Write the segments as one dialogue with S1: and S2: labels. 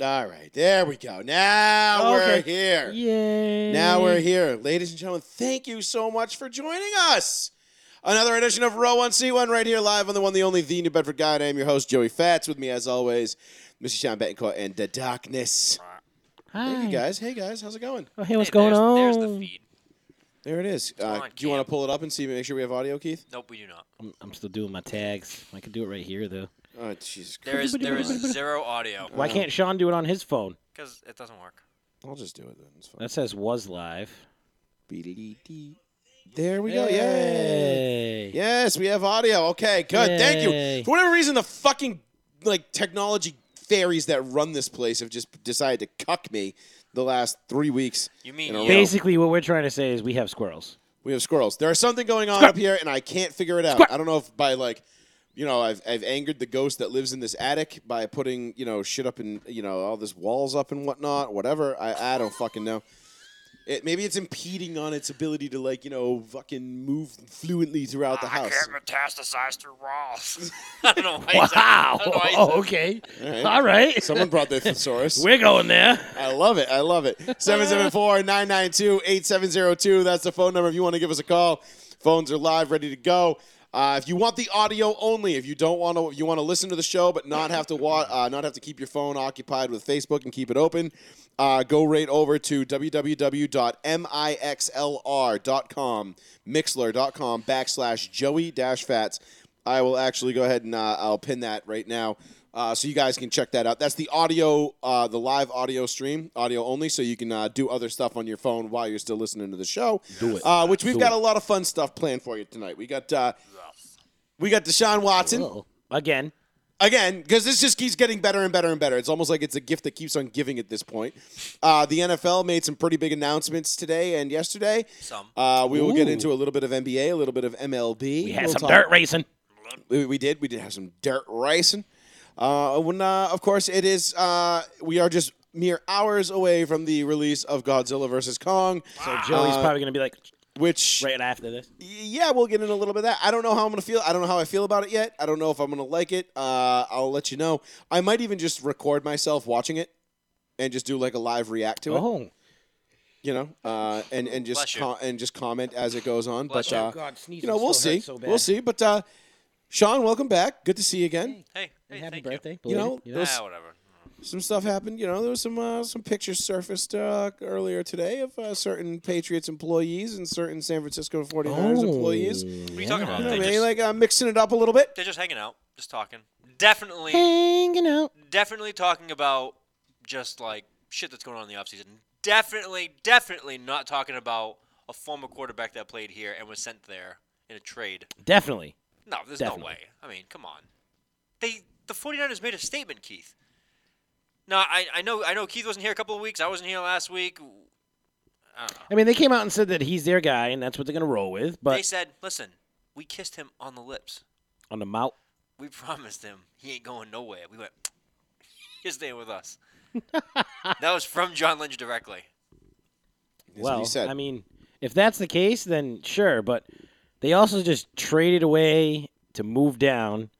S1: All right, there we go. Now we're
S2: Oh, Okay.
S1: here.
S2: Yay.
S1: Now we're here. Ladies and gentlemen, thank you so much for joining us. Another edition of Row 1C1 right here live on the one, the only, the New Bedford Guide. I am your host, Joey Fats. With me, as always, Mr. Sean Betancourt and the Darkness.
S2: Hi.
S1: Hey, guys. Hey, guys. How's it going?
S2: Oh, hey, what's
S3: Hey,
S2: going
S3: there's,
S2: on?
S3: There's the feed.
S1: There it is.
S3: on,
S1: Uh, do you want
S3: Cam.
S1: to pull it up and see, make sure we have audio, Keith?
S3: Nope, we do not.
S2: I'm, I'm still doing my tags. I could do it right here though.
S1: Oh, Jesus
S3: There
S1: Christ.
S3: is there is zero audio
S2: Why can't Sean do it on his phone?
S3: because it doesn't work.
S1: I'll just do it then. It's fine.
S2: That says was live.
S1: Beep-de-dee-dee. There we go. Yay.
S2: Yay.
S1: Yes, we have audio. Okay, good. Thank
S2: Yay.
S1: you. For whatever reason, the fucking like technology fairies that run this place have just decided to cuck me the last three weeks.
S3: You mean
S1: In a
S3: you?
S1: row.
S2: Basically, what we're trying to say is we have squirrels.
S1: We have squirrels. There is something going on up here, and I can't figure it out. I don't know if by like, you know, I've, I've angered the ghost that lives in this attic by putting you know shit up in you know all this walls up and whatnot. Whatever. I I don't fucking know. It, maybe it's impeding on its ability to like you know fucking move fluently throughout the
S3: I
S1: house.
S3: can't metastasize through walls. I don't know why. he said-
S2: Wow.
S3: I don't know why he
S2: okay.
S3: said-
S2: All
S1: right.
S2: right. All right.
S1: Someone brought their thesaurus.
S2: we're going there.
S1: I love it. I love it. 774 992 8702. That's the phone number if you want to give us a call. Phones are live, ready to go. Uh, if you want the audio only, if you don't want to, if you want to listen to the show but not have to wa- uh, not have to keep your phone occupied with Facebook and keep it open, uh, go right over to www.mixlr.com, mixler.com backslash Joey dash Fats. I will actually go ahead and uh, I'll pin that right now, uh, so you guys can check that out. That's the audio, uh, the live audio stream, audio only, so you can uh, do other stuff on your phone while you're still listening to the show. Do it. Uh, which we've got a lot of fun stuff planned for you tonight. We got uh, we got Deshaun Watson
S2: Uh-oh. Again.
S1: again because this just keeps getting better and better and better. It's almost like it's a gift that keeps on giving at this point. Uh, the NFL made some pretty big announcements today and yesterday.
S3: Some.
S1: Uh, we will get
S2: Ooh.
S1: into a little bit of NBA, a little bit of MLB.
S2: We had
S1: We'll
S2: some
S1: talk-
S2: dirt racing.
S1: we, we did. We did have some dirt racing. Uh, when, uh, of course, it is. Uh, we are just mere hours away from the release of Godzilla vs Kong,
S2: So Joey's probably going to be like
S1: which
S2: right after this.
S1: y- yeah, we'll get in a little bit of that. I don't know how I'm gonna feel. I don't know how I feel about it yet. I don't know if I'm gonna like it. Uh, I'll let you know. I might even just record myself watching it and just do like a live react to it.
S2: Oh.
S1: You know, uh, and and just
S3: Bless you.
S1: co- and just comment as it goes on.
S3: Bless
S1: but
S3: you.
S1: uh,
S2: God, sneezing
S1: you know, we'll
S2: still
S1: see.
S2: hurts so bad.
S1: we'll see. But uh, Sean, welcome back. Good to see you again.
S3: Hey, hey,
S2: Happy
S3: thank
S2: birthday.
S1: You know,
S2: belated,
S3: You.
S1: those-
S3: Ah, whatever.
S1: some stuff happened. You know, there was some uh, some pictures surfaced uh, earlier today of uh, certain Patriots employees and certain San Francisco 49ers
S2: Oh.
S1: employees. You
S3: What are you talking about?
S1: know
S3: They
S1: what I mean?
S3: just-
S1: Like uh, mixing it up a little bit.
S3: They're just hanging out, just talking. Definitely,
S2: Hanging out.
S3: definitely talking about just like shit that's going on in the offseason. Definitely, definitely not talking about a former quarterback that played here and was sent there in a trade.
S2: Definitely.
S3: No, there's
S2: Definitely.
S3: no way. I mean, come on. They the 49ers made a statement, Keith. No, I, I know I know Keith wasn't here a couple of weeks. I wasn't here last week. I don't know.
S2: I mean, they came out and said that he's their guy, and that's what they're going to roll with. But
S3: they said, "Listen, we kissed him on the lips.
S2: on the mouth,
S3: We promised him he ain't going nowhere." We went, "You're staying with us." that was from John Lynch directly.
S1: is what
S2: well,
S1: he said.
S2: I mean, if that's the case, then sure. But they also just traded away to move down,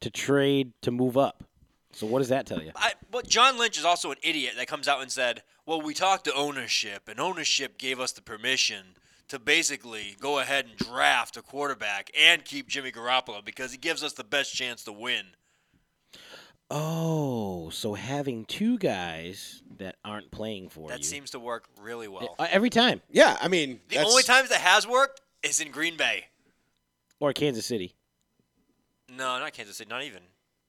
S2: to trade to move up. So what does that tell you?
S3: I, but John Lynch is also an idiot that comes out and said, "Well, we talked to ownership, and ownership gave us the permission to basically go ahead and draft a quarterback and keep Jimmy Garoppolo because he gives us the best chance to win."
S2: Oh, so having two guys that aren't playing for
S3: That
S2: you
S3: seems to work really well.
S2: Uh, every time,
S1: yeah, I mean,
S3: the
S1: that's-
S3: only times that has worked is in Green Bay.
S2: or Kansas City.
S3: No, not Kansas City. Not even.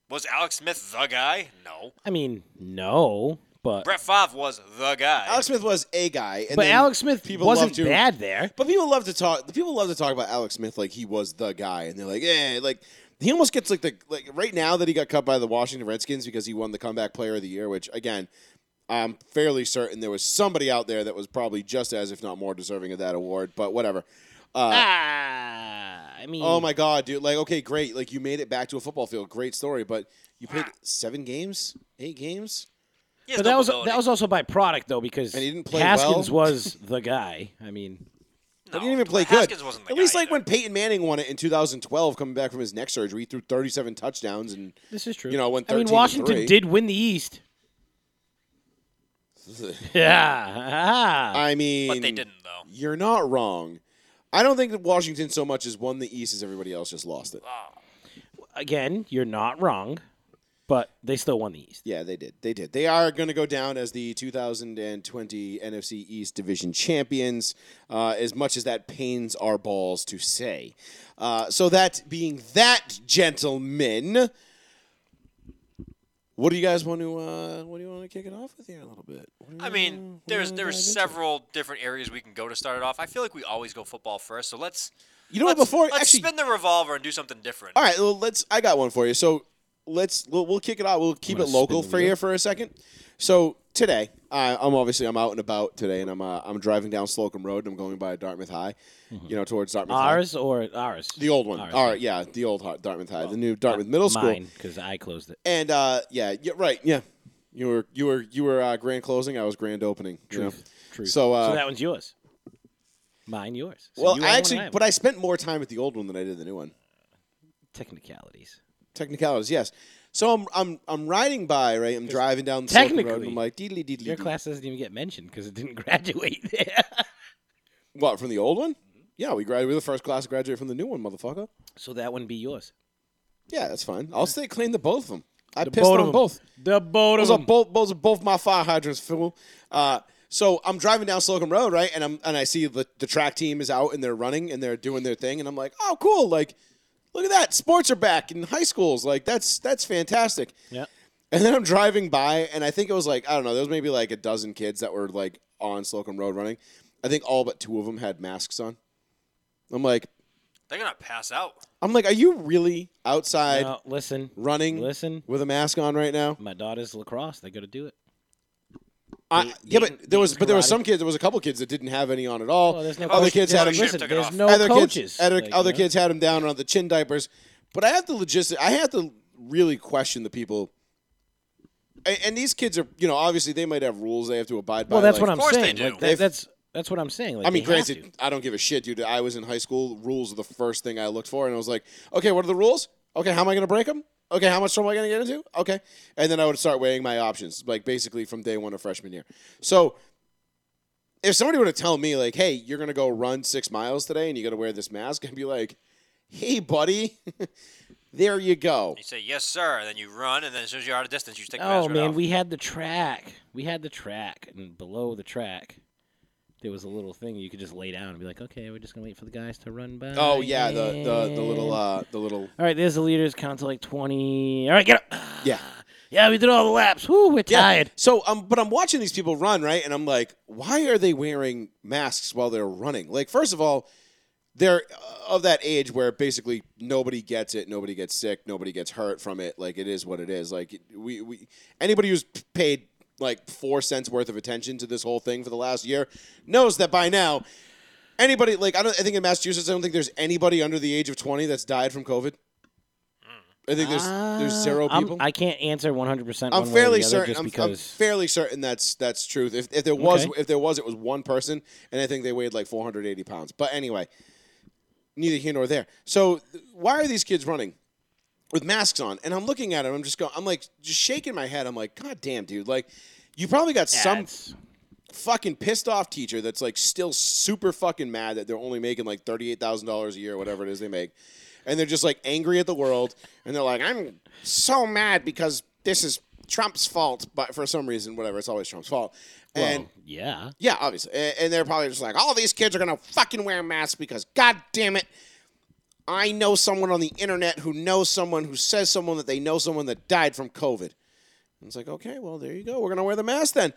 S3: Was Alex Smith the guy? No.
S2: I mean, no, but
S3: Brett Favre was the guy.
S1: Alex Smith was a guy, and
S2: but
S1: then
S2: Alex Smith
S1: people
S2: wasn't
S1: love to,
S2: bad there.
S1: But people love to talk. People love to talk about Alex Smith like he was the guy, and they're like, eh, like he almost gets like the like right now that he got cut by the Washington Redskins because he won the comeback player of the year, which again. I'm fairly certain there was somebody out there that was probably just as, if not more, deserving of that award. But whatever.
S3: Mm.
S1: Uh,
S2: ah, I mean,
S1: Oh my god, dude! Like, okay, great. Like, you made it back to a football field. Great story, but you played
S3: Ah.
S1: seven games, eight games.
S3: He has
S2: But
S3: no
S2: that was
S3: mobility.
S2: that was also by product though, because
S1: And he didn't play
S2: Haskins
S1: well.
S2: was the guy. I mean,
S3: No,
S1: He didn't even play
S3: Haskins
S1: good.
S3: Wasn't the
S1: At least,
S3: guy
S1: like
S3: either.
S1: when Peyton Manning won it in 2012, coming back from his neck surgery, he threw 37 touchdowns and
S3: Ah.
S2: this is true.
S1: You know, when
S2: I
S1: 13
S2: mean,
S1: to
S2: Washington
S1: three.
S2: did win the East. Yeah.
S1: I mean,
S3: But they didn't, though.
S1: You're not wrong. I don't think that Washington so much has won the East as everybody else just lost it.
S2: Again, you're not wrong, but they still won the East.
S1: Yeah, they did. They did. They are going to go down as the 2020 NFC East Division champions, uh, as much as that pains our balls to say. Uh, so, that being that, gentlemen, what do you guys want to? Uh, what do you want to kick it off with here a little bit? What do you
S3: I
S1: wanna- what do
S3: mean,
S1: Mm-hmm. you
S3: there's
S1: wanna
S3: there's
S1: dive into?
S3: several different areas we can go to start it off. I feel like we always go football first, so let's.
S1: You know what?
S3: let's,
S1: Before
S3: let's
S1: actually,
S3: spin the revolver and do something different.
S1: All right, well, let's. I got one for you. So let's we'll, we'll kick it out. We'll keep it local for you for a second. So today, I, I'm obviously I'm out and about today, and I'm uh, I'm driving down Slocum Road. and I'm going by Dartmouth High, you know, towards Dartmouth. High.
S2: Mm-hmm. Ours or ours?
S1: The old one.
S2: Ours.
S1: All right, yeah, the old Har- Dartmouth High, the new Dartmouth Middle School.
S2: Mine, because I closed it.
S1: And uh, yeah, yeah, right, yeah. You were you were you were uh, grand closing. I was grand opening. you know?
S2: Truth. Truth.
S1: So, uh,
S2: so that one's yours. Mine, yours. So
S1: well,
S2: you
S1: I
S2: own
S1: actually,
S2: one, own
S1: but
S2: one.
S1: I spent more time at the old one than I did the new one.
S2: technicalities.
S1: Technicalities, yes. So I'm I'm I'm riding by, right? I'm driving down the Slocum road, and I'm
S2: Technically,
S1: like, deedly deedly.
S2: Your
S1: dee.
S2: class doesn't even get mentioned because it didn't graduate there.
S1: What from the old one? Yeah, we graduated. We're the first class to graduate from the new one, motherfucker.
S2: so that wouldn't be yours.
S1: Yeah, that's fine. I'll stay clean to both of them. I
S2: The
S1: pissed
S2: both
S1: on
S2: of 'em. Hmm.
S1: both.
S2: The boat
S1: Those are both. Those are both my fire hydrants, fool. Uh, so I'm driving down Slocum Road, right, and I'm and I see the the track team is out and they're running and they're doing their thing, and I'm like, oh, cool, like. Look at that! Sports are back in high schools. Like that's that's fantastic.
S2: Yeah.
S1: And then I'm driving by, and I think it was like I don't know. There was maybe like a dozen kids that were like on Slocum Road running. I think all but two of them had masks on. I'm like,
S3: They're gonna pass out.
S1: I'm like, are you really outside
S2: No, listen,
S1: running
S2: listen.
S1: with a mask on right now?
S2: My daughter's lacrosse. They got to do it.
S1: I, yeah,
S2: beating-
S1: but there was
S2: beating
S1: but there was
S2: karate.
S1: some kids. There was a couple kids that didn't have any on at all.
S2: Well, there's no
S1: other
S2: coach-
S1: kids
S3: yeah,
S1: had
S3: I
S1: them.
S3: mean,
S2: listen,
S3: took it
S2: there's
S3: off.
S2: no
S1: other
S2: coaches.
S1: kids, other,
S2: like, you
S1: other
S2: know?
S1: kids had them down on the chin diapers. But I have the logistic. I have to really question the people. And, and these kids are, you know, obviously they might have rules they have to abide by.
S2: Well, that's
S1: like-
S2: what I'm
S3: course they
S2: saying.
S3: do.
S2: Like,
S1: They've-
S2: that, that's that's what I'm saying. Like,
S1: I mean,
S2: they have
S1: granted,
S2: to.
S1: I don't give a shit, dude. I was in high school. Rules are the first thing I looked for, and I was like, okay, what are the rules? Okay, how am I going to break them? Okay, how much trouble am I going to get into? Okay, and then I would start weighing my options, like basically from day one of freshman year. So, if somebody were to tell me, like, hey, you're going to go run six miles today, and you got to wear this mask, I'd be like, hey, buddy, there you go.
S3: You say yes, sir, and then you run, and then as soon as you're out of distance, you take the mask
S2: Oh
S3: right
S2: man,
S3: off.
S2: we had the track. We had the track, and below the track, there was a little thing you could just lay down and be like, "Okay, we're just gonna wait for the guys to run by."
S1: Oh yeah, the the, the little
S2: and-
S1: uh, the little
S2: All right, there's the leaders. Count to like twenty. All right, get up.
S1: yeah.
S2: Yeah, we did all the laps. Woo, we're
S1: Yeah.
S2: tired.
S1: So, um, but I'm watching these people run, right? And I'm like, why are they wearing masks while they're running? Like, first of all, they're uh, of that age where basically nobody gets it, nobody gets sick, nobody gets hurt from it. Like, it is what it is. Like, we, we anybody who's paid like four cents worth of attention to this whole thing for the last year knows that by now. Anybody like I don't I think in Massachusetts I don't think there's anybody under the age of 20 that's died from COVID. I think there's there's zero
S2: Ah, Uh, I'm-
S1: people.
S2: I can't answer 100. percent
S1: I'm fairly certain.
S2: Just
S1: I'm, I'm
S2: because
S1: fairly certain that's that's truth. If, if there was
S2: Okay.
S1: if there was it was one person, and I think they weighed like 480 pounds. But anyway, neither here nor there. So th- why are these kids running with masks on? And I'm looking at them. I'm just going. I'm like just shaking my head. I'm like, God damn, dude! Like you probably got
S2: Yeah,
S1: some
S2: it's-
S1: fucking pissed off teacher that's like still super fucking mad that they're only making like thirty eight thousand dollars a year or whatever it is they make, and they're just like angry at the world and they're like, I'm so mad because this is Trump's fault, but for some reason, whatever, it's always Trump's fault. And
S2: well, yeah.
S1: yeah, obviously, and, and they're probably just like, all these kids are gonna fucking wear masks because, god damn it. I know someone on the internet who knows someone who says someone that they know someone that died from COVID. And it's like, okay, well, there you go. We're gonna wear the mask then.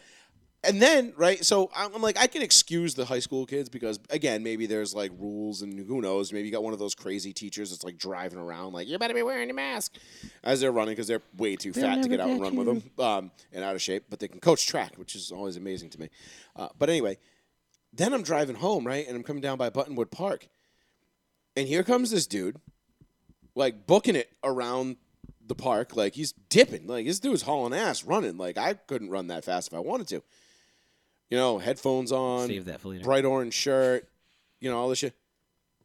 S1: And then, right? So I'm I'm like, I can excuse the high school kids because, again, maybe there's like rules and who knows. Maybe you got one of those crazy teachers that's like driving around, like, you better be wearing a mask as they're running because they're way too fat to
S2: never
S1: get out and run with
S2: vacuum.
S1: them um, and out of shape. But they can coach track, which is always amazing to me. Uh, but anyway, then I'm driving home, right? And I'm coming down by Buttonwood Park. And here comes this dude, like booking it around the park. Like he's dipping. Like this dude's hauling ass running. Like I couldn't run that fast if I wanted to. You know, headphones on,
S2: Save that for later.
S1: bright orange shirt, you know, all this shit.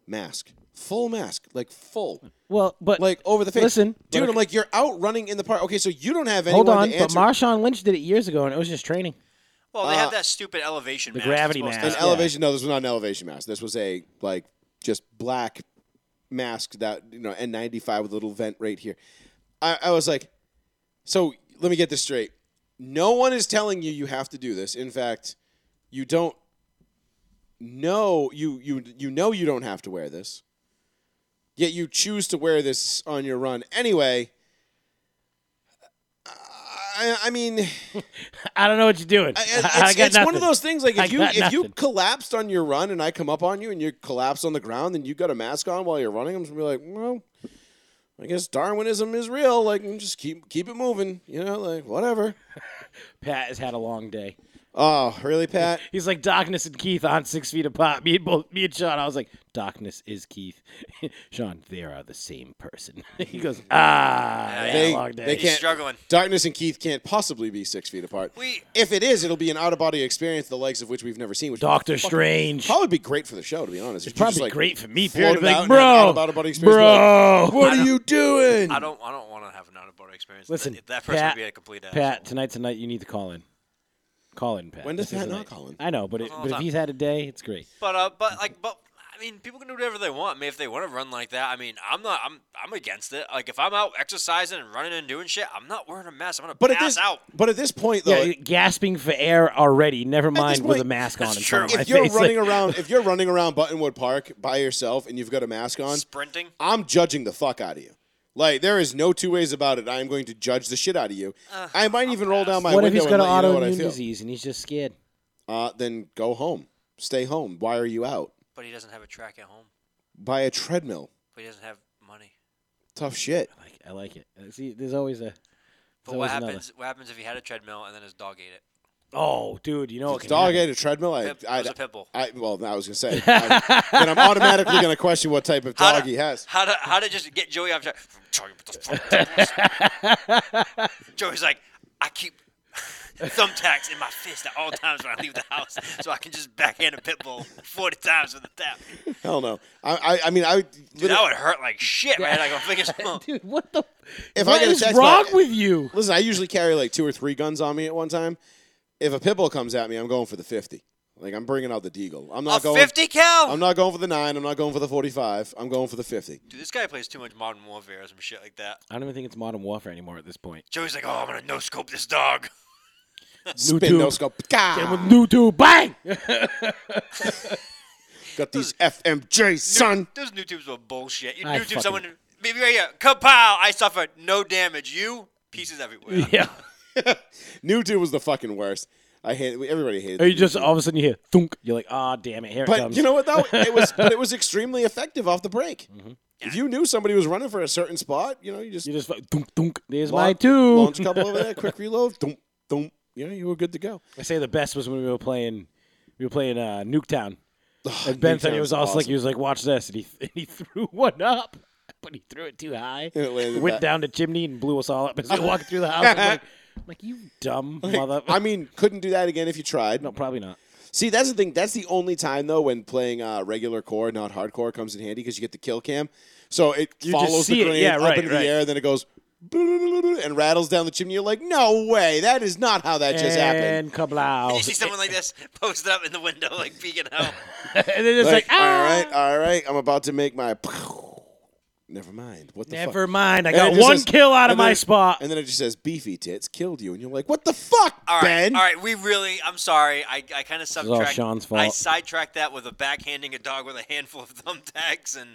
S1: Mask. Full mask. Like full.
S2: Well, but
S1: Like over the face.
S2: Listen,
S1: Dude,
S2: but-
S1: I'm like, you're out running in the park. Okay, so you don't have anyone
S2: hold on.
S1: to
S2: But
S1: answer.
S2: Marshawn Lynch did it years ago, and it was just training.
S3: Well, they
S1: Uh,
S3: have that stupid elevation.
S2: the
S3: mask that's
S2: gravity
S3: supposed to
S1: An
S2: mask. Yeah.
S1: elevation? No, this was not an elevation mask. This was a like just black mask that you know N95 with a little vent right here. I, I was like, so let me get this straight. No one is telling you you have to do this. In fact, you don't know you you you know you don't have to wear this. Yet you choose to wear this on your run anyway. I, I mean.
S2: I don't know what you're doing. I,
S1: And
S2: I
S1: it's
S2: got
S1: it's one of
S2: nothing.
S1: those things like
S2: I
S1: if you
S2: got
S1: if you
S2: nothing.
S1: collapsed on your run and I come up on you and you collapse on the ground and you got a mask on while you're running, I'm just gonna be like, well, I guess Darwinism is real. Like just keep keep it moving, you know, like whatever.
S2: Pat has had a long day.
S1: Oh, really, Pat?
S2: He's like Darkness and Keith on six feet apart. Me and both me and Sean. I was like, Darkness is Keith. Sean, they are the same person. he goes, Ah,
S3: Yeah,
S2: they, had
S1: They,
S2: a long day.
S1: they
S3: He's
S1: can't
S3: struggling.
S1: Darkness and Keith can't possibly be six feet apart.
S3: We-
S1: if it is, it'll be an out of body experience, the likes of which we've never seen. Which
S2: Doctor
S1: would
S2: Strange.
S1: probably be great for the show, to be honest. It's
S2: Probably great for me.
S1: float it
S2: Period.
S1: out
S2: Like,
S1: and have an
S2: bro,
S1: out-of-body experience,
S2: bro.
S1: What are you doing?
S3: I don't. I don't want to have an out of body experience.
S2: Listen,
S3: that, that person
S2: Pat-
S3: would be a complete ass.
S2: Pat, tonight's a night you need to call in. Call in, Pat.
S1: When does
S2: This is
S1: Pat
S2: a
S1: not
S2: night.
S1: call in?
S2: I know, but it,
S3: all
S2: but
S3: the
S2: if
S3: time.
S2: he's had a day, it's great.
S3: But uh, but like, but I mean, people can do whatever they want. I mean, if they want to run like that, I mean, I'm not. I'm. I'm against it. Like, if I'm out exercising and running and doing shit, I'm not wearing a mask. I'm gonna
S1: But at
S3: pass
S1: this,
S3: out.
S1: but at this point, though,
S2: Yeah, you're gasping for air already. Never mind with
S1: point-
S2: a mask on.
S3: That's
S2: in front of
S3: true.
S2: my
S1: if you're
S2: face.
S1: running
S2: Like,
S1: around if you're running around Buttonwood Park by yourself and you've got a mask on,
S3: Sprinting.
S1: I'm judging the fuck out of you. Like there is no two ways about it. I am going to judge the shit out of you. I might even roll down my
S2: what if
S1: window
S2: he's got an
S1: and let you know what I
S2: autoimmune
S1: feel.
S2: disease and he's just scared?
S1: Uh, then go home. Stay home. Why are you out?
S3: But he doesn't have a track at home.
S1: Buy a treadmill.
S3: But he doesn't have money.
S1: Tough shit.
S2: I like, I like it. Uh, See, there's always a.
S3: But
S2: There's
S3: what
S2: always another.
S3: happens? What happens if he had a treadmill and then his dog ate it?
S2: Oh, dude, you know what
S1: If
S2: can
S1: Dog ate
S2: happen.
S1: a treadmill. I,
S3: Pip, it was
S1: I,
S3: a pit bull.
S1: I, well, I was gonna say. I, then I'm automatically gonna question what type of
S3: How
S1: dog
S3: to-
S1: he has.
S3: How to how to just get Joey off track? Joey's like, I keep thumbtacks in my fist at all times when I leave the house, so I can just backhand a pit bull forty times with a tap.
S1: Hell no. I, I, I mean, I.
S3: Dude, that would hurt like shit, man. Like I'm thinking, oh,
S2: Dude, what the?
S1: If I
S2: what
S1: get a
S2: is
S1: text
S2: wrong
S1: about-
S2: with you?
S1: Listen, I usually carry like two or three guns on me at one time. If a pit bull comes at me, I'm going for the 50. Like I'm bringing out the deagle. I'm
S3: a
S1: not going.
S3: fifty cal.
S1: I'm not going for the nine. I'm not going for the 45. I'm going for the 50.
S3: Dude, this guy plays too much Modern Warfare or some shit like that.
S2: I don't even think it's modern warfare anymore at this point.
S3: Joey's like, oh, I'm gonna no scope this dog.
S1: Spin
S2: tube.
S1: no scope.
S2: And with
S1: Gah!
S2: new two, bang!
S1: Got these FMJ son.
S3: Those new tubes were bullshit. You
S2: I
S3: new tube
S2: fucking-
S3: someone maybe right here. Kapow! I suffered no damage. You pieces everywhere.
S2: yeah.
S1: New dude was the fucking worst. I hate. Everybody hated.
S2: Or you
S1: the
S2: just
S1: New Dude.
S2: all of a sudden you hear thunk. You're like, ah, damn it, here it
S1: But
S2: comes.
S1: you know what though? It was. but it was extremely effective off the break. If you knew somebody was running for a certain spot, you know, you just
S2: Mm-hmm. you just like, thunk, thunk. There's my
S1: launch,
S2: two.
S1: launch a couple over there, quick reload, thump, thump. You know, you were good to go.
S2: I say the best was when we were playing, we were playing uh, Nuketown, and Ben
S1: Nuketown's
S2: said he was also like,
S1: awesome.
S2: he was like, watch this, and he and he threw one up, but he threw it too high,
S1: And it landed
S2: went
S1: back.
S2: down the chimney and blew us all up as we walked through the house. I'm like, I'm like, you dumb mother.
S1: I mean, couldn't do that again if you tried.
S2: no, probably not.
S1: See, that's the thing. That's the only time though when playing uh, regular core, not hardcore, comes in handy because you get the kill cam. So it
S2: just
S1: follows
S2: see
S1: the
S2: it.
S1: grenade
S2: Yeah,
S1: up
S2: right,
S1: into
S2: right.
S1: the air, then it goes and rattles down the chimney. You're like, no way, that is not how that just happened.
S2: and kablow.
S3: You see someone like this posted up in the window, like peeking out.
S2: and then it's like,
S1: all
S2: ah,
S1: right, all right, I'm about to make my. Never mind. What the
S2: never
S1: fuck?
S2: mind. I
S1: And it
S2: got
S1: just
S2: one
S1: says-
S2: kill out of
S1: and then
S2: my
S1: it-
S2: spot.
S1: and then it just says beefy tits killed you, and you're like, what the fuck,
S3: All right,
S1: Ben?
S3: all right. We really, I'm sorry. I, I kind of
S2: all
S3: subtract.
S2: Sean's
S3: I
S2: fault.
S3: sidetracked that with a backhanding a dog with a handful of thumbtacks and.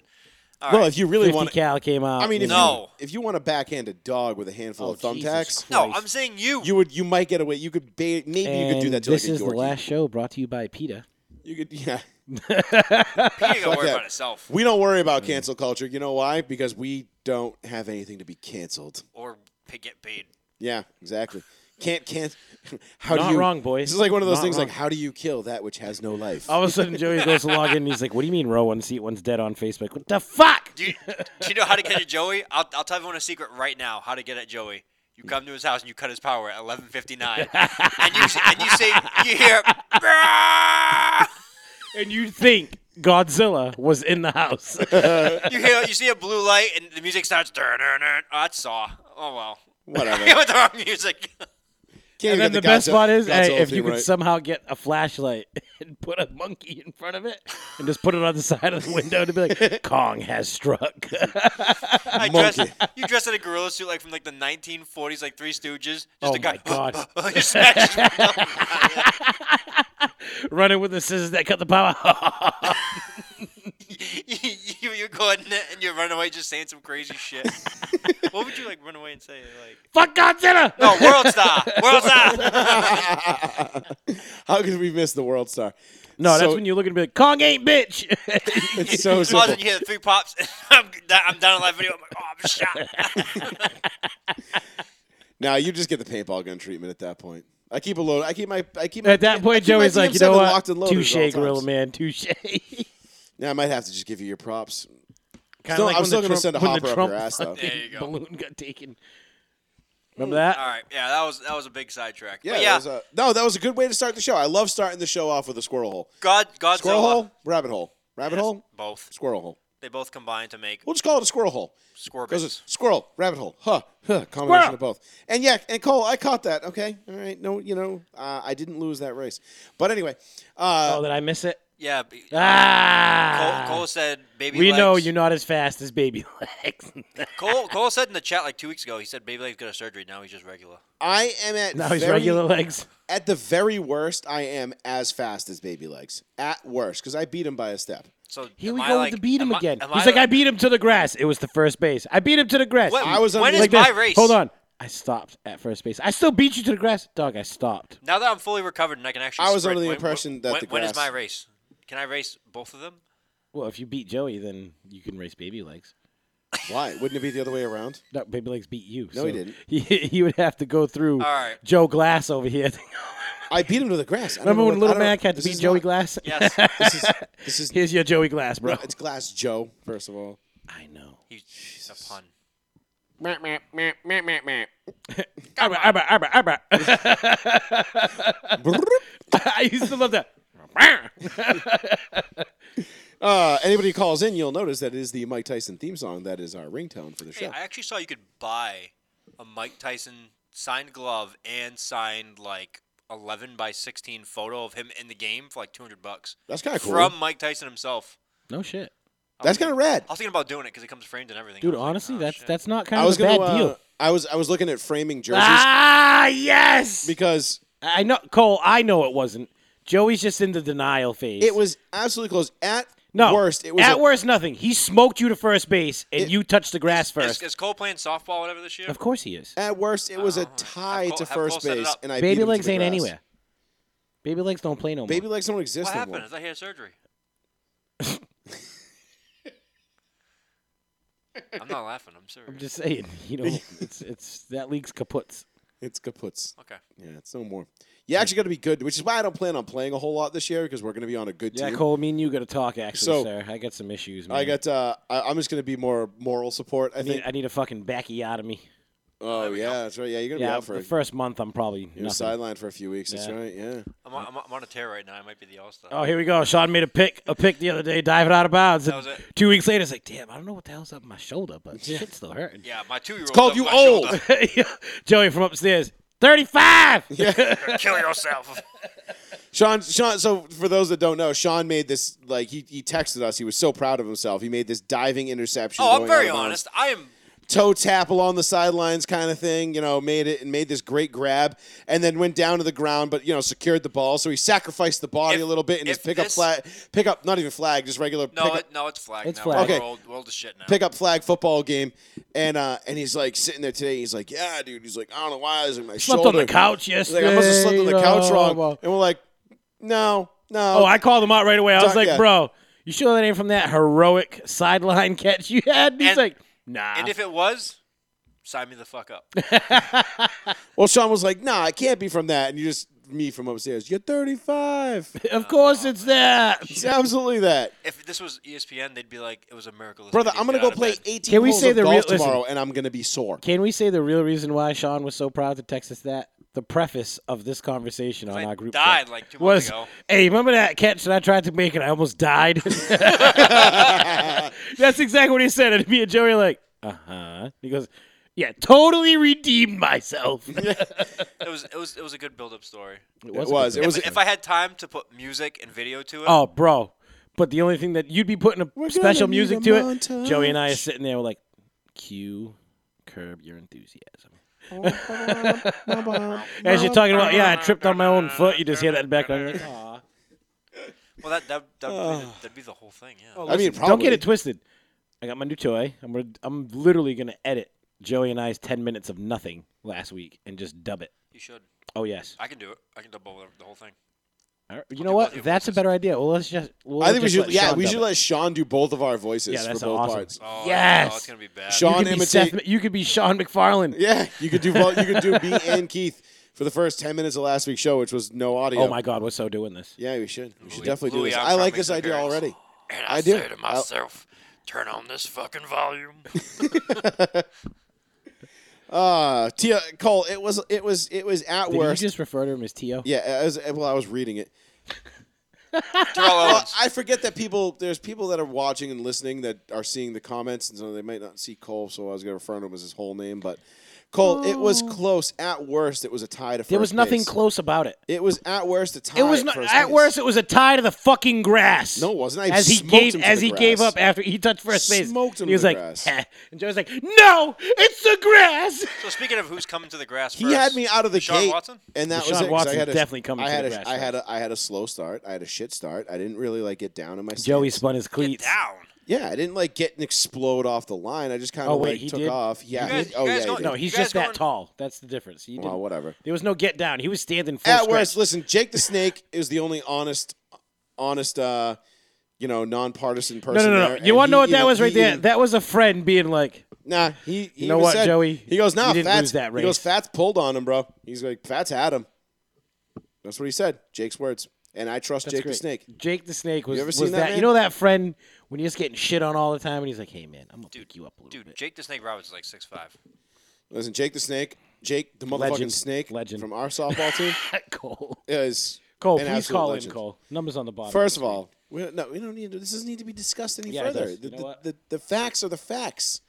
S3: All
S1: Well,
S3: right.
S1: if you really
S2: 50
S1: want,
S2: cal came out.
S1: I mean, if
S3: No.
S1: you if you want to backhand a dog with a handful
S2: Oh,
S1: of
S2: Jesus
S1: thumbtacks,
S3: no,
S2: Christ.
S3: I'm saying you.
S1: you would you might get away. You could ba- maybe you could do
S2: And
S1: that to
S2: this
S1: like a
S2: is the
S1: Yorkie.
S2: last show brought to you by PETA.
S1: You could yeah.
S3: He ain't gonna worry
S1: that.
S3: about himself
S1: We don't worry about cancel culture. You know why? Because we don't have anything to be canceled.
S3: or pay- get paid.
S1: Yeah, exactly. Can't can't. How
S2: Not
S1: do you,
S2: wrong, boys.
S1: This is like one of those
S2: Not
S1: things. Like,
S2: wrong. Oh.
S1: how do you kill that which has no life?
S2: All of a sudden, Joey goes to log in and he's like, What do you mean row one seat one's dead on Facebook? What the fuck?
S3: Do you, do you know how to get at Joey? I'll, I'll tell everyone a secret right now. How to get at Joey? You come to his house and you cut his power at 11:59, and you and you say you hear. "Brrrr!"
S2: And you think Godzilla was in the house.
S3: You hear, you see a blue light, and the music starts. "Dun, dun, dun." Oh, that's Saw. Oh well.
S1: Whatever.
S3: I went the wrong music.
S1: even get
S2: and then the,
S1: Godzilla-
S2: best part is hey,
S1: Godzilla
S2: if
S1: theme
S2: you could
S1: right.
S2: somehow get a flashlight and put a monkey in front of it and just put it on the side of the window to be like, Kong has struck.
S3: I dress,
S1: Monkey.
S3: you dress in a gorilla suit like from like the 1940s, like Three Stooges. Just
S2: Oh
S3: a guy,
S2: my God.
S3: you're snatching-
S2: Running with the scissors that cut the power.
S3: you, you're going and you're running away, just saying some crazy shit. what would you like run away and say? Like,
S2: Fuck Godzilla!
S3: no, world star, world star.
S1: How could we miss the world star?
S2: No, that's
S1: So-
S2: when you look and be like, Kong ain't bitch.
S1: It's so
S3: Pause and
S1: simple.
S3: you hear the three pops. I'm, I'm down on live video. I'm like, oh, I'm shot.
S1: Now you just get the paintball gun treatment at that point. I keep a load. I keep my. I keep my,
S2: At that
S1: I
S2: point,
S1: keep my
S2: Joey's like, you know
S1: TM7 locked and
S2: what?
S1: loaded at all
S2: Touche, Gorilla
S1: times.
S2: Man, touche.
S1: Yeah, I might have to just give you your props.
S2: Kind
S1: Still- I'm still gonna send a hopper up your ass, though.
S3: There you go.
S2: balloon got taken. Uh, Remember that?
S3: All right, yeah, that was that was a big sidetrack.
S1: Yeah,
S3: But
S1: that
S3: yeah.
S1: was a- no, that was a good way to start the show. I love starting the show off with a squirrel hole.
S3: God, Godzilla.
S1: Squirrel hole, rabbit hole, rabbit hole,
S3: Both.
S1: squirrel hole.
S3: They both combine to make
S1: We'll just call it a squirrel hole. Because
S3: Scorbits.
S1: it's squirrel, rabbit hole, huh, huh, combination
S2: Squirrel.
S1: of both. And yeah, and Cole, I caught that. Okay, all right. No, you know, uh, I didn't lose that race. But anyway, uh,
S2: oh, did I miss it?
S3: Yeah. b- Cole,
S2: Ah!
S3: Cole said baby
S2: we
S3: legs.
S2: know you're not as fast as baby legs.
S3: Cole, Cole said in the chat like two weeks ago, he said baby legs got a surgery. Now he's just regular.
S1: I am at
S2: now he's
S1: very-
S2: regular legs.
S1: At the very worst, I am as fast as baby legs. At worst, because I beat him by a step.
S3: So
S2: Here
S3: am
S2: we
S3: I
S2: go
S3: like,
S2: with the beat him
S3: am I-
S2: again.
S3: am
S2: he's like, I beat him to the grass. It was the first base. I beat him to the grass.
S3: When-
S1: I was on
S3: when
S1: the-
S3: is
S1: Like
S3: my
S2: this.
S3: race?
S2: Hold on. I stopped at first base. I still beat you to the grass. Dog, I stopped.
S3: Now that I'm fully recovered and I can actually.
S1: I was
S3: sprint,
S1: under the
S3: when-
S1: impression that
S3: when,
S1: the
S3: when is
S1: grass-
S3: my race? Can I race both of them?
S2: Well, if you beat Joey, then you can race baby legs.
S1: Why? Wouldn't it be the other way around?
S2: No, baby legs beat you.
S1: No, he
S2: so
S1: didn't.
S2: He, he would have to go through
S3: right.
S2: Joe Glass over here.
S1: I beat him to the grass. I don't
S2: Remember
S1: know
S2: when
S1: what- I
S2: Little
S1: don't know-
S2: Mac had to
S1: this
S2: beat
S1: is
S2: Joey
S1: not-
S2: Glass?
S3: Yes.
S1: This is this is
S2: Here's your Joey Glass, bro.
S1: it's Glass Joe. First of all,
S2: I know.
S3: He, it's a pun.
S2: Abba, abba, abba, abba. I used to love that.
S1: uh, anybody who calls in, you'll notice that it is the Mike Tyson theme song that is our ringtone for the
S3: Hey,
S1: show.
S3: I actually saw you could buy a Mike Tyson signed glove and signed like 11 by 16 photo of him in the game for like 200 bucks
S1: That's kind of cool.
S3: from Mike Tyson himself.
S2: No shit,
S1: That's kind of rad.
S3: I was thinking about doing it because it comes framed and everything.
S2: dude.
S3: I was like,
S2: Honestly,
S3: oh,
S2: that's
S3: shit.
S2: that's not kind
S1: I
S2: of
S1: was
S2: a bad
S1: gonna. uh,
S2: deal.
S1: I was I was looking at framing jerseys
S2: Ah, yes.
S1: because
S2: I know, Cole. I know it wasn't. Joey's just in the denial phase.
S1: it was absolutely close. At
S2: no
S1: worst, it was
S2: at
S1: a-
S2: worst nothing. He smoked you to first base, and you touched the grass
S3: Is,
S2: first.
S3: is Cole playing softball whatever this year?
S2: of course, he is.
S1: At worst, it was a
S3: Have
S1: tie
S3: Cole-
S1: to
S3: have Cole
S1: first
S3: set it
S1: base,
S3: up.
S1: and I beat him
S2: Baby
S1: to
S2: legs
S1: the
S2: ain't
S1: grass.
S2: anywhere. Baby legs don't play no more.
S1: Baby legs don't exist
S3: What
S1: anymore.
S3: happened? I thought he had surgery. I'm not laughing. I'm serious.
S2: I'm just saying, you know, it's it's that league's kaputs.
S1: It's kaputs.
S3: okay.
S1: Yeah, it's no more. You actually got to be good, which is why I don't plan on playing a whole lot this year because we're going to be on a good
S2: Yeah,
S1: team.
S2: Cole, me and you got to talk actually,
S1: So-
S2: sir. I got some issues, man.
S1: I got. Uh, I, I'm just going to be more moral support. I
S2: I need,
S1: think.
S2: I need a fucking backiotomy.
S1: oh yeah, that's right. Yeah, you're going to
S2: Yeah,
S1: be out for
S2: the
S1: a,
S2: first month I'm probably
S1: you're
S2: nothing.
S1: sidelined for a few weeks. That's
S2: Yeah.
S1: right. Yeah.
S3: I'm on, I'm on- I'm on a tear right now. I might be the all star.
S2: Oh, here we go. Sean made a pick, a pick the other day, diving out of bounds.
S3: That
S2: and
S3: was it.
S2: Two weeks later, it's like, damn, I don't know what the hell's up with my shoulder, but shit still hurting.
S3: Yeah, my two year old.
S1: called you old.
S2: Joey from upstairs, thirty-five.
S3: Kill yourself.
S1: Sean, Sean. So for those that don't know, Sean made this. Like he, he texted us. He was so proud of himself. He made this diving interception.
S3: oh, I'm
S1: going
S3: very
S1: out of bounds.
S3: honest. I am.
S1: toe tap along the sidelines kind of thing, you know, made it and made this great grab and then went down to the ground, but, you know, secured the ball. So he sacrificed the body
S3: If-
S1: a little bit in his
S3: if
S1: pickup
S3: this-
S1: flag, pickup, not even flag, just regular
S3: No,
S1: pickup,
S3: it, no, it's flag.
S2: It's
S3: now.
S2: flag.
S1: Okay.
S3: We're old, we're old as shit now.
S1: pickup flag football game. And uh, and he's like sitting there today. He's like, yeah, dude. He's like, I don't know why. I was in my
S2: Slept
S1: shoulder.
S2: on the couch
S1: He's
S2: yesterday.
S1: like, I must have slept on the couch
S2: Oh,
S1: wrong.
S2: well.
S1: And we're like, no, no.
S2: Oh, I called him out right away. I was
S1: Sorry,
S2: like,
S1: yeah.
S2: bro, you sure that ain't from that heroic sideline catch you had? And he's
S3: And-
S2: like, nah.
S3: and if it was, sign me the fuck up.
S1: well, Sean was like, nah, it can't be from that. And you just, me from upstairs, you're 35.
S2: of course it's that.
S1: It's absolutely that.
S3: if this was E ESPN, they'd be like, it was a miracle. this
S1: Brother,
S3: kid
S1: I'm going to
S3: got
S1: go play
S3: out of bed.
S1: 18
S2: Can we
S1: holes
S2: say
S1: of
S2: the
S1: golf
S2: real- listen.
S1: tomorrow and I'm going to be sore.
S2: Can we say the real reason why Sean was so proud to text us that? The preface of this conversation on
S3: I
S2: our group
S3: died
S2: chat
S3: like two months
S2: was,
S3: ago.
S2: "Hey, remember that catch that I tried to make and I almost died?" That's exactly what he said, and me and Joey are like, "Uh huh." He goes, Yeah, totally redeemed myself.
S3: It was it was it was a good build up story.
S1: It was. It was.
S3: If I had time to put music and video to it,
S2: Oh, bro. But the only thing that you'd be putting a
S1: We're
S2: special
S1: gonna need
S2: music
S1: a
S2: to it, Joey and I are
S1: montage.
S2: sitting there, we're like, cue, curb your enthusiasm. As you're talking about, yeah, I tripped on my own foot. You just hear that in the background. You're like, aw.
S3: well that that that'd,
S1: Oh.
S3: be, the- that'd be the whole thing. Yeah.
S1: I mean, probably.
S2: "Oh, Don't get it twisted. I got my new toy. I'm gonna, I'm literally gonna edit Joey and I's ten minutes of nothing last week and just dub it.
S3: You should.
S2: Oh yes.
S3: I can do it. I can double the- the whole thing.
S2: All right. You know what? That's a better idea. Well, let's just. We'll
S1: I think we
S2: just
S1: should.
S2: let
S1: Yeah,
S2: Sean
S1: we
S2: dub
S1: should
S2: it.
S1: let Sean do both of our voices
S2: Yeah, that's
S1: for both
S2: awesome.
S1: parts.
S3: Oh,
S2: Yes.
S3: Oh, it's gonna be bad.
S2: You
S1: Sean
S2: could, be Seth,
S1: imitate.
S2: Ma- you could be Sean McFarlane.
S1: Yeah, you could do both. You could do me and Keith for the first ten minutes of last week's show, which was no audio.
S2: Oh my God, we're so doing this.
S1: Yeah, we should. We should
S3: Louis-
S1: definitely
S3: Louis
S1: do this. I
S3: Armstrong
S1: like
S3: makes
S1: this idea
S3: appearance.
S1: already.
S3: And
S1: I I do. Uh, say to I'll-
S3: myself, turn on this fucking volume.
S1: Uh, Tia Cole, it was it was it was at
S2: Did
S1: worst.
S2: you just refer to him as Tio?
S1: yeah, as, well, I was reading it.
S3: Terrell
S1: Well,
S3: Owens.
S1: I forget that people. There's people that are watching and listening that are seeing the comments, and so they might not see Cole. So I was going to refer to him as his whole name, but Cole, it was close. At worst, it was a tie to. First
S2: There was nothing
S1: base.
S2: close about it.
S1: It was at worst a tie.
S2: It was
S1: at,
S2: not,
S1: first
S2: at
S1: base.
S2: worst. It was a tie to the fucking grass.
S1: No, it wasn't. I
S2: as he
S1: smoked
S2: gave
S1: him to
S2: as
S1: the
S2: he gave
S1: grass.
S2: up after he touched first base.
S1: Smoked him
S2: he
S1: to
S2: was
S1: the
S2: like,
S1: grass.
S2: "Heh." and Joe's like, "No, it's the grass."
S3: So speaking of who's coming to the grass,
S1: He
S3: first,
S1: had me out of the
S3: Sean
S1: gate,
S3: Watson.
S1: and that
S2: Deshaun
S1: was it. 'cause
S2: Watson
S1: I had a,
S2: definitely coming
S1: I
S2: to
S1: had
S2: the
S1: a,
S2: grass
S1: I had a, I had a slow start. I had a shit start. I didn't really like get down in my.
S2: Joey
S1: stance.
S2: spun his cleats.
S3: Down.
S1: Yeah, I didn't like get and explode off the line. I just kind of
S2: Oh, wait,
S1: like
S2: he
S1: took
S2: did?
S1: off. Yeah.
S3: You guys-
S1: he- oh
S3: you guys
S1: yeah.
S3: going-
S1: he did.
S2: No, he's
S3: You guys
S2: just that
S3: going-
S2: tall. That's the difference. He
S1: well,
S2: didn't-
S1: whatever.
S2: There was no get down. He was standing full
S1: At
S2: stretch.
S1: worst, listen, Jake the Snake is the only honest, honest, uh, you know, nonpartisan person.
S2: No, no, no,
S1: there,
S2: no.
S1: and
S2: You
S1: he-
S2: want to know what that
S1: know,
S2: was right
S1: he
S2: there?
S1: even-
S2: That was a friend being like,
S1: Nah, he. he
S2: You know
S1: even
S2: what,
S1: said-
S2: Joey?
S1: He goes, "Nah,
S2: You didn't
S1: Fats."
S2: lose that
S1: He goes,
S2: race."
S1: "Fats pulled on him, bro." He's like, "Fats had him." That's what he said. Jake's words, and I trust Jake the
S2: great.
S1: Snake.
S2: Jake the Snake was,
S1: ever
S2: was
S1: seen that
S2: that,
S1: man?
S2: you know that friend when you're just getting shit on all the time and he's like, "Hey man, I'm gonna pick you up a little
S3: Dude,
S2: bit."
S3: Jake the Snake Roberts is like six five.
S1: Listen, Jake the Snake, Jake the motherfucking
S2: Legend.
S1: snake
S2: Legend.
S1: from our softball team
S2: Cole,
S1: is
S2: Cole,
S1: an
S2: please
S1: absolute
S2: call
S1: legend.
S2: in. Cole, numbers on the bottom.
S1: First of all, we don't, no, we don't need to. This doesn't need to be discussed any
S2: Yeah, it
S1: further.
S2: does.
S1: The,
S2: You know
S1: the-
S2: what?
S1: the- the facts are the facts.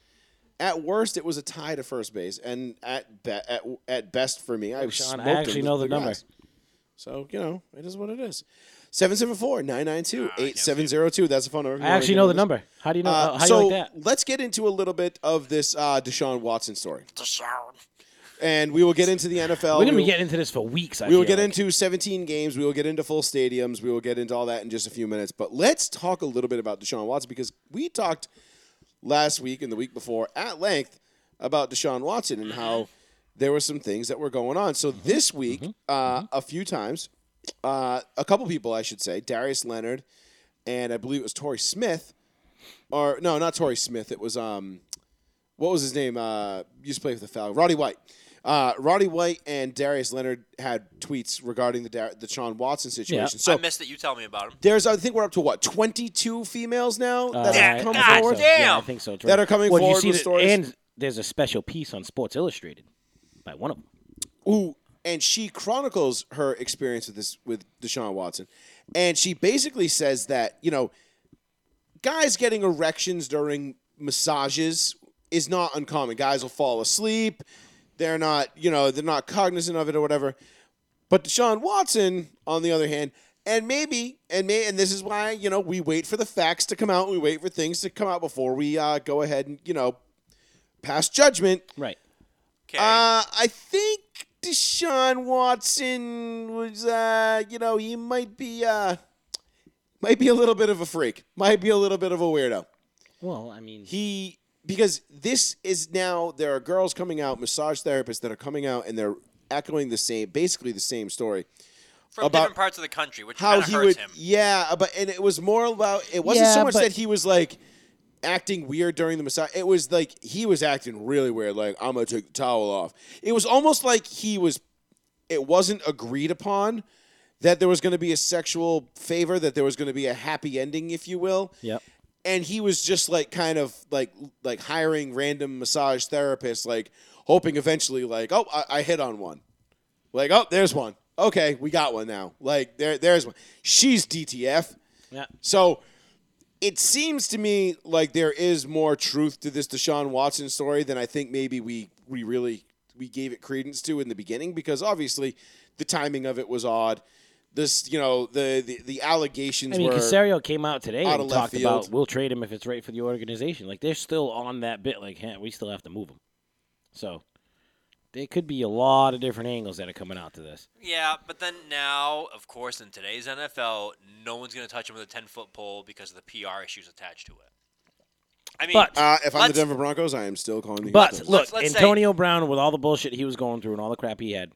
S1: At worst, it was a tie to first base, and at be, at, at best for me, I
S2: Sean, I
S1: smoked him
S2: actually
S1: with
S2: know the number.
S1: grass. So you know, it is what it is. 774-992-8702. That's the phone number.
S2: I actually know the number. How do you know?
S1: Uh,
S2: how do
S1: so
S2: you like that?
S1: let's get into a little bit of this uh, Deshaun Watson story,
S3: Deshaun.
S1: and we will get into the NFL.
S2: We're gonna
S1: We
S2: be
S1: will-
S2: getting into this for weeks. I
S1: we will
S2: feel
S1: get
S2: like.
S1: into 17 games. We will get into full stadiums. We will get into all that in just a few minutes. But let's talk a little bit about Deshaun Watson because we talked last week and the week before at length about Deshaun Watson and how there were some things that were going on. So
S2: Mm-hmm.
S1: this week, uh, a few times, uh, a couple people, I should say, Darius Leonard and I believe it was Torrey Smith, or no, not Torrey Smith. It was um, what was his name? Uh, used to play for the Falcons. Roddy White. Uh, Roddy White and Darius Leonard had tweets regarding the Dar- the Sean Watson situation.
S2: Yeah.
S1: So
S3: I missed it. You tell me about him.
S1: there's, I think we're up to what 22 females now that
S2: I-
S1: have come
S2: I think
S1: forward.
S2: so. Uh, Yeah, I
S3: Damn.
S2: think so. It's
S1: That
S2: right.
S1: are coming
S2: Well, you
S1: forward
S2: see
S1: with
S2: that-
S1: stories.
S2: And there's a special piece on Sports Illustrated by one of them.
S1: Ooh, and she chronicles her experience with this with Deshaun Watson, and she basically says that you know, guys getting erections during massages is not uncommon. Guys will fall asleep. They're not, you know, they're not cognizant of it or whatever. But Deshaun Watson, on the other hand, and maybe, and may, and this is why you know we wait for the facts to come out. We wait for things to come out before we uh, go ahead and you know pass judgment.
S2: Right.
S3: Okay.
S1: Uh, I think Deshaun Watson was, uh, you know, he might be, uh, might be a little bit of a freak, might be a little bit of a weirdo.
S2: Well, I mean,
S1: He because this is now there are girls coming out, massage therapists that are coming out, and they're echoing the same, basically the same story.
S3: From
S1: about
S3: different parts of the country, which
S1: How
S3: kind of
S1: he
S3: hurts
S1: would,
S3: him.
S1: yeah, uh, but and it was more about it wasn't so
S2: Yeah,
S1: much
S2: but-
S1: that he was like acting weird during the massage. It was like he was acting really weird, like I'm gonna take the towel off. It was almost like he was. It wasn't agreed upon that there was going to be a sexual favor, that there was going to be a happy ending, if you will.
S2: Yep.
S1: And he was just like kind of like like hiring random massage therapists, like hoping eventually, like oh I, I hit on one, like oh there's one, okay we got one now, like there there's one. She's DTF.
S2: yeah.
S1: So it seems to me like there is more truth to this Deshaun Watson story than I think maybe we we really we gave it credence to in the beginning because obviously the timing of it was odd. This, you know, the the, the allegations
S2: I mean,
S1: were
S2: Casario came out today
S1: out
S2: and
S1: of left
S2: talked about
S1: field.
S2: we'll trade him if it's right for the organization. Like they're still on that bit. Like hey, we still have to move him. So there could be a lot of different angles that are coming out to this.
S3: Yeah, but then now, of course, in today's NFL, no one's going to touch him with a 10 foot pole because of the PR issues attached to it. I mean,
S2: But-
S1: Uh, if I'm the
S3: Let's-
S1: Denver Broncos, I am still calling the Houston
S2: But
S1: Texans.
S2: look,
S3: let's say-
S2: Antonio Brown with all the bullshit he was going through and all the crap he had.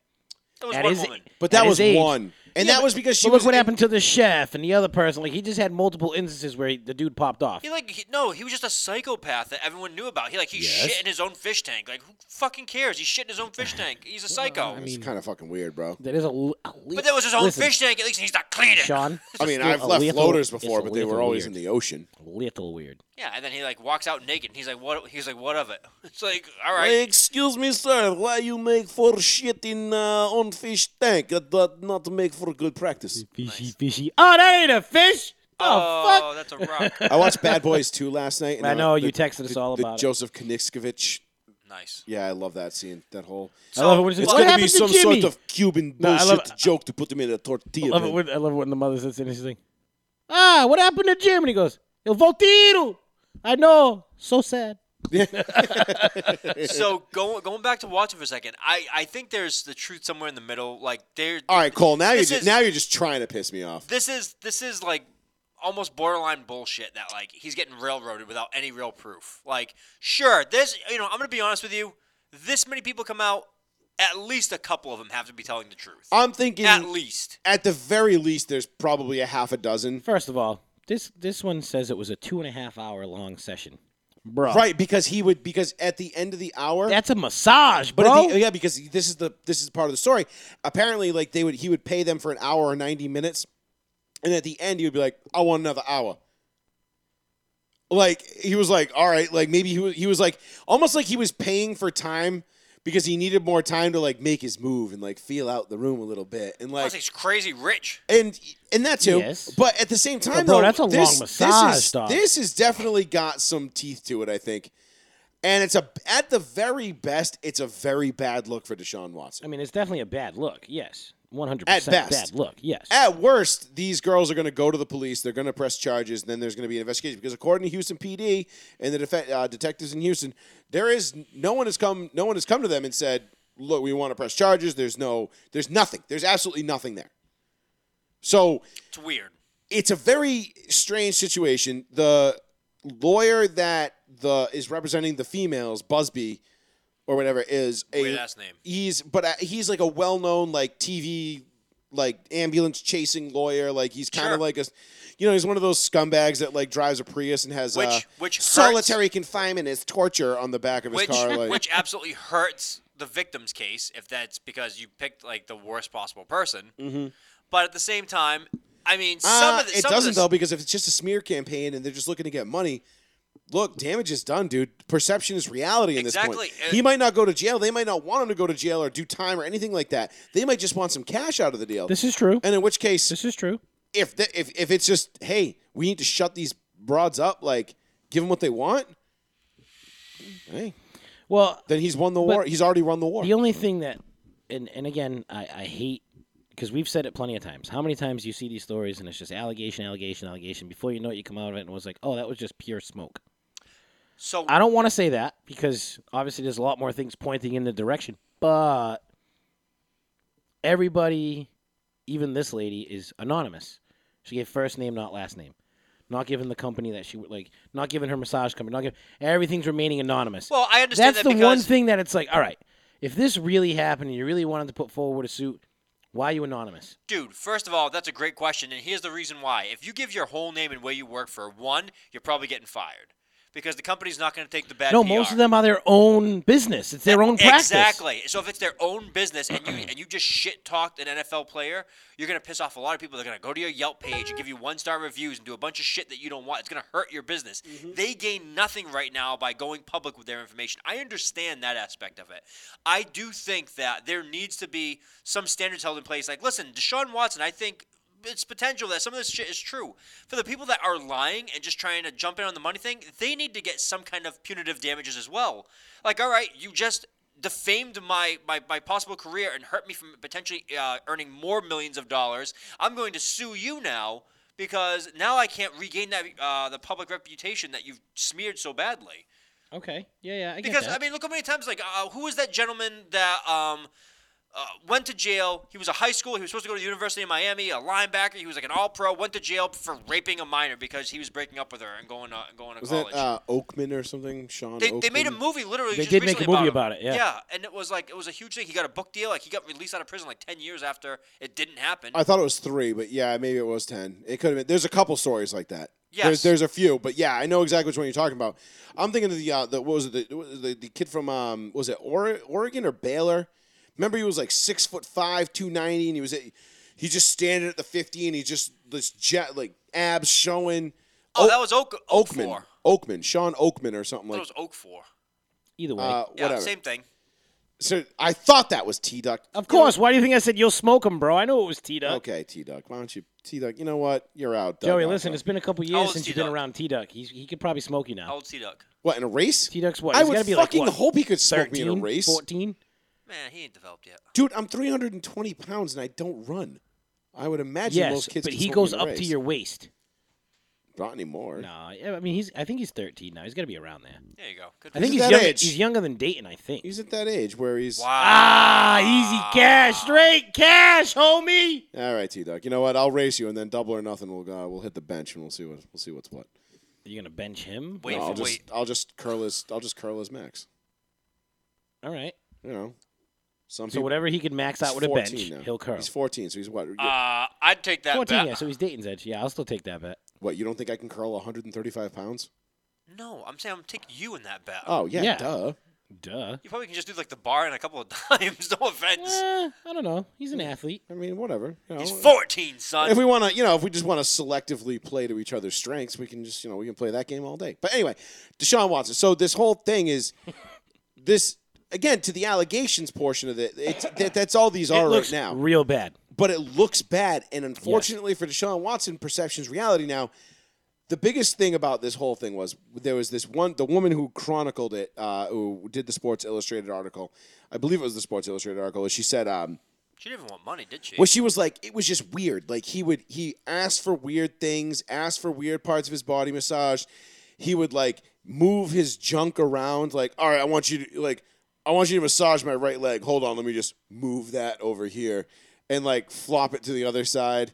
S3: it was
S2: at
S3: one
S2: his-
S3: woman.
S1: but
S2: at
S1: that
S2: his
S1: was
S2: age-
S1: one, and
S2: Yeah,
S1: that
S2: but-
S1: was because she
S2: but look
S1: was
S2: what
S1: in-
S2: happened to the chef and the other person. Like he just had multiple instances where he, the dude popped off.
S3: He like he, no, he was just a psychopath that everyone knew about. He like he
S2: Yes.
S3: shit in his own fish tank. Like who fucking cares? He shit in his own fish tank. He's a psycho.
S1: It's kind of fucking weird, bro.
S2: That is a, l- a le-
S3: but that was his own
S2: listen,
S3: fish tank. At least he's not cleaning.
S2: Sean.
S1: I mean, I've left floaters before, but they were always in the ocean.
S2: little weird.
S3: Yeah, and then he like walks out naked. And he's like, what? He's like, what of it? It's like, all right.
S1: Excuse me, sir. Why you make for shit in uh, on fish tank? That does not make for good practice.
S2: Fishy, fishy. Oh, that ain't a fish. Oh, fuck.
S3: oh, that's a rock.
S1: I watched Bad Boys 2 last night. and,
S2: I
S1: uh,
S2: know,
S1: the-
S2: you texted us
S1: the-
S2: all
S1: the
S2: about it.
S1: Joseph Konikskovich.
S3: nice.
S1: Yeah, I love that scene. That whole.
S2: I love it when it's,
S1: It's
S2: what
S1: gonna be
S2: happened to
S1: some
S2: Jimmy?
S1: sort of Cuban
S2: No, I
S1: bullshit
S2: love-
S1: joke to put him in a tortilla.
S2: I love it
S1: man.
S2: when I love it when the mother sits in and she's like, Ah, what happened to Jim? And he goes, El Voltiro. I know. So sad.
S3: so going going back to Watson for a second, I, I think there's the truth somewhere in the middle. Like there,
S1: all right, Cole. Now you're
S3: This
S1: just,
S3: is-
S1: now you're just trying to piss me off.
S3: this is this is like almost borderline bullshit that like he's getting railroaded without any real proof. Like sure, there's you know I'm gonna be honest with you, this many people come out, at least a couple of them have to be telling the truth.
S1: I'm thinking
S3: at least
S1: at the very least, there's probably a half a dozen.
S2: First of all, this this one says it was a two and a half hour long session. Bro.
S1: Right, because he would because at the end of the hour,
S2: That's a massage,
S1: But
S2: bro.
S1: at the, yeah, because this is the this is part of the story. Apparently, like they would he would pay them for an hour or ninety minutes, and at the end he would be like, "I want another hour." Like he was like, "All right," like maybe he was, he was like almost like he was paying for time because he needed more time to like make his move and like feel out the room a little bit and
S3: Plus,
S1: like
S3: he's crazy rich.
S1: and and that too.
S2: Yes.
S1: But at the same time,
S2: bro,
S1: though,
S2: that's a long
S1: this,
S2: massage,
S1: This is,
S2: dog.
S1: this has definitely got some teeth to it, I think. And it's a at the very best, it's a very bad look for Deshaun Watson.
S2: I mean, it's definitely a bad look. Yes. 100%
S1: At best.
S2: bad look. Yes.
S1: At worst, these girls are going to go to the police. They're going to press charges. And then there's going to be an investigation because, according to Houston PD and the defe- uh, detectives in Houston, there is no one has come. No one has come to them and said, "Look, we want to press charges." There's no. There's nothing. There's absolutely nothing there. So
S3: It's weird.
S1: it's a very strange situation. The lawyer that the is representing the females, Busby, or whatever, is a
S3: Weird ass name.
S1: He's but uh, he's like a well-known like TV like ambulance chasing lawyer. Like he's kind of
S3: Sure.
S1: like a, you know, he's one of those scumbags that like drives a Prius and has
S3: Which-
S1: uh,
S3: which hurts.
S1: solitary confinement is torture on the back of his
S3: Which
S1: car. Like
S3: which absolutely hurts the victim's case if that's because you picked like the worst possible person. Mm-hmm. But at the same time, I mean, some
S1: Uh,
S3: of the,
S1: it
S3: some
S1: doesn't
S3: of the,
S1: though because if it's just a smear campaign and they're just looking to get money, look, damage is done, dude. Perception is reality in this
S3: Exactly.
S1: point.
S3: Uh,
S1: he might not go to jail. They might not want him to go to jail or do time or anything like that. They might just want some cash out of the deal.
S2: this is true.
S1: and in which case,
S2: This is true.
S1: if the, if if it's just hey, we need to shut these broads up, like give them what they want. Hey,
S2: Well,
S1: then he's won the war. He's already won the war.
S2: The only thing that, and, and again, I, I hate because we've said it plenty of times. How many times you see these stories and it's just allegation, allegation, allegation. Before you know it, you come out of it and it was like, oh, that was just pure smoke.
S3: so
S2: I don't want to say that because obviously there's a lot more things pointing in the direction, but everybody, even this lady, is anonymous. She gave first name, not last name. Not given the company that she would like, not given her massage company, not given everything's remaining anonymous
S3: well, I understand
S2: that's
S3: that
S2: the one
S3: because
S2: thing that it's like, all right, if this really happened and you really wanted to put forward a suit, why are you anonymous?
S3: Dude, first of all, that's a great question, and here's the reason why. If you give your whole name and where you work for, one, you're probably getting fired because the company's not going to take the bad.
S2: no,
S3: PR.
S2: most of them are their own business. It's their own practice.
S3: Exactly. So if it's their own business and you and you just shit talked an NFL player, you're gonna piss off a lot of people. They're gonna go to your Yelp page and give you one star reviews and do a bunch of shit that you don't want. It's gonna hurt your business.
S2: Mm-hmm.
S3: They gain nothing right now by going public with their information. I understand that aspect of it. I do think that there needs to be some standards held in place. Like, listen, Deshaun Watson, I think it's potential that some of this shit is true. For the people that are lying and just trying to jump in on the money thing, they need to get some kind of punitive damages as well. Like, all right, you just defamed my, my, my possible career and hurt me from potentially uh, earning more millions of dollars. I'm going to sue you now because now I can't regain that uh, the public reputation that you've smeared so badly.
S2: Okay. Yeah, yeah. I get
S3: Because
S2: that.
S3: I mean, look how many times like uh, who was that gentleman that um, uh, went to jail? He was a high school. He was supposed to go to the University of Miami, a linebacker. He was like an All Pro. Went to jail for raping a minor because he was breaking up with her and going uh, going to
S1: Was
S3: college.
S1: that uh, Oakman or something? Sean.
S3: they, they made a
S1: Oakman?
S3: movie literally.
S2: They
S3: just
S2: did make a
S3: recently
S2: movie
S3: about,
S2: about it,
S3: him.
S2: yeah.
S3: and it was like it was a huge thing. He got a book deal. Like he got released out of prison like ten years after it didn't happen.
S1: I thought it was three, but yeah, maybe it was ten. It could have been. There's a couple stories like that.
S3: Yes.
S1: There's, there's a few, but yeah, I know exactly which one you're talking about. I'm thinking of the uh, the what was it the, what was the the kid from um was it Ore- Oregon or Baylor? Remember he was like six foot five, two ninety, and he was at, he just standing at the fifty, and he just this jet like abs showing.
S3: oh, that was Oak Oak
S1: Oakman,
S3: Four.
S1: Oakman, Sean Oakman or something
S3: That
S1: like
S3: was Oak Four.
S2: Either way.
S1: uh,
S3: Yeah,
S1: whatever.
S3: same thing.
S1: So I thought that was T Duck.
S2: of course. Why do you think I said you'll smoke him, bro? I know it was T Duck.
S1: Okay, T Duck. Why don't you T Duck? You know what? You're out. Doug.
S2: Joey,
S1: Out,
S2: listen,
S1: Doug.
S2: it's been a couple
S3: old
S2: years
S3: is
S2: since you've been
S3: T-Duck?
S2: around T Duck. He's he could probably smoke you now.
S3: How old's T Duck?
S1: What in a race?
S2: T Duck's what?
S1: I
S2: He's
S1: would
S2: gotta be
S1: fucking
S2: like, what,
S1: hope he could smoke
S2: 13,
S1: me in a race,
S2: 14?
S3: Man, he ain't developed yet.
S1: dude. I'm 320 pounds and I don't run. I would imagine
S2: Yes,
S1: most kids.
S2: but
S1: could
S2: he
S1: smoke
S2: goes
S1: me in a
S2: up
S1: race.
S2: to your waist.
S1: Not anymore.
S2: No, yeah, I mean he's. I think he's 13 now. He's got to be around there.
S3: There you go. Good
S2: I
S3: for
S2: think
S1: He's that
S2: he's younger,
S1: age.
S2: he's younger than Dayton. I think.
S1: He's at that age where he's.
S3: you. Wow.
S2: ah, easy cash, straight cash, homie.
S1: All right, T Duck. You know what? I'll race you, and then double or nothing. We'll uh, we'll hit the bench, and we'll see what we'll see what's what.
S2: You're gonna bench him?
S3: Wait
S1: No, I'll
S3: for
S1: just
S3: wait.
S1: I'll just curl his I'll just curl his max.
S2: All right.
S1: You know, some
S2: So
S1: people.
S2: whatever he could max out
S1: he's
S2: with a
S1: 14
S2: bench,
S1: now.
S2: he'll curl.
S1: He's 14, so he's what?
S3: Uh, I'd take that
S2: 14,
S3: bet.
S2: yeah. So he's Dayton's edge. Yeah, I'll still take that bet.
S1: what? You don't think I can curl 135 pounds?
S3: No, I'm saying I'm taking you in that bet.
S1: Oh yeah,
S2: Yeah.
S1: duh.
S2: Duh.
S3: You probably can just do like the bar in a couple of times. No offense.
S2: Eh, I don't know. He's an athlete.
S1: I mean, whatever. You know,
S3: He's 14, son.
S1: if we want to, you know, if we just want to selectively play to each other's strengths, we can just, you know, we can play that game all day. But anyway, Deshaun Watson. So this whole thing is this again to the allegations portion of it. It's, that, that's all these
S2: it
S1: are right
S2: looks
S1: now.
S2: real bad.
S1: but it looks bad, and unfortunately for Deshaun Watson, perception's reality now. The biggest thing about this whole thing was there was this one, the woman who chronicled it, uh, who did the Sports Illustrated article. I believe it was the Sports Illustrated article. She said, um,
S3: she didn't even want money, did she?
S1: well, she was like, it was just weird. Like he would, he asked for weird things, asked for weird parts of his body massaged. He would like move his junk around. Like, all right, I want you to like, I want you to massage my right leg. Hold on, let me just move that over here, and like flop it to the other side,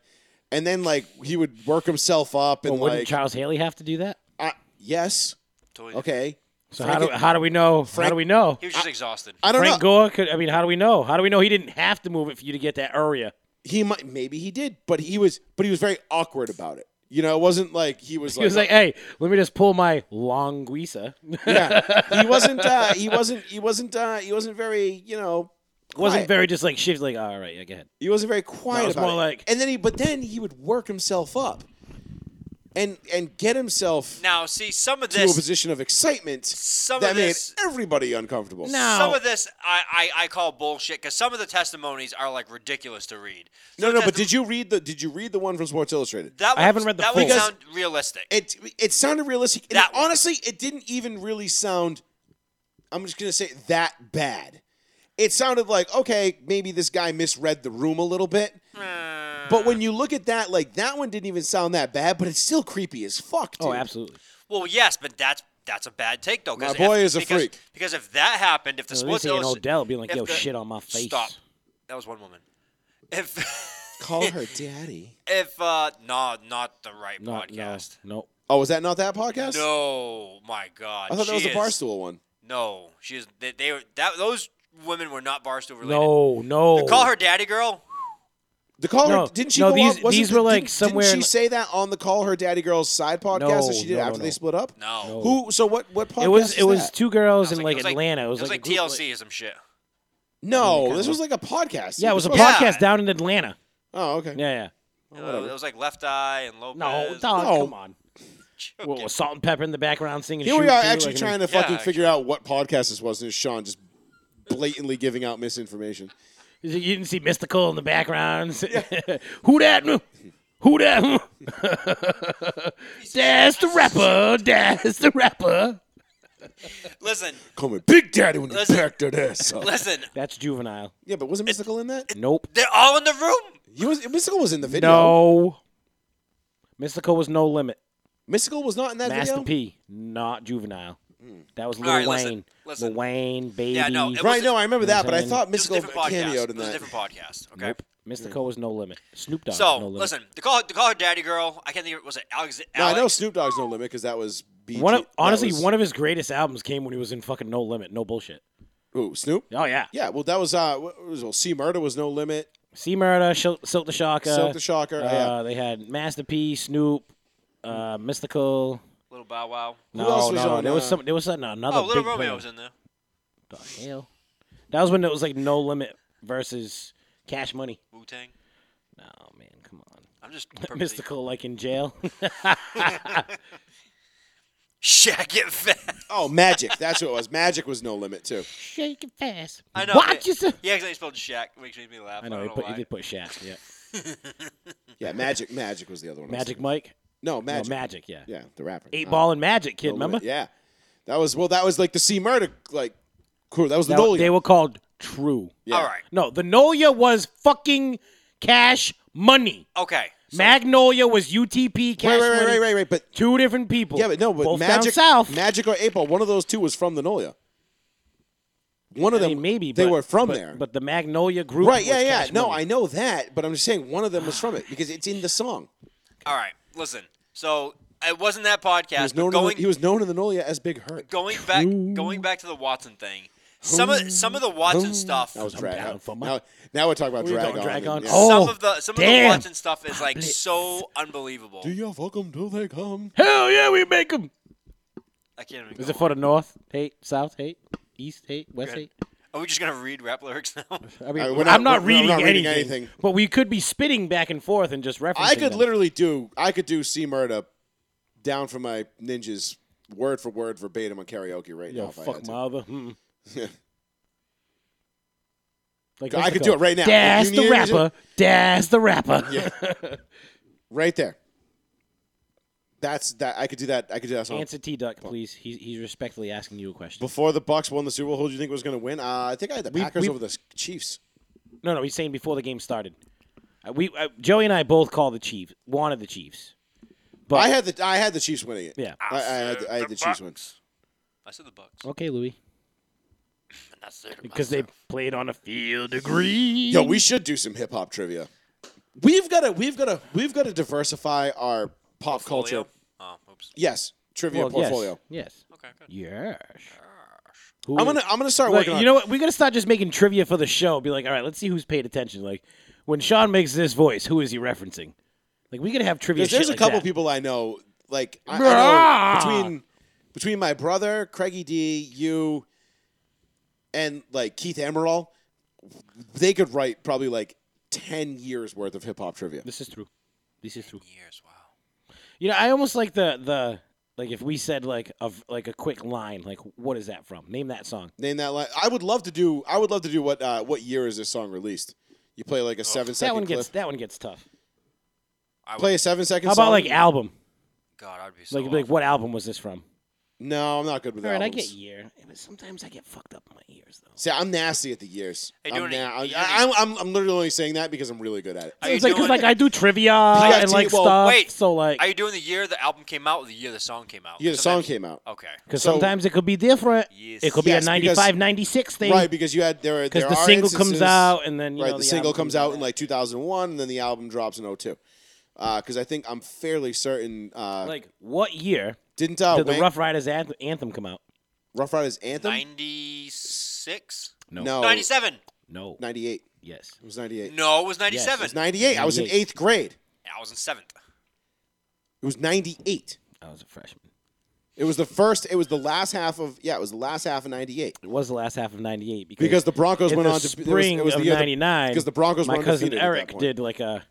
S1: and then like he would work himself up and
S2: But wouldn't
S1: like,
S2: Charles Haley have to do that?
S1: I, yes,
S3: Totally.
S1: okay.
S2: So
S1: Frank-
S2: how do how do we know? how do we know?
S3: He was just exhausted.
S1: I don't
S2: Frank
S1: know.
S2: Gore could. I mean, how do we know? How do we know he didn't have to move it for you to get that area?
S1: He might, maybe he did, but he was, but he was very awkward about it. You know, it wasn't like he was
S2: He was like, "Hey, let me just pull my longuisa."
S1: yeah, he wasn't. Uh, he wasn't. He wasn't. Uh, he wasn't very. You know,
S2: Wasn't
S1: quiet.
S2: very just like shift. Like, all right, yeah, go ahead.
S1: He wasn't very quiet
S2: No, it's
S1: about
S2: more
S1: it.
S2: like-
S1: And then he, but then he would work himself up, and and get himself
S3: Now, see, some of
S1: to a
S3: this,
S1: position of excitement
S3: some
S1: that
S3: of
S1: made
S3: this-
S1: everybody uncomfortable.
S2: No.
S3: some of this, I, I, I call bullshit because some of the testimonies are like ridiculous to read.
S1: no, no. But did you read the? Did you read the one from Sports Illustrated?
S3: That
S2: I
S3: one-
S2: haven't read the
S3: That
S2: full-
S3: would sound realistic.
S1: It it sounded realistic. And
S3: That one.
S1: honestly, it didn't even really sound. I'm just gonna say that bad. It sounded like okay, maybe this guy misread the room a little bit.
S3: Uh.
S1: But when you look at that, like that one didn't even sound that bad, but it's still creepy as fuck. Dude.
S2: Oh, absolutely.
S3: Well, yes, but that's that's a bad take though. 'cause
S1: My boy
S3: if-
S1: is a
S3: because,
S1: freak.
S3: Because if that happened, if the
S2: At
S3: sports
S2: least ain't
S3: Illus-
S2: Odell being like,
S3: if
S2: "Yo,
S3: the-
S2: shit on my face."
S3: Stop. That was one woman. If
S1: Call her daddy.
S3: if uh, no, not the right
S2: No,
S3: podcast.
S2: no, no.
S1: Oh, was that not that podcast?
S3: No, my God.
S1: I thought
S3: she
S1: that was the
S3: is-
S1: barstool one.
S3: No, she is. They, they were that those women were not barstool related.
S2: No, no.
S3: Call her daddy girl.
S1: The call
S2: No,
S1: her, didn't she
S2: no,
S1: go
S2: these-
S1: off- wasn't
S2: these
S1: the-
S2: were, like,
S1: didn't,
S2: somewhere
S1: Didn't she
S2: in-
S1: say that on the Call Her Daddy Girls side podcast
S2: No,
S1: that she did
S2: no, no,
S1: after they
S2: no.
S1: split up?
S3: No.
S2: No.
S1: Who? So what? What podcast?
S2: It was
S1: is
S2: it was
S1: that?
S2: two girls
S3: It was
S2: in like,
S3: it was
S2: Atlanta. It
S3: It
S2: was,
S3: like,
S2: a group, like-
S3: TLC or some shit.
S1: Oh, No, this was like a podcast.
S2: Yeah, it was a
S1: supposed-
S3: Yeah.
S2: podcast down in Atlanta.
S1: Oh, okay.
S2: Yeah, yeah.
S3: Uh, it was like Left Eye and Lopez.
S2: Uh, No, dog,
S1: No.
S2: come on. What, with salt and pepper in the background singing.
S1: Here we
S2: Shoot
S1: are
S2: Through,
S1: actually
S2: like,
S1: trying to
S3: Yeah,
S1: fucking figure out what podcast this was, and it's Sean just blatantly giving out misinformation.
S2: You didn't see mystical in the background. Who that? Who mm? that? That's the rapper. That's the rapper.
S3: Listen,
S1: Coming, Big Daddy when you
S3: Listen.
S1: packed that ass up.
S3: listen.
S2: That's juvenile.
S1: Yeah, but wasn't Mystical in that?
S2: Nope.
S3: They're all in the room.
S1: He was Mystical was in the video.
S2: No. Mystical was no limit.
S1: Mystical was not in that
S2: Master
S1: video.
S2: P, not juvenile. That was Lil
S3: right,
S2: Wayne.
S3: listen, listen.
S2: Lil Wayne, baby.
S3: Yeah, no, it was-
S1: Right, no, I remember that, but I
S2: It was
S1: thought
S3: This is a
S1: Mystical
S3: different podcast.
S1: cameoed in
S3: This is
S1: that.
S3: a different podcast. Okay.
S2: Nope. Mystical was no limit. Snoop Dogg.
S3: So
S2: no limit.
S3: listen, to call to call her daddy girl. I can't think. of Was it Alex?
S1: No, I
S3: Alex-
S1: know Snoop Dogg's No Limit because that was BT.
S2: One of,
S1: E that
S2: honestly,
S1: was-
S2: one of his greatest albums came when he was in fucking No Limit. No bullshit.
S1: Ooh, Snoop.
S2: Oh yeah.
S1: Yeah, well, that was uh, what was well, C Murder was No Limit.
S2: C Murder, Shil- Silk the Shocker.
S1: Silk the Shocker,
S2: Uh,
S1: yeah.
S2: They had Master P, Snoop, uh, Mystical.
S3: Little Bow Wow.
S2: No,
S1: else was
S2: no, no.
S1: on,
S2: There was
S1: uh,
S2: some. There was some- another.
S3: Oh, Little
S2: big
S3: Romeo
S2: player.
S3: was in there.
S2: The hell. That was when it was like No Limit versus Cash Money.
S3: Wu Tang.
S2: No man, come on.
S3: I'm just purposely-
S2: Mystical like in jail.
S3: Shaq get fat.
S1: Oh, Magic. That's what it was. Magic was No Limit too.
S2: Shake it fast.
S3: I know.
S2: Watch
S3: yeah,
S2: yourself.
S3: He accidentally spelled Shaq, which made me laugh.
S2: I know.
S3: don't
S2: He, put,
S3: why.
S2: he did put Shaq. Yeah.
S1: Yeah, Magic. Magic was the other one. I was
S2: Magic
S1: thinking.
S2: Mike.
S1: No,
S2: No,
S1: Magic.
S2: Magic. Yeah.
S1: Yeah, the rapper.
S2: Eight
S1: Uh,
S2: Ball and Magic, kid.
S1: No Limit,
S2: Remember?
S1: Yeah, that was well. That was like the C Murder like crew. That was the
S2: That-
S1: Nolia.
S2: they were called True.
S1: Yeah.
S3: All right.
S2: No, the Nolia was fucking Cash Money.
S3: Okay. So
S2: Magnolia was UTP Cash
S1: Wait, wait, wait,
S2: Money.
S1: wait, wait, wait. But
S2: Two different people.
S1: yeah, but no, but
S2: both
S1: Magic,
S2: down south.
S1: Magic or Eight Ball. One of those two was from the Nolia. One of
S2: I
S1: them,
S2: mean, maybe
S1: they
S2: but-
S1: were from
S2: but-
S1: there.
S2: But the Magnolia group,
S1: right? Yeah,
S2: was
S1: yeah.
S2: Cash
S1: No,
S2: Money.
S1: I know that, but I'm just saying one of them was from it because it's in the song.
S3: all right. Listen. So it wasn't that podcast.
S1: He was
S3: but
S1: known,
S3: going
S1: in, the, he was known in the Nolia as Big Hurt.
S3: going back going back to the Watson thing. Some of some of the Watson stuff.
S1: That was
S2: I'm
S1: drag.
S2: down
S1: Now,
S2: for my-
S1: now, now we're talking about
S2: We were
S1: drag
S2: talking
S1: on.
S2: drag on.
S1: yeah.
S2: Oh,
S3: some of the some
S2: damn.
S3: of the Watson stuff is like so unbelievable.
S1: Do you fuck 'em till they come?
S2: Hell yeah, we make them.
S3: I can't even.
S2: Is
S3: go
S2: it for the North hate, South hate, East hate, West
S3: Good.
S2: hate?
S3: Are we just gonna read rap lyrics now?
S2: I mean,
S1: Uh, we're not-
S2: I'm not
S1: we're- we're
S2: reading,
S1: not reading
S2: anything,
S1: anything.
S2: but we could be spitting back and forth and just referencing.
S1: I could
S2: them.
S1: literally do. I could do C Murda down for my ninjas, word for word, verbatim on karaoke right now.
S2: Yo,
S1: if I, had
S2: fuck
S1: to.
S2: mother. Mm. like
S1: I could do it right now.
S2: Dash
S1: If you
S2: the
S1: needed it-
S2: rapper. Dash the rapper.
S1: right there. That's that. I could do that. I could do that song.
S2: Answer T Duck, please. He's, he's respectfully asking you a question.
S1: Before the Bucks won the Super Bowl, who do you think was going to win? Uh, I think I had the Packers
S2: we-
S1: over the Chiefs.
S2: No, no, he's saying before the game started. Uh, we uh, Joey and I both called the Chiefs. Wanted the Chiefs. But
S1: I had the I had the Chiefs winning it.
S2: yeah.
S1: I, I had the, I had the Chiefs win.
S3: I said the Bucks.
S2: Okay, Louis.
S3: And that's it.
S2: Because they played on a field degree.
S1: Yo, we should do some hip hop trivia. We've got to we've got to we've got to diversify our pop
S3: Portfolio?
S1: culture.
S3: Oh, oops.
S1: Yes, trivia
S2: well,
S1: portfolio.
S2: Yes.
S3: Okay, good.
S2: Yes.
S1: I'm gonna I'm gonna start
S2: Like,
S1: working. on
S2: you know what? We gotta start just making trivia for the show. Be like, all right, let's see who's paid attention. Like, when Sean makes this voice, who is he referencing? Like, we gotta have trivia.
S1: Because there's
S2: shit
S1: a
S2: like
S1: couple
S2: that.
S1: people I know, like I, I know
S2: Bruh.
S1: between between my brother, Craigie D, you, and like Keith Emerald, they could write probably like ten years worth of hip hop trivia.
S2: This is true. This is true.
S3: Years. Wow.
S2: You know, I almost like the the like if we said like of like a quick line, like what is that from? Name that song.
S1: Name that line. I would love to do. I would love to do what uh, what year is this song released? You play like a seven
S2: Oh, that
S1: second
S2: one
S1: clip.
S2: gets that one gets tough.
S3: I
S1: play
S3: would,
S1: a seven second.
S2: How
S1: song.
S2: about like album?
S3: God, I'd be so.
S2: Like like
S3: awful.
S2: what album was this from?
S1: No, I'm not good with
S2: All right, I
S1: albums.
S2: get year. But sometimes I get fucked up in my ears though.
S1: See, I'm nasty at the years.
S3: Hey, do
S1: I'm,
S3: any-
S1: na- I,
S3: you do
S1: I,
S3: any-
S1: I'm, I'm, I'm literally only saying that because I'm really good at it.
S3: Are you
S2: It's like
S3: doing-
S2: because like I do trivia
S1: got
S2: and
S1: to-
S2: like
S1: well,
S2: stuff.
S3: wait.
S2: so like
S3: Are you doing the year the album came out or the year the song came out?
S1: Yeah, the song
S3: Sometimes-
S1: came out.
S3: Okay.
S2: Because
S1: So-
S2: sometimes it could be different.
S3: Yes.
S2: It could be
S1: Yes,
S2: a
S1: because-
S2: 95, 96 thing.
S1: Right, because you had there. Because
S2: the single comes out and then you
S1: right,
S2: know,
S1: the, single
S2: album
S1: comes out in like 2001, and then the album drops in 02. Because I think I'm fairly certain. Uh,
S2: like what year
S1: didn't uh,
S2: did the
S1: Wayne- Rough,
S2: Rough Riders anth- anthem come out?
S1: Riders anthem?
S3: Ninety six.
S2: Oh.
S1: No,
S3: Ninety seven.
S2: No.
S1: 98.
S2: Yes.
S1: It was 98.
S3: No, it was ninety
S1: It
S3: seven.
S1: was 98. I was in
S2: 98.
S1: eighth grade.
S3: I was in seventh.
S1: It was 98.
S2: I was a freshman.
S1: It was the first. It was the last half of yeah. It was the last half of '98
S2: It was the last half of '98 because
S1: because the Broncos
S2: in
S1: went
S2: the
S1: on to it
S2: spring
S1: was, it was
S2: of
S1: the year the-
S2: '99
S1: because the Broncos
S2: My
S1: were
S2: cousin
S1: undefeated at that
S2: Eric
S1: point.
S2: did like a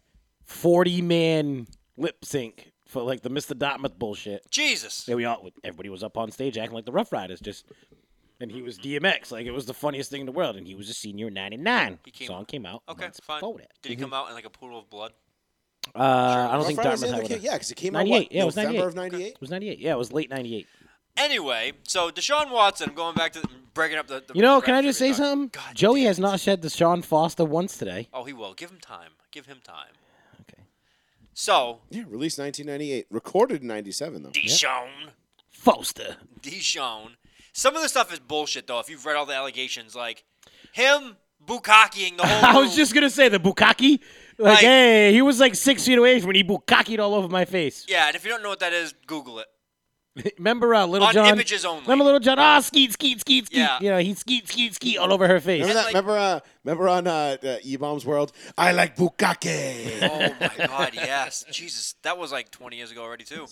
S2: 40 man lip sync for like the Mr. Dartmouth bullshit.
S3: Jesus.
S2: And we all everybody was up on stage acting like the Rough Riders just. And he was DMX, like it was the funniest thing in the world. And he was a senior in '99.
S3: He came-
S2: Song came out.
S3: Okay,
S2: months
S3: fine.
S2: before that.
S3: Did he come out in like a pool of blood?
S2: Uh, I don't
S1: Rough
S2: think
S1: Riders
S2: Dartmouth had
S1: anthem
S2: one.
S1: came- yeah, because it came out
S2: 98.
S1: what,
S2: Yeah, it was
S1: November
S2: 98.
S1: of '98.
S2: It was 98. Yeah, it was late 98.
S3: Anyway, so Deshaun Watson, I'm going back to breaking up the. the
S2: You know,
S3: the
S2: can I
S3: rest
S2: just
S3: of
S2: say
S3: it.
S2: something?
S3: God
S2: Joey
S3: damn
S2: has
S3: it.
S2: not shed the Sean Foster once today.
S3: Oh, he will. Give him time. Give him time.
S2: Okay.
S3: So
S1: Yeah, released 1998, recorded in 97 though.
S3: Deshaun,
S2: Foster.
S3: Deshaun. Some of the stuff is bullshit though. If you've read all the allegations, like him bukakiing the whole.
S2: I was
S3: room.
S2: just gonna say the bukkake. Like,
S3: Like-
S2: hey, he was like six feet away when he bukkakeed all over my face.
S3: Yeah, and if you don't know what that is, Google it.
S2: Remember uh, Little
S3: On
S2: John?
S3: images only.
S2: Remember Little John? Ah, skeet, skeet, skeet, skeet.
S3: Yeah.
S2: You know, he skeet, skeet, skeet all over her face.
S1: Remember that?
S3: like-
S1: remember, uh, remember on uh, uh, E Bomb's World? I like bukake.
S3: Oh my God, yes, Jesus, that was like 20 years ago already too.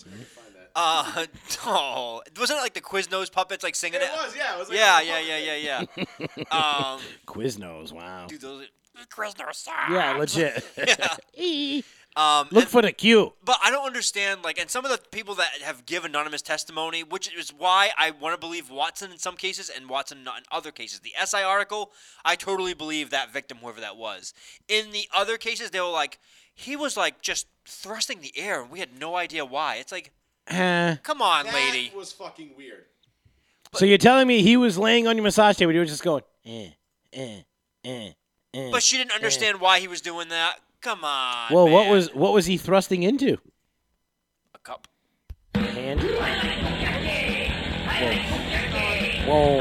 S3: Uh, oh, wasn't it like the Quiznos puppets like singing it?
S1: yeah. It was
S3: Yeah, yeah, yeah, yeah, yeah. um,
S2: Quiznos, wow.
S3: dude, those are- Quiznos songs.
S2: Yeah, legit. Eee.
S3: Um,
S2: Look
S3: and-
S2: for the cue.
S3: but I don't understand, like, and some of the people that have given anonymous testimony, which is why I want to believe Watson in some cases and Watson not in other cases. The SI article, I totally believe that victim, whoever that was. In the other cases, they were like, he was like just thrusting the air, and we had no idea why. It's like,
S2: Uh,
S3: come on, lady.
S1: was fucking weird.
S2: so you're telling me he was laying on your massage table, you were just going, eh, eh, eh, eh.
S3: But she didn't understand why he was doing that. Come on.
S2: Well, what
S3: man.
S2: was what was he thrusting into?
S3: a cup?
S2: Hand. Whoa.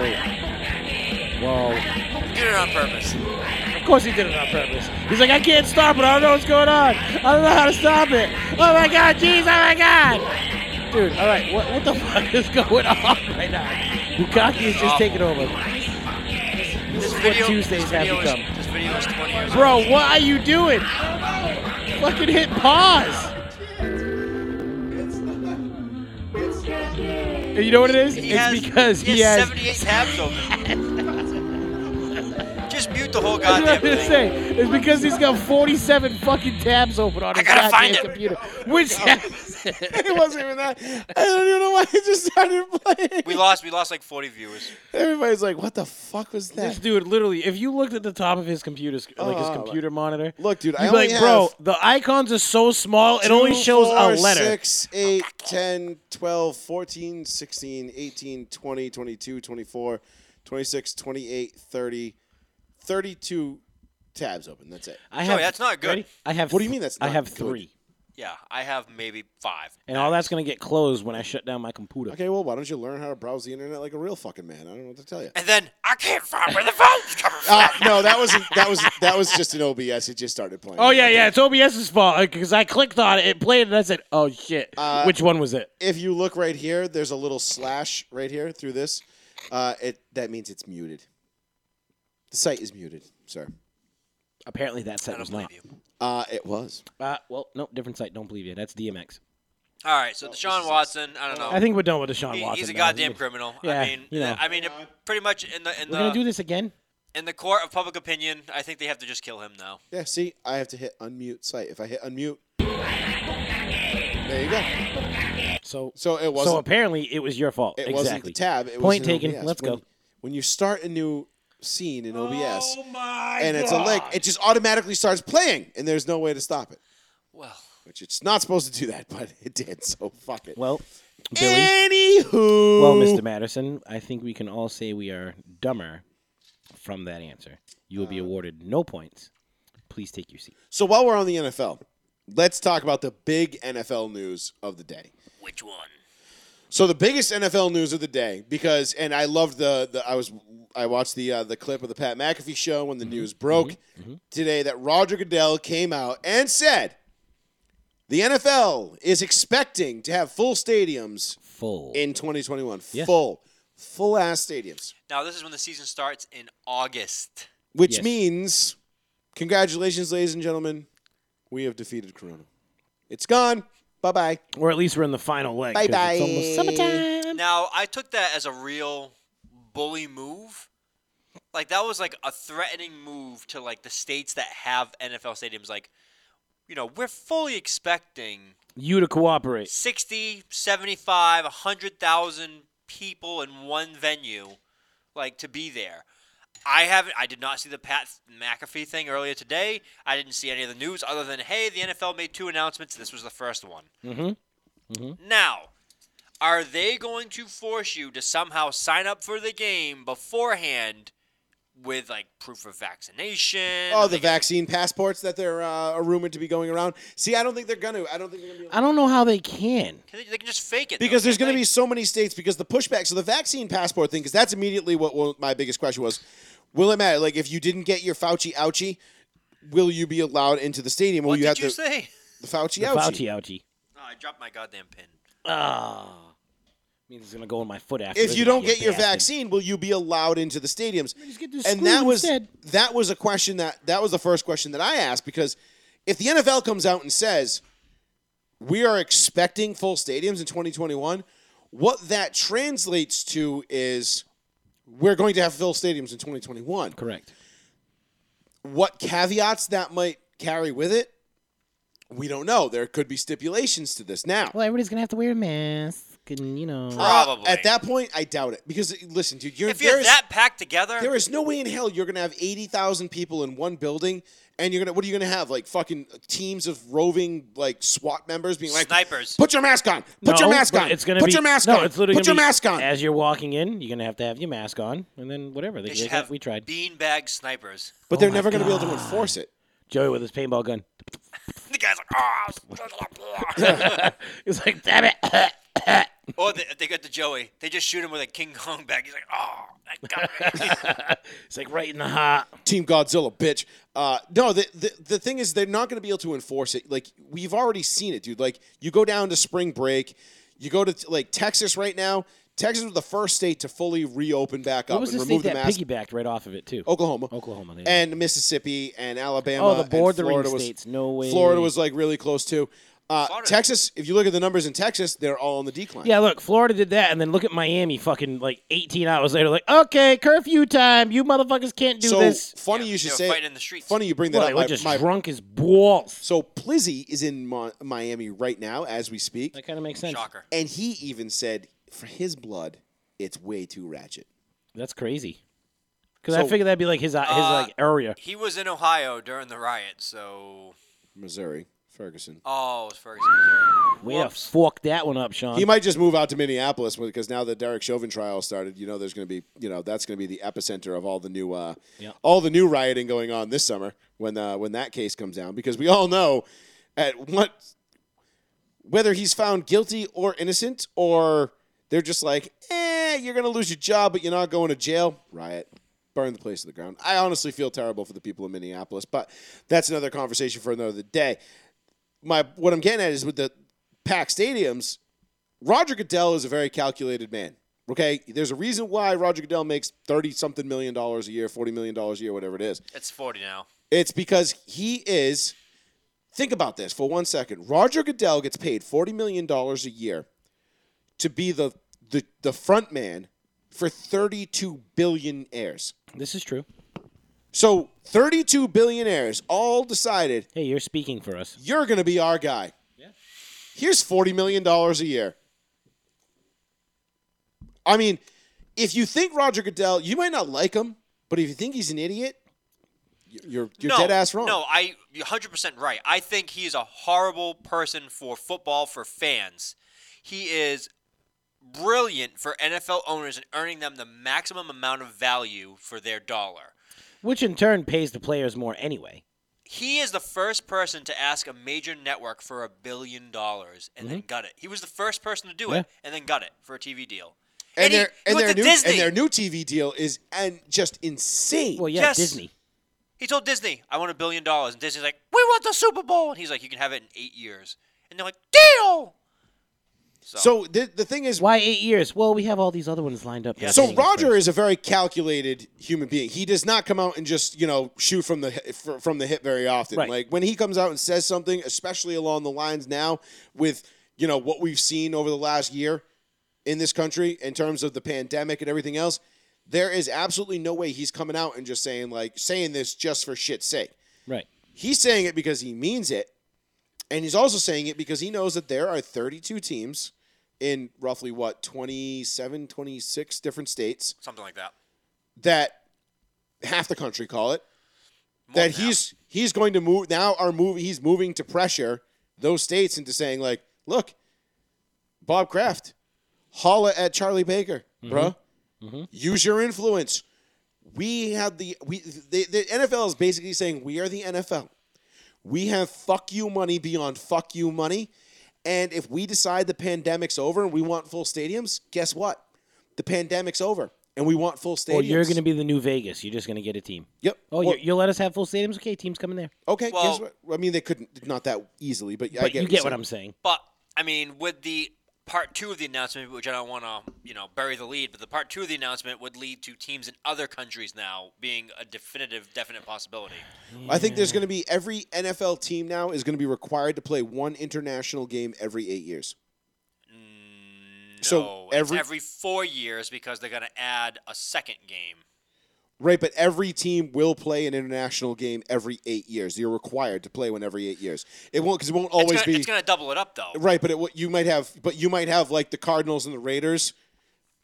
S2: Whoa. Whoa.
S3: Did it on purpose.
S2: Of course he did it on purpose. He's like, I can't stop it. I don't know what's going on. I don't know how to stop it. Oh my god, jeez, oh my god. Dude, all right, what, what the fuck is going on right now? Bukaki is just
S3: Awful.
S2: taking over. This is what Tuesdays
S3: this
S2: have
S3: video
S2: become.
S3: Is, this video is 20 years old.
S2: Bro, what are you doing? Fucking hit pause. And You know what it is?
S3: He
S2: it's
S3: has,
S2: because
S3: he has 78 tabs open. Just mute the whole
S2: That's what
S3: goddamn
S2: I'm gonna
S3: thing.
S2: say. It's because he's got 47 fucking tabs open on his
S3: gotta
S2: goddamn
S3: find it.
S2: computer. Which tab is it?
S1: it wasn't even that. I don't even know why it just started playing.
S3: We lost. We lost like 40 viewers.
S1: Everybody's like, "What the fuck was
S2: This
S1: that?"
S2: dude literally, if you looked at the top of his computer, sc- like his
S1: Oh,
S2: computer monitor,
S1: Look, dude, I
S2: you'd be
S1: only
S2: like, bro,
S1: have
S2: the icons are so small, it only shows a letter.
S1: 6, 8, 10, 12, 14, 16, 18, 20, 22, 24, 26, 28, 30, 32 tabs open. That's it.
S2: I
S3: Joey, that's not good.
S2: ready? I have.
S1: What do you
S2: th-
S1: mean that's
S2: I
S1: not
S2: have
S1: good?
S2: three,
S3: Yeah, I have maybe five.
S2: and all that's gonna get closed when I shut down my computer.
S1: Okay, well, why don't you learn how to browse the internet like a real fucking man? I don't know what to tell you.
S3: And then I can't find where the phone's coming from.
S2: Ah,
S1: Uh, no, that was that was that was just an OBS. It just started playing.
S2: Oh yeah, yeah, it's OBS's fault because I clicked on it, it played, and I said, "Oh shit,
S1: Uh,
S2: which one was it?"
S1: If you look right here, there's a little slash right here through this. Uh, it that means it's muted. The site is muted, sir.
S2: Apparently, that
S3: I
S2: site
S3: don't
S2: was
S3: believe
S2: not.
S3: you.
S1: Uh, it was.
S2: Uh, well, no, different site. Don't believe you. That's DMX.
S3: All right, so Deshaun Watson, I don't know.
S2: I think we're done with Deshaun
S3: He-
S2: Watson.
S3: he's a
S2: now.
S3: goddamn criminal.
S2: Yeah,
S3: I mean,
S2: you know.
S3: I mean, it- pretty much in the in
S2: We're gonna do
S3: the
S2: this again.
S3: in the court of public opinion, I think they have to just kill him now.
S1: Yeah. See, I have to hit unmute site. If I hit unmute, there you go.
S2: So,
S1: So it
S2: so
S1: wasn't.
S2: apparently, it was your fault.
S1: it
S2: exactly.
S1: wasn't the tab. It
S2: Point
S1: was an
S2: taken.
S1: OBS.
S2: Let's
S1: When-
S2: go.
S1: When you start a new scene in OBS
S2: Oh
S3: my
S1: and it's a link, it just automatically starts playing, and there's no way to stop it.
S3: Well,
S1: Which it's not supposed to do that, but it did. So fuck it.
S2: Well, Billy.
S1: Anywho.
S2: Well, Mr. Madison, I think we can all say we are dumber from that answer. You will be
S1: Uh,
S2: awarded no points. Please take your seat.
S1: So while we're on the NFL, let's talk about the big NFL news of the day.
S3: which one?
S1: So the biggest NFL news of the day, because and I loved the, the I was I watched the uh, the clip of the Pat McAfee show when the
S2: Mm-hmm.
S1: news broke today that Roger Goodell came out and said the NFL is expecting to have full stadiums
S2: Full.
S1: in 2021.
S2: Yeah.
S1: Full, full ass stadiums,
S3: Now this is when the season starts in August.
S1: which
S2: Yes.
S1: means congratulations, ladies and gentlemen, we have defeated Corona. It's gone. Bye bye.
S2: or at least we're in the final leg. 'cause
S1: Bye-bye.
S2: It's almost summertime.
S3: Now I took that as a real bully move. Like that was like a threatening move to like the states that have NFL stadiums. Like, you know, we're fully expecting
S2: You to cooperate.
S3: 60, 75, 100,000 people in one venue, like to be there. I haven't. I did not see the Pat McAfee thing earlier today. I didn't see any of the news other
S1: Mm-hmm.
S3: than hey, the NFL made two announcements. This was the first one. Mm-hmm. Now, Are they going to force you to somehow sign up for the game beforehand with like proof of vaccination?
S1: Oh,
S3: Are
S1: the
S3: they gonna-
S1: vaccine passports that they're uh, are rumored to be going around. See, I don't think they're gonna. I don't think they're gonna be.
S2: I don't know how they can.
S3: Can they, they can just fake it though,
S1: because there's
S3: can't
S1: going to
S3: they?
S1: be so many states because the pushback. So the vaccine passport thing, because that's immediately what what my biggest question was: Will it matter? Like, if you didn't get your Fauci ouchie, will you be allowed into the stadium? Will
S3: What
S1: you
S3: did
S1: have
S3: you
S1: to
S3: say?
S1: the Fauci
S2: The
S1: ouchie?
S2: Fauci ouchie.
S3: Oh, I dropped my goddamn pin.
S2: Ah. Means it's gonna go in my foot after.
S1: If
S2: this,
S1: you don't
S2: you
S1: get your
S2: bastard.
S1: vaccine, will you be allowed into the stadiums?
S2: Just get this
S1: and
S2: screen
S1: that was
S2: instead.
S1: that was a question that that was the first question that I asked because if the NFL comes out and says we are expecting full stadiums in 2021, what that translates to is we're going to have full stadiums in 2021.
S2: Correct.
S1: What caveats that might carry with it, we don't know. There could be stipulations to this now. uh,
S2: Well, everybody's gonna have to wear a mask, and you know.
S3: Pro- Probably.
S1: at that point, I doubt it because listen, dude, you're
S3: If you're
S1: there's-
S3: that packed together,
S1: There is no way in hell you're gonna have eighty thousand people in one building, and you're gonna what are you gonna have like fucking teams of roving like SWAT members being like
S3: Snipers.
S1: Put your mask on. Put your
S2: No,
S1: mask
S2: but
S1: on.
S2: It's gonna
S1: Put
S2: be,
S1: your mask
S2: no,
S1: on.
S2: It's literally
S1: Put your
S2: gonna be-
S1: mask on.
S2: As you're walking in, you're gonna have to have your mask on, and then whatever. They,
S3: they
S2: they
S3: should have
S2: we tried.
S3: beanbag snipers.
S1: But they're
S2: my
S1: never gonna be able to enforce it.
S2: Joey with his paintball gun.
S3: The guy's like, oh.
S2: He's like, damn it.
S3: or they, they got the Joey. They just shoot him with a King Kong bag. He's like, oh, that got me.
S2: it's like right in the heart.
S1: Team Godzilla, bitch. Uh, no, the, the the thing is, they're not going to be able to enforce it. Like we've already seen it, dude. Like you go down to spring break, you go to like Texas right now. Texas was the first state to fully reopen back up
S2: What was
S1: and
S2: the
S1: remove
S2: state
S1: the
S2: that
S1: mask. Oh.
S2: piggybacked right off of it too?
S1: Oklahoma,
S2: Oklahoma. They
S1: and Mississippi and Alabama.
S2: oh, the
S1: and
S2: bordering
S1: Florida was,
S2: states. No way.
S1: Florida was like really close too. Uh,
S3: Florida.
S1: Texas, if you look at the numbers in Texas, they're all on the decline.
S2: Yeah, look, Florida did that, and then look at Miami. Fucking like 18 hours later, like okay, curfew time. You motherfuckers can't do
S1: so
S2: this.
S1: funny
S3: Yeah,
S1: you should
S3: they were
S1: say.
S3: fighting in the streets.
S1: Funny you bring that
S2: Well, they were
S1: up.
S2: just
S1: My- my-
S2: drunk as balls.
S1: so Plizzy is in Mo- Miami right now as we speak,
S2: That kind of makes sense.
S3: Shocker.
S1: and he even said for his blood, it's way too ratchet.
S2: That's crazy. Because I
S1: So-
S2: figured that'd be like his his
S3: Uh,
S2: like area.
S3: He was in Ohio during the riot, so.
S1: Missouri, Ferguson.
S3: Oh, it was Ferguson. Missouri.
S2: Way to
S3: whoops.
S2: fuck that one up, Sean.
S1: He might just move out to Minneapolis because now the Derek Chauvin trial started. You know, there's going to be, you know, that's going to be the epicenter of all the new, uh,
S2: Yeah.
S1: all the new rioting going on this summer when uh, when that case comes down. Because we all know at what whether he's found guilty or innocent, or they're just like, eh, you're going to lose your job, but you're not going to jail. Riot. Burn the place to the ground. I honestly feel terrible for the people in Minneapolis, but that's another conversation for another day. My what I'm getting at is with the packed stadiums, Roger Goodell is a very calculated man. Okay, there's a reason why Roger Goodell makes thirty something million dollars a year, forty million dollars a year, whatever it is.
S3: It's 40 now.
S1: It's because he is. Think about this for one second. Roger Goodell gets paid forty million dollars a year to be the the the front man for thirty two billionaires.
S2: this is true.
S1: So thirty two billionaires all decided
S2: Hey, you're speaking for us.
S1: you're going to be our guy.
S2: Yeah.
S1: Here's forty million dollars a year. I mean, if you think Roger Goodell, you might not like him, but if you think he's an idiot, y- you're you're
S3: no,
S1: dead ass wrong.
S3: No, I you're 100% right. I think he's a horrible person for football for fans. He is brilliant for NFL owners and earning them the maximum amount of value for their dollar.
S2: Which in turn pays the players more anyway.
S3: He is the first person to ask a major network for a billion dollars and
S1: Mm-hmm.
S3: then got it. He was the first person to do
S2: Yeah.
S3: it and then got it for a TV deal.
S1: and,
S3: he-
S1: their
S3: he
S1: and
S3: went
S1: their
S3: to
S1: new
S3: Disney.
S1: and their new TV deal is and just insane.
S2: Well, yeah,
S3: Yes.
S2: Disney.
S3: He told Disney, I want a billion dollars. And Disney's like, we want the Super Bowl. And he's like, you can have it in eight years. And they're like, deal.
S1: so the the thing is,
S2: Why eight years? Well, we have all these other ones lined up.
S3: Yeah.
S2: that are
S1: so
S2: hitting us
S1: Roger
S2: first.
S1: is a very calculated human being. He does not come out and just you know shoot from the hi- fr- from the hip very often.
S2: Right.
S1: Like when he comes out and says something, especially along the lines now with you know what we've seen over the last year in this country in terms of the pandemic and everything else, there is absolutely no way he's coming out and just saying like saying this just for shit's sake.
S2: right.
S1: He's saying it because he means it, and he's also saying it because he knows that there are 32 teams in roughly what 27, 26 different states
S3: Something like that.
S1: that half the country call it
S3: More
S1: that
S3: than
S1: he's he's going to move now are move he's moving to pressure those states into saying like look Bob Kraft holla at Charlie Baker, bro. Use your influence. We have the we the, the NFL is basically saying we are the NFL. We have fuck you money beyond fuck you money. And if we decide the pandemic's over and we want full stadiums, guess what? The pandemic's over and we want full stadiums.
S2: Or you're going to be the new Vegas. You're just going to get a team.
S1: Yep.
S2: Oh,
S1: Or-
S2: you you'll let us have full stadiums? Okay, team's coming there.
S1: okay.
S3: Well-
S1: guess what? I mean, they couldn't not that easily, but, I
S2: But
S1: get
S2: you get what I'm saying.
S3: But I mean, with the part two of the announcement, which I don't want to, you know, bury the lead, but the part two of the announcement would lead to teams in other countries now being a definitive, definite possibility.
S1: I think there's going to be every NFL team now is going to be required to play one international game every eight years.
S3: Mm, No,
S1: So
S3: it's
S1: every-
S3: every four years because they're going to add a second game.
S1: Right, but every team will play an international game every eight years. You're required to play one every eight years. It won't because it won't
S3: It's
S1: always
S3: gonna-
S1: be
S3: It's going to double it up though.
S1: right. But it, w- you might have, but you might have like the Cardinals and the Raiders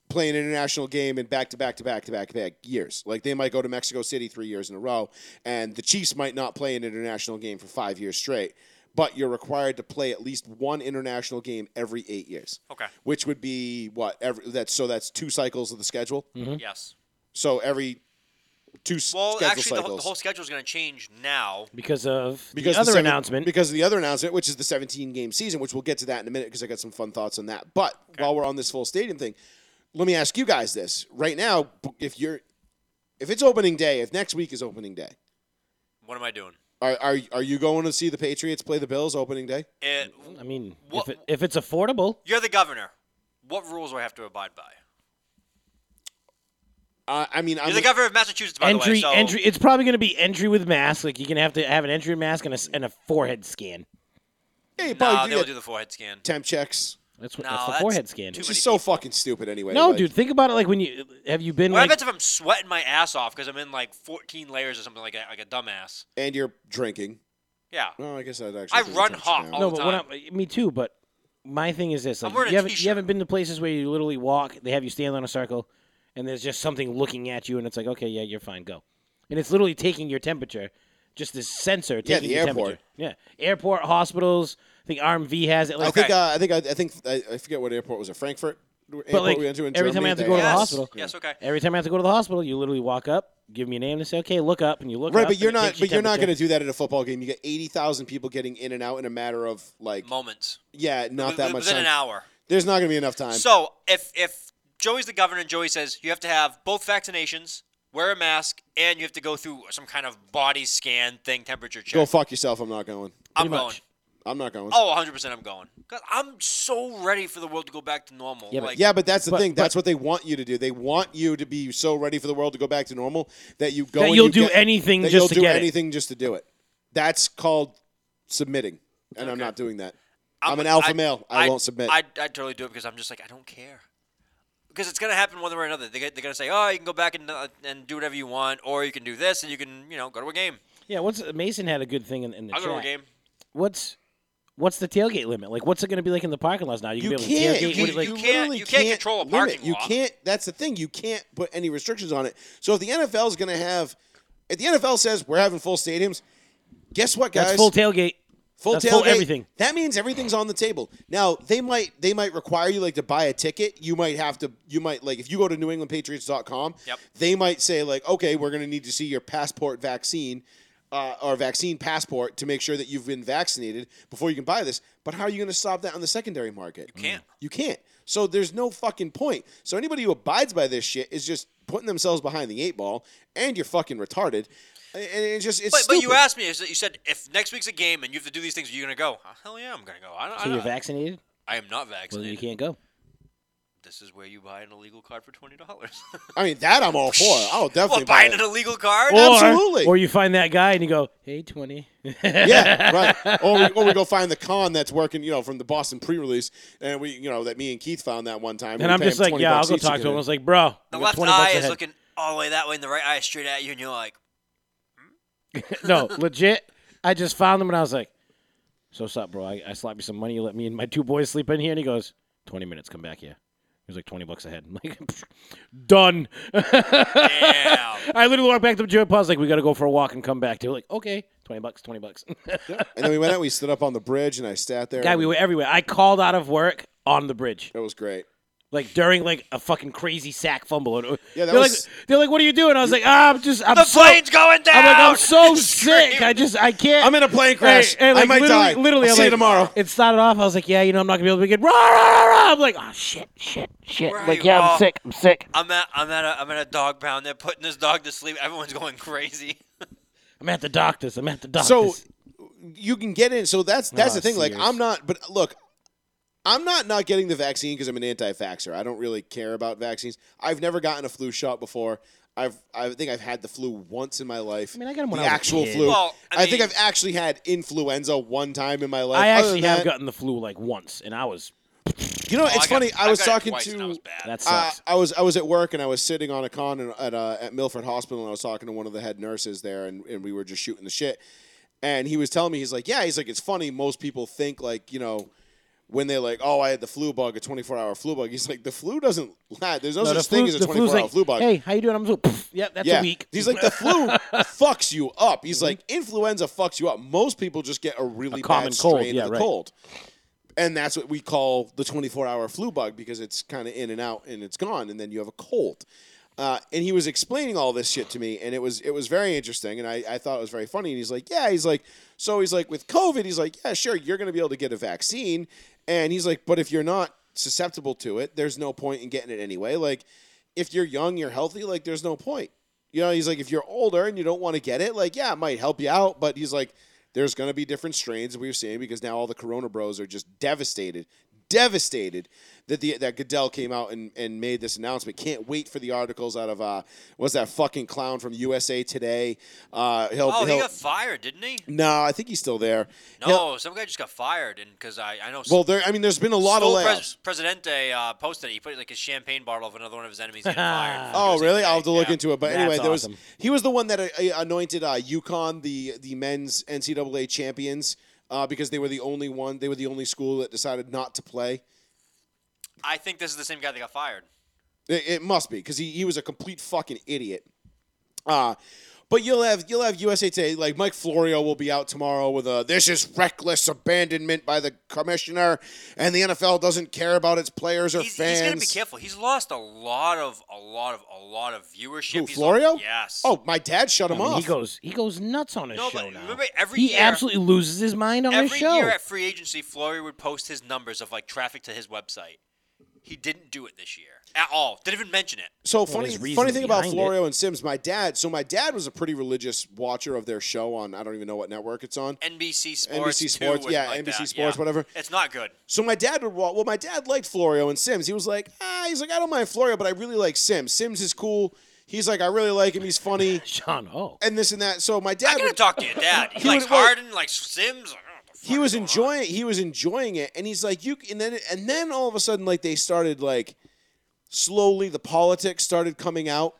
S1: play an international game in back to back to back to back to back years. Like they might go to Mexico City three years in a row, and the Chiefs might not play an international game for five years straight. But you're required to play at least one international game every eight years.
S3: Okay.
S1: which would be what every that's so that's two cycles of the schedule.
S3: Mm-hmm. Yes.
S1: So every two s-
S3: Well,
S1: schedule
S3: actually, the,
S1: cycles
S3: whole- the whole schedule is going to change now.
S2: Because of
S1: because
S2: the other
S1: seven-
S2: announcement.
S1: because of the other announcement, which is the 17 game season, which we'll get to that in a minute because I got some fun thoughts on that. But while we're on this full stadium thing, let me ask you guys this right now: b- if you're if it's opening day, if next week is opening day,
S3: What am I doing?
S1: are are, are you going to see the Patriots play the Bills opening day?
S3: It,
S2: I mean, if,
S3: What-
S2: it, if it's affordable,
S3: you're the governor. What rules do I have to abide by?
S1: Uh, I mean, I'm
S3: You're the governor of Massachusetts, by
S2: entry,
S3: the way. So
S2: entry. It's probably going to be entry with mask. Like you're going to have to have an entry mask and a, s- and a forehead scan.
S1: yeah, you
S3: No,
S1: probably
S3: they'll
S1: do
S3: do
S1: that
S3: the forehead scan.
S1: temp checks.
S2: That's what.
S3: No,
S2: that's the
S3: that's
S2: forehead scan.
S3: too
S1: It's
S3: many
S1: just so fucking stupid, anyway.
S2: No,
S1: like-
S2: dude. Think about it. Like when you have you been
S3: What
S2: like
S3: happens if I'm sweating my ass off because I'm in like 14 layers or something like that, like a dumbass?
S1: And you're drinking.
S3: Yeah.
S1: Well, I guess I'd actually.
S3: I
S1: pay
S3: run
S1: attention
S3: hot
S1: now.
S3: all
S2: no,
S3: the
S2: but when
S3: time.
S2: I, me too. But my thing is this: like,
S3: I'm wearing
S2: you
S3: a
S2: haven't
S3: t-shirt.
S2: you haven't been to places where you literally walk. They have you stand on a circle, and there's just something looking at you, and it's like, okay, yeah, you're fine, go. And it's literally taking your temperature, just this sensor
S1: Yeah,
S2: taking
S1: the
S2: your
S1: airport.
S2: temperature. Yeah, airport, hospitals. I think RMV has it. Like,
S1: I think uh, I think I, I think I, I forget what airport was it Frankfurt airport
S2: like,
S1: we went to in
S2: every time
S1: Germany,
S2: I have to
S1: they
S2: go to the
S1: had-
S3: yes.
S2: hospital.
S3: Yes, okay.
S2: Every time I have to go to the hospital, you literally walk up, give me a name, and say, "Okay, look up," and you look
S1: Right,
S2: up,
S1: but you're
S2: and it
S1: not
S2: takes your
S1: but you're not going to
S2: temperature.
S1: do that at a football game. You get 80,000 people getting in and out in a matter of like
S3: Moments.
S1: yeah, not
S3: Wi-
S1: that much
S3: Within
S1: time.
S3: an hour.
S1: There's not going to be enough time.
S3: So if if Joey's the governor and Joey says you have to have both vaccinations, wear a mask, and you have to go through some kind of body scan thing, temperature check.
S1: go fuck yourself. I'm not going.
S3: I'm
S2: pretty
S3: going.
S2: much.
S1: I'm not going.
S3: Oh, 100% I'm going. God, I'm so ready for the world to go back to normal.
S2: Yeah, but-
S3: like,
S1: Yeah, but that's the
S2: But-
S1: thing. That's
S2: but-
S1: what they want you to do. They want you to be so ready for the world to go back to normal that you go
S2: That
S1: and
S2: you'll
S1: you
S2: do
S1: get-
S2: anything
S1: that
S2: just
S1: you'll
S2: to
S1: do
S2: get it.
S1: anything just to do it. That's called submitting, and I'm
S3: Okay.
S1: not doing that. I'm, an alpha male. I, won't submit.
S3: I, I totally do it because I'm just like I don't care. Because it's gonna happen one way or another. They, get- they're gonna say, "Oh, you can go back and uh, and do whatever you want, or you can do this, and you can you know go to a game.
S2: Yeah, what's Mason had a good thing in, in the
S3: I'll go to a
S2: chat.
S3: game.
S2: What's what's the tailgate limit? Like, what's it going to be like in the parking lots now? You,
S1: You
S2: gonna be able
S1: can't.
S2: to tailgate.
S1: You,
S2: what, like,
S1: you
S3: can't-
S1: literally
S3: you can't control a
S1: limit.
S3: parking
S1: You
S3: lot.
S1: can't. That's the thing. You can't put any restrictions on it. So if the NFL is going to have, if the NFL says we're having full stadiums, guess what, guys?
S2: that's full tailgate.
S1: Full
S2: that's
S1: tailgate.
S2: full everything.
S1: That means everything's on the table. Now they might they might require you like to buy a ticket. You might have to. You might like if you go to NewEnglandPatriots.com.
S3: Yep.
S1: They might say like, okay, we're going to need to see your passport vaccine. Uh, or vaccine passport to make sure that you've been vaccinated before you can buy this. But how are you going to stop that on the secondary market? You
S3: can't.
S1: You can't. So there's no fucking point. So anybody who abides by this shit is just putting themselves behind the eight ball, and you're fucking retarded. And it's just it's
S3: But, but you
S1: stupid.
S3: asked me. is that- You said if next week's a game and you have to do these things, are you gonna go? Uh, Hell yeah, I'm gonna go. I, don't,
S2: So
S3: I,
S2: you're
S3: don't-
S2: vaccinated.
S3: I am not
S2: Well, you
S3: vaccinated.
S2: can't go.
S3: this is where you buy an illegal card for twenty dollars.
S1: I mean, that I'm all for. I'll definitely
S3: what
S1: buy
S3: buying
S1: it.
S3: an illegal card?
S1: Well- Absolutely.
S2: Or, or you find that guy and you go, "Hey, twenty.
S1: yeah, right. Or we, or we go find the con that's working, you know, from the Boston pre-release, and we, you know, that me and Keith found that one time.
S2: and
S1: We
S2: I'm
S1: pay him
S2: just like,
S1: 20
S2: "Yeah, I'll
S1: bucks
S2: go
S1: each
S2: talk
S1: get
S2: to him."
S1: in.
S2: I was like, "Bro,
S3: the
S2: you got
S3: left
S2: 20 bucks
S3: eye
S2: a
S3: is
S2: head."
S3: looking all the way that way, and the right eye is straight at you, and you're like,
S2: no, legit. I just found him and I was like, "So what's up, bro? I, I slapped you some money. You let me and my two boys sleep in here." And he goes, 20 minutes. Come back here." He was like, 20 bucks a head. I'm like, done.
S3: "Damn."
S2: I literally walked back to Joe Paul's like, "We got to go for a walk and come back." They were like, "Okay, 20 bucks, 20 bucks."
S1: And then we went out. We stood up on the bridge, and I sat there.
S2: Guy,
S1: and
S2: we were everywhere. I called out of work on the bridge.
S1: It was great.
S2: Like during like a fucking crazy sack fumble, And-
S1: Yeah, that
S2: they're
S1: was-
S2: like, they're like, "What are you doing?" I was like, ah, "I'm just, I'm
S3: The
S2: so,
S3: plane's going down.
S2: I'm like, I'm so
S3: Scream.
S2: sick. I just, I can't.
S1: I'm in a plane
S2: Hey,
S1: crash.
S2: hey, like,
S1: I might die.
S2: literally, Literally,
S1: I'll
S2: I'm
S1: see you
S2: like-
S1: tomorrow.
S2: It started off. I was like, "Yeah, you know, I'm not gonna be able to get." Rah, rah, rah. I'm like, "Oh shit, shit, shit!"
S3: Where are
S2: Like,
S3: you?
S2: yeah,
S3: Oh.
S2: I'm sick. I'm sick.
S3: I'm at I'm at a I'm at a dog pound. They're putting this dog to sleep. Everyone's going crazy.
S2: I'm at the doctor's. I'm at the doctor's.
S1: So you can get in. So that's that's
S2: Oh,
S1: the thing. Like
S2: serious.
S1: I'm not, but look, I'm not not getting the vaccine because I'm an anti-vaxxer. I don't really care about vaccines. I've never gotten a flu shot before. I've I think I've had the flu once in my life.
S2: I mean, I got 'em when
S1: the
S2: I was a
S1: actual
S2: kid.
S1: flu.
S3: Well, I
S1: I, think
S3: mean-
S1: I've actually had influenza one time in my life.
S2: I
S1: Other
S2: actually
S1: than
S2: have
S1: that-
S2: gotten the flu like once, and I was
S1: You know,
S3: Oh,
S1: it's
S3: I got-
S1: funny. I was
S3: got it
S1: talking
S3: twice and I
S1: to.
S3: was bad.
S2: that
S1: Uh,
S2: sucks.
S1: I was I was at work and I was sitting on a con in, at uh, at Milford Hospital and I was talking to one of the head nurses there and, and we were just shooting the shit and he was telling me he's like yeah he's like it's funny most people think like you know when they're like oh I had the flu bug a 24 hour flu bug he's like the flu doesn't last there's no,
S2: the
S1: such thing
S2: flu-
S1: as a
S2: the flu's
S1: 24 hour
S2: like,
S1: flu bug
S2: Hey, how you doing? I'm so. Pff, yep, that's
S1: yeah
S2: a week. Mhm.
S1: he's like the flu fucks you up he's like influenza fucks you up most people just get a really
S2: common
S1: bad strain
S2: cold,
S1: of
S2: yeah,
S1: the
S2: right.
S1: cold and that's what we call the 24 hour flu bug because it's kind of in and out and it's gone and then you have a cold uh, and he was explaining all this shit to me and it was it was very interesting and I, I thought it was very funny and he's like yeah he's like so he's like with covid he's like yeah sure you're going to be able to get a vaccine and he's like but if you're not susceptible to it there's no point in getting it anyway like if you're young you're healthy like there's no point you know he's like if you're older and you don't want to get it like yeah it might help you out but he's like there's going to be different strains that we're seeing because now all the Corona Bros are just devastated, devastated that the that Goodell came out and, and made this announcement. Can't wait for the articles out of uh, what's that fucking clown from USA Today? Uh, he'll,
S3: Oh, he
S1: he'll-
S3: got fired, didn't he?
S1: no, I think he's still there. He'll-
S3: No, some guy just got fired, and because I I know.
S1: well, there. I mean, there's been a lot of
S3: Still
S1: layoffs.
S3: Pres- Presidente uh, posted it. He put like his champagne bottle of another one of his enemies getting fired.
S1: Oh, really? I'll have to look
S3: Yeah.
S1: into it. But
S2: That's
S1: anyway, there
S2: awesome.
S1: was he was the one that uh, anointed uh, UConn the the men's NCAA champions uh, because they were the only one. They were the only school that decided not to play.
S3: I think this is the same guy that got fired.
S1: It, it must be because he, he was a complete fucking idiot. Uh, but you'll have you'll have USA Today like Mike Florio will be out tomorrow with a this is reckless abandonment by the commissioner and the NFL doesn't care about its players or
S3: He's,
S1: fans.
S3: he's gonna be careful. He's lost a lot of a lot of a lot of viewership.
S1: Who,
S3: He's
S1: Florio?
S3: lost- yes.
S1: Oh, my dad shut him
S2: I mean,
S1: off.
S2: he goes, he goes nuts on his
S3: No,
S2: show
S3: but
S2: now.
S3: remember every
S2: he
S3: year-
S2: absolutely loses his mind on his
S3: Every
S2: show.
S3: year at free agency, Flory would post his numbers of like traffic to his website. He didn't do it this year at all. Didn't even mention it.
S1: So funny,
S2: there's reasons
S1: funny thing about
S2: behind it.
S1: Florio and Sims. My dad. So my dad was a pretty religious watcher of their show on. I don't even know what network it's on.
S3: NBC Sports.
S1: NBC
S3: two
S1: Sports,
S3: or
S1: yeah,
S3: like
S1: NBC
S3: that,
S1: Sports,
S3: yeah.
S1: whatever.
S3: It's not good.
S1: So my dad would walk. Well, my dad liked Florio and Sims. He was like, ah, he's like, I don't mind Florio, but I really like Sims. Sims is cool. He's like, I really like him. He's funny,
S2: Sean, oh,
S1: and this and that. So my
S3: I
S1: dad.
S3: gotta
S1: Would,
S3: talk to your dad. He,
S1: He
S3: likes
S1: would- well-
S3: Harden, likes Sims. like, oh, the
S1: he
S3: fuck
S1: was
S3: is going on?
S1: enjoying. He was enjoying it, and he's like, you. And then and then all of a sudden, like they started like slowly the politics started coming out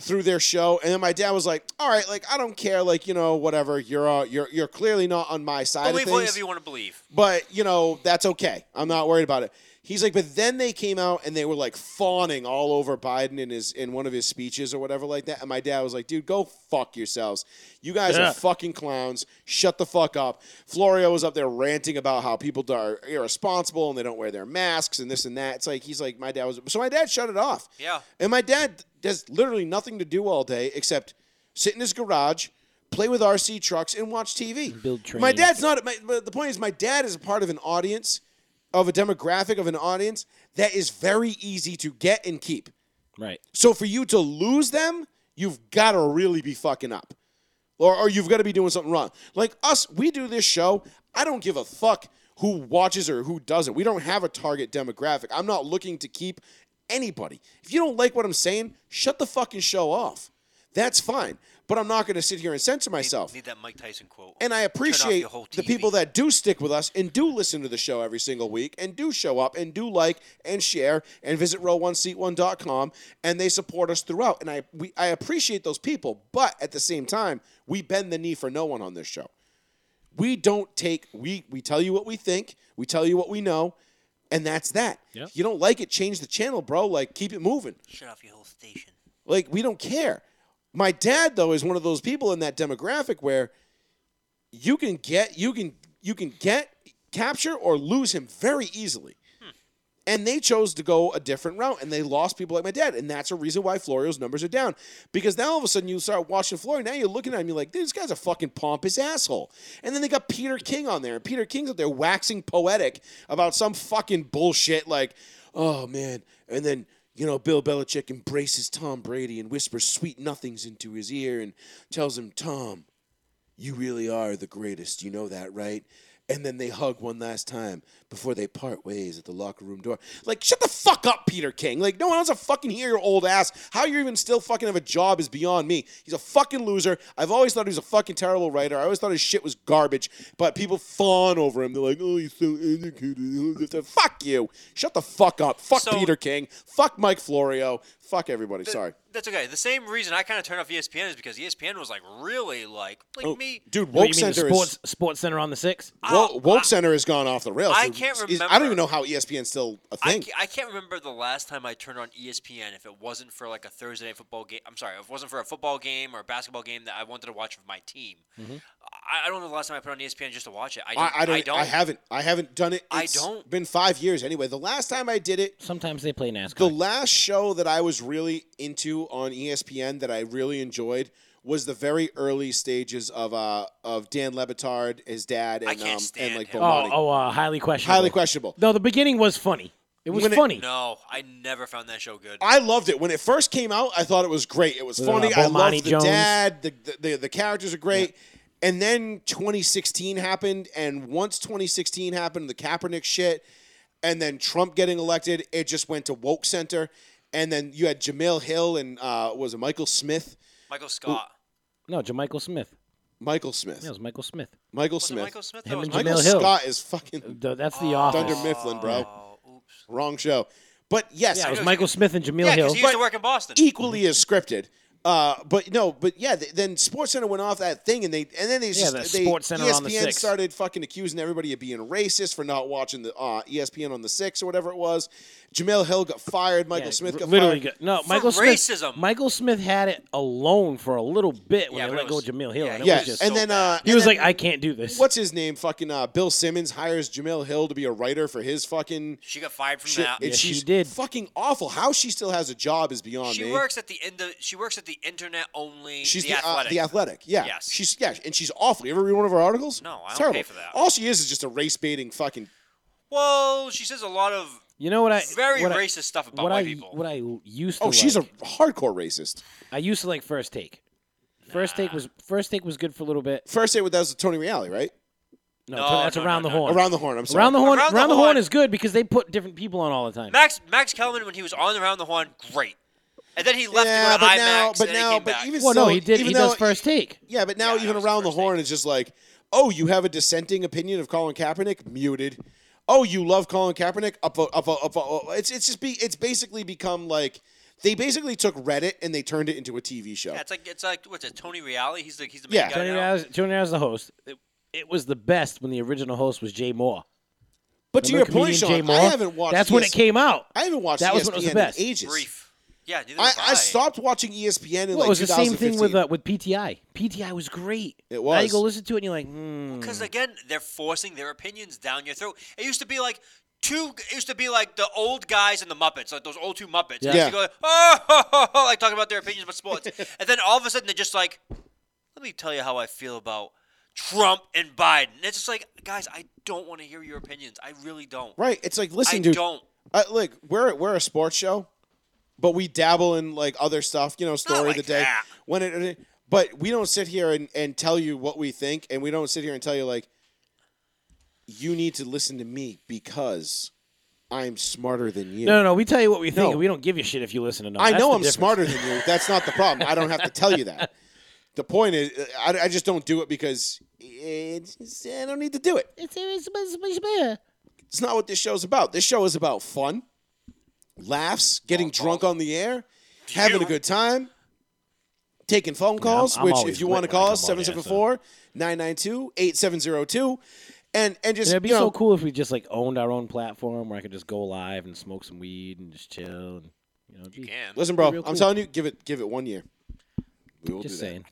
S1: through their show and then my dad was like all right like i don't care like you know whatever you're uh, you're you're clearly not on my side
S3: Believe
S1: of things
S3: whatever you want to believe.
S1: but you know that's okay i'm not worried about it he's like but then they came out and they were like fawning all over biden in his in one of his speeches or whatever like that and my dad was like dude go fuck yourselves you guys
S2: Yeah.
S1: are fucking clowns shut the fuck up florio was up there ranting about how people are irresponsible and they don't wear their masks and this and that it's like he's like my dad was so my dad shut it off
S3: Yeah.
S1: and my dad does literally nothing to do all day except sit in his garage play with rc trucks and watch tv
S2: Build trains.
S1: my dad's not. My, but the point is, my dad is a part of an audience, of a demographic of an audience that is very easy to get and keep.
S2: right.
S1: So for you to lose them, you've got to really be fucking up, or or you've got to be doing something wrong. Like us, we do this show. I don't give a fuck who watches or who doesn't. We don't have a target demographic. I'm not looking to keep anybody. If you don't like what I'm saying, shut the fucking show off. That's fine. But I'm not going to sit here and censor myself
S3: Need that Mike Tyson quote.
S1: Oh. and I appreciate
S3: your whole
S1: the
S3: TV.
S1: people that do stick with us and do listen to the show every single week and do show up and do like and share and visit row1seat1.com and they support us throughout. And I we I appreciate those people, but at the same time, we bend the knee for no one on this show. We don't take we we tell you what we think, we tell you what we know, and that's that.
S2: Yep.
S1: You don't like it, change the channel, bro. Like keep it moving.
S3: shut off your whole station.
S1: Like we don't care. My dad though is one of those people in that demographic where you can get you can you can get capture or lose him very easily. And they chose to go a different route and they lost people like my dad. And that's a reason why Florio's numbers are down. Because now all of a sudden you start watching Florio, now you're looking at him, you're like, this guy's a fucking pompous asshole. And then they got Peter King on there. And Peter King's up there waxing poetic about some fucking bullshit like, oh man. And then you know, Bill Belichick embraces Tom Brady and whispers sweet nothings into his ear and tells him, Tom, you really are the greatest. You know that, right? And then they hug one last time before they part ways at the locker room door. Like, shut the fuck up, Peter King. Like, no one wants to fucking hear your old ass. How you even still fucking have a job is beyond me. He's a fucking loser. I've always thought he was a fucking terrible writer. I always thought his shit was garbage. But people fawn over him. They're like, oh, he's so educated. fuck you. Shut the fuck up. Fuck
S3: So-
S1: Peter King. Fuck Mike Florio. Fuck everybody. Sorry.
S3: That's okay. The same reason I kind of turned off E ESPN is because ESPN was like really like like
S1: Oh,
S3: me.
S1: dude,
S2: What,
S1: woke
S2: you mean the
S1: center is
S2: sports, sports center on the six?
S1: Wo-
S3: Oh,
S1: woke
S3: I-
S1: center has gone off the rails.
S3: I
S1: It-
S3: can't
S1: it's- I
S3: remember.
S1: don't even know how E ESPN's still a
S3: I
S1: thing.
S3: ca- I can't remember the last time I turned on E ESPN if it wasn't for like a Thursday night football game. I'm sorry, if it wasn't for a football game or a basketball game that I wanted to watch with my team. I, I don't know the last time I put on E ESPN just to watch it. I don't.
S1: Mm-hmm. I, I don't. I,
S3: don't.
S1: haven't. I haven't done it.
S3: I
S1: It's
S3: don't.
S1: Been five years anyway. The last time I did it,
S2: Sometimes they play NASCAR.
S1: the last show that I was really into on E ESPN that I really enjoyed was the very early stages of uh of Dan Lebitard, his dad, and
S3: I can't
S1: um
S3: stand
S1: and like
S3: him.
S2: oh,
S1: Bomani.
S2: oh, uh, highly questionable.
S1: Highly questionable.
S2: No, the beginning was funny. It was
S1: When it-
S2: funny.
S3: No, I never found that show good.
S1: I loved it when it first came out. I thought it was great. It was
S2: With, uh,
S1: funny. I loved
S2: Bomani
S1: the
S2: Jones.
S1: dad. The, the the the characters are great. And then 2016 happened, and once 2016 happened, the Kaepernick shit, and then Trump getting elected, it just went to woke center, and then you had Jamil Hill and uh, was it Michael Smith?
S3: Michael Scott.
S2: No, Jamichael Smith.
S1: Michael Smith.
S2: Yeah, it was Michael Smith.
S1: Michael
S3: Was it
S1: Smith.
S3: Michael Smith?
S2: Him
S3: That was
S2: and
S3: Michael-
S1: Michael
S2: Jamil Hill.
S1: Scott is fucking
S2: Th- That's the office.
S1: Thunder Mifflin, bro.
S3: Oh, oops.
S1: Wrong show. But yes,
S2: Yeah,
S1: I
S2: it was
S3: know,
S2: Michael Smith and Jamil Hill.
S3: Yeah, because he used
S1: But-
S3: to work in Boston.
S1: equally as scripted. Uh, but no, but yeah, th- then SportsCenter went off that thing, and they and then they just
S2: the
S1: they, E
S2: SportsCenter
S1: ESPN
S2: on the six.
S1: started fucking accusing everybody of being racist for not watching the uh, ESPN on the six or whatever it was. Jamel Hill got fired. Michael
S2: Yeah,
S1: Smith
S2: r-
S1: got
S2: literally
S1: fired.
S2: got- no.
S3: For
S2: Michael Smith.
S3: racism.
S2: Michael Smith had it alone for a little bit when
S3: Yeah,
S2: they
S3: but
S2: let
S3: it
S2: go
S3: was-
S2: of Jamil Hill.
S3: yeah,
S2: and it
S3: he
S1: Yeah,
S2: was just,
S1: and then uh,
S2: he
S1: and
S2: was
S1: then-
S2: like, I can't do this.
S1: what's his name? Fucking uh, Bill Simmons hires Jamel Hill to be a writer for his fucking
S3: She got fired from
S1: shit,
S3: that.
S1: and
S2: Yes, she
S1: she's
S2: did.
S1: fucking awful. How she still has a job is beyond
S3: She
S1: me.
S3: works at the end. Of, she works at the internet only.
S1: She's
S3: the,
S1: uh,
S3: athletic.
S1: the athletic, yeah.
S3: Yes.
S1: She's yeah, and she's awful. You ever read one of her articles?
S3: No, I
S1: It's
S3: don't
S1: terrible.
S3: pay for that.
S1: All she is is just a race baiting fucking
S3: well, she says a lot of
S2: you know what I?
S3: very
S2: what I-
S3: racist stuff about
S2: what
S3: white
S2: I
S3: people.
S2: what I used to.
S1: Oh, she's a
S2: like-
S1: hardcore racist.
S2: I used to like First Take. First Take was First Take was good for a little bit.
S1: First day with that was Tony Reale, right?
S2: No,
S3: No,
S2: that's
S3: no,
S2: around
S3: no,
S2: the
S3: no.
S2: horn.
S1: Around the horn. I'm sorry.
S2: Around the horn.
S3: Around the
S2: Around the horn
S3: Horn.
S2: is good because they put different people on all the time.
S3: Max Max Kellerman when he was on the round the horn, great. And then he left
S1: yeah,
S3: to
S1: but
S3: run
S1: now,
S3: IMAX,
S1: but
S3: and then he
S1: now,
S3: came
S1: but
S3: back.
S1: even
S2: Well,
S1: so,
S2: no, he did.
S1: Even
S2: He
S1: though,
S2: does First Take.
S1: Yeah, but now
S3: Yeah, that
S1: even
S3: was
S1: around the
S3: First Take.
S1: horn is just like, oh, you have a dissenting opinion of Colin Kaepernick, muted. Oh, you love Colin Kaepernick, upvote, upvote, upvote. It's it's just be it's basically become like they basically took Reddit and they turned it into a TV show.
S3: yeah, it's like it's like what's it? Tony Reale. He's the he's the main
S1: Yeah.
S3: guy
S2: Tony
S3: now.
S2: Raz, Tony Raz, the host. It, it was the best when the original host was Jay Moore.
S1: but to your
S2: Remember
S1: point,
S2: comedian
S1: Sean,
S2: Jay Moore?
S1: I haven't watched.
S2: That's when it
S1: ES
S2: came out.
S1: I haven't watched E
S2: That
S1: ESPN
S2: was when it was the best.
S1: in ages.
S3: Brief. Yeah, neither
S1: I,
S3: was
S1: I stopped watching E ESPN in
S2: Well,
S1: like
S2: it was the same
S1: 2015.
S2: thing with uh, with PTI. PTI was great.
S1: It
S2: Now you
S1: was.
S2: go listen to it and you're like, hmm.
S3: because again, they're forcing their opinions down your throat. It used to be like. Two it used to be like the old guys and the Muppets, like those old two Muppets. They used
S1: Yeah.
S3: to go, oh, like talking about their opinions about sports, and then all of a sudden they're just like, "Let me tell you how I feel about Trump and Biden." And it's just like, guys, I don't want to hear your opinions. I really don't.
S1: Right. It's like,
S3: I
S1: listen, dude.
S3: don't.
S1: I, like we're we're a sports show, but we dabble in like other stuff. You know, story
S3: like
S1: of the day
S3: that.
S1: when it. But we don't sit here and, and tell you what we think, and we don't sit here and tell you like you need to listen to me because I'm smarter than you.
S2: no, no, no. We tell you what we think.
S1: No.
S2: and We don't give you shit if you listen or not.
S1: I
S2: That's
S1: know
S2: the
S1: I'm
S2: difference.
S1: smarter than you. That's not the problem. I don't have to tell you that. The point is, I, I just don't do it because it's, it's- I don't need to do it.
S2: It's, it's, it's, it's, it's-
S1: It's not what this show's about. This show is about fun, laughs, getting drunk on the air, having a good time, taking phone calls,
S2: I'm
S1: which
S2: always
S1: if you want to
S2: lit
S1: call
S2: when I
S1: us,
S2: come on the air, so.
S1: 774-992-8702. And, and just,
S2: It'd be
S1: you know,
S2: so cool if we just like owned our own platform where I could just go live and smoke some weed and just chill and you know. it'd be-
S3: Again,
S1: listen, bro,
S2: real
S1: I'm
S2: cool.
S1: telling you, give it give it one year. We will
S2: just
S1: do that.
S2: saying.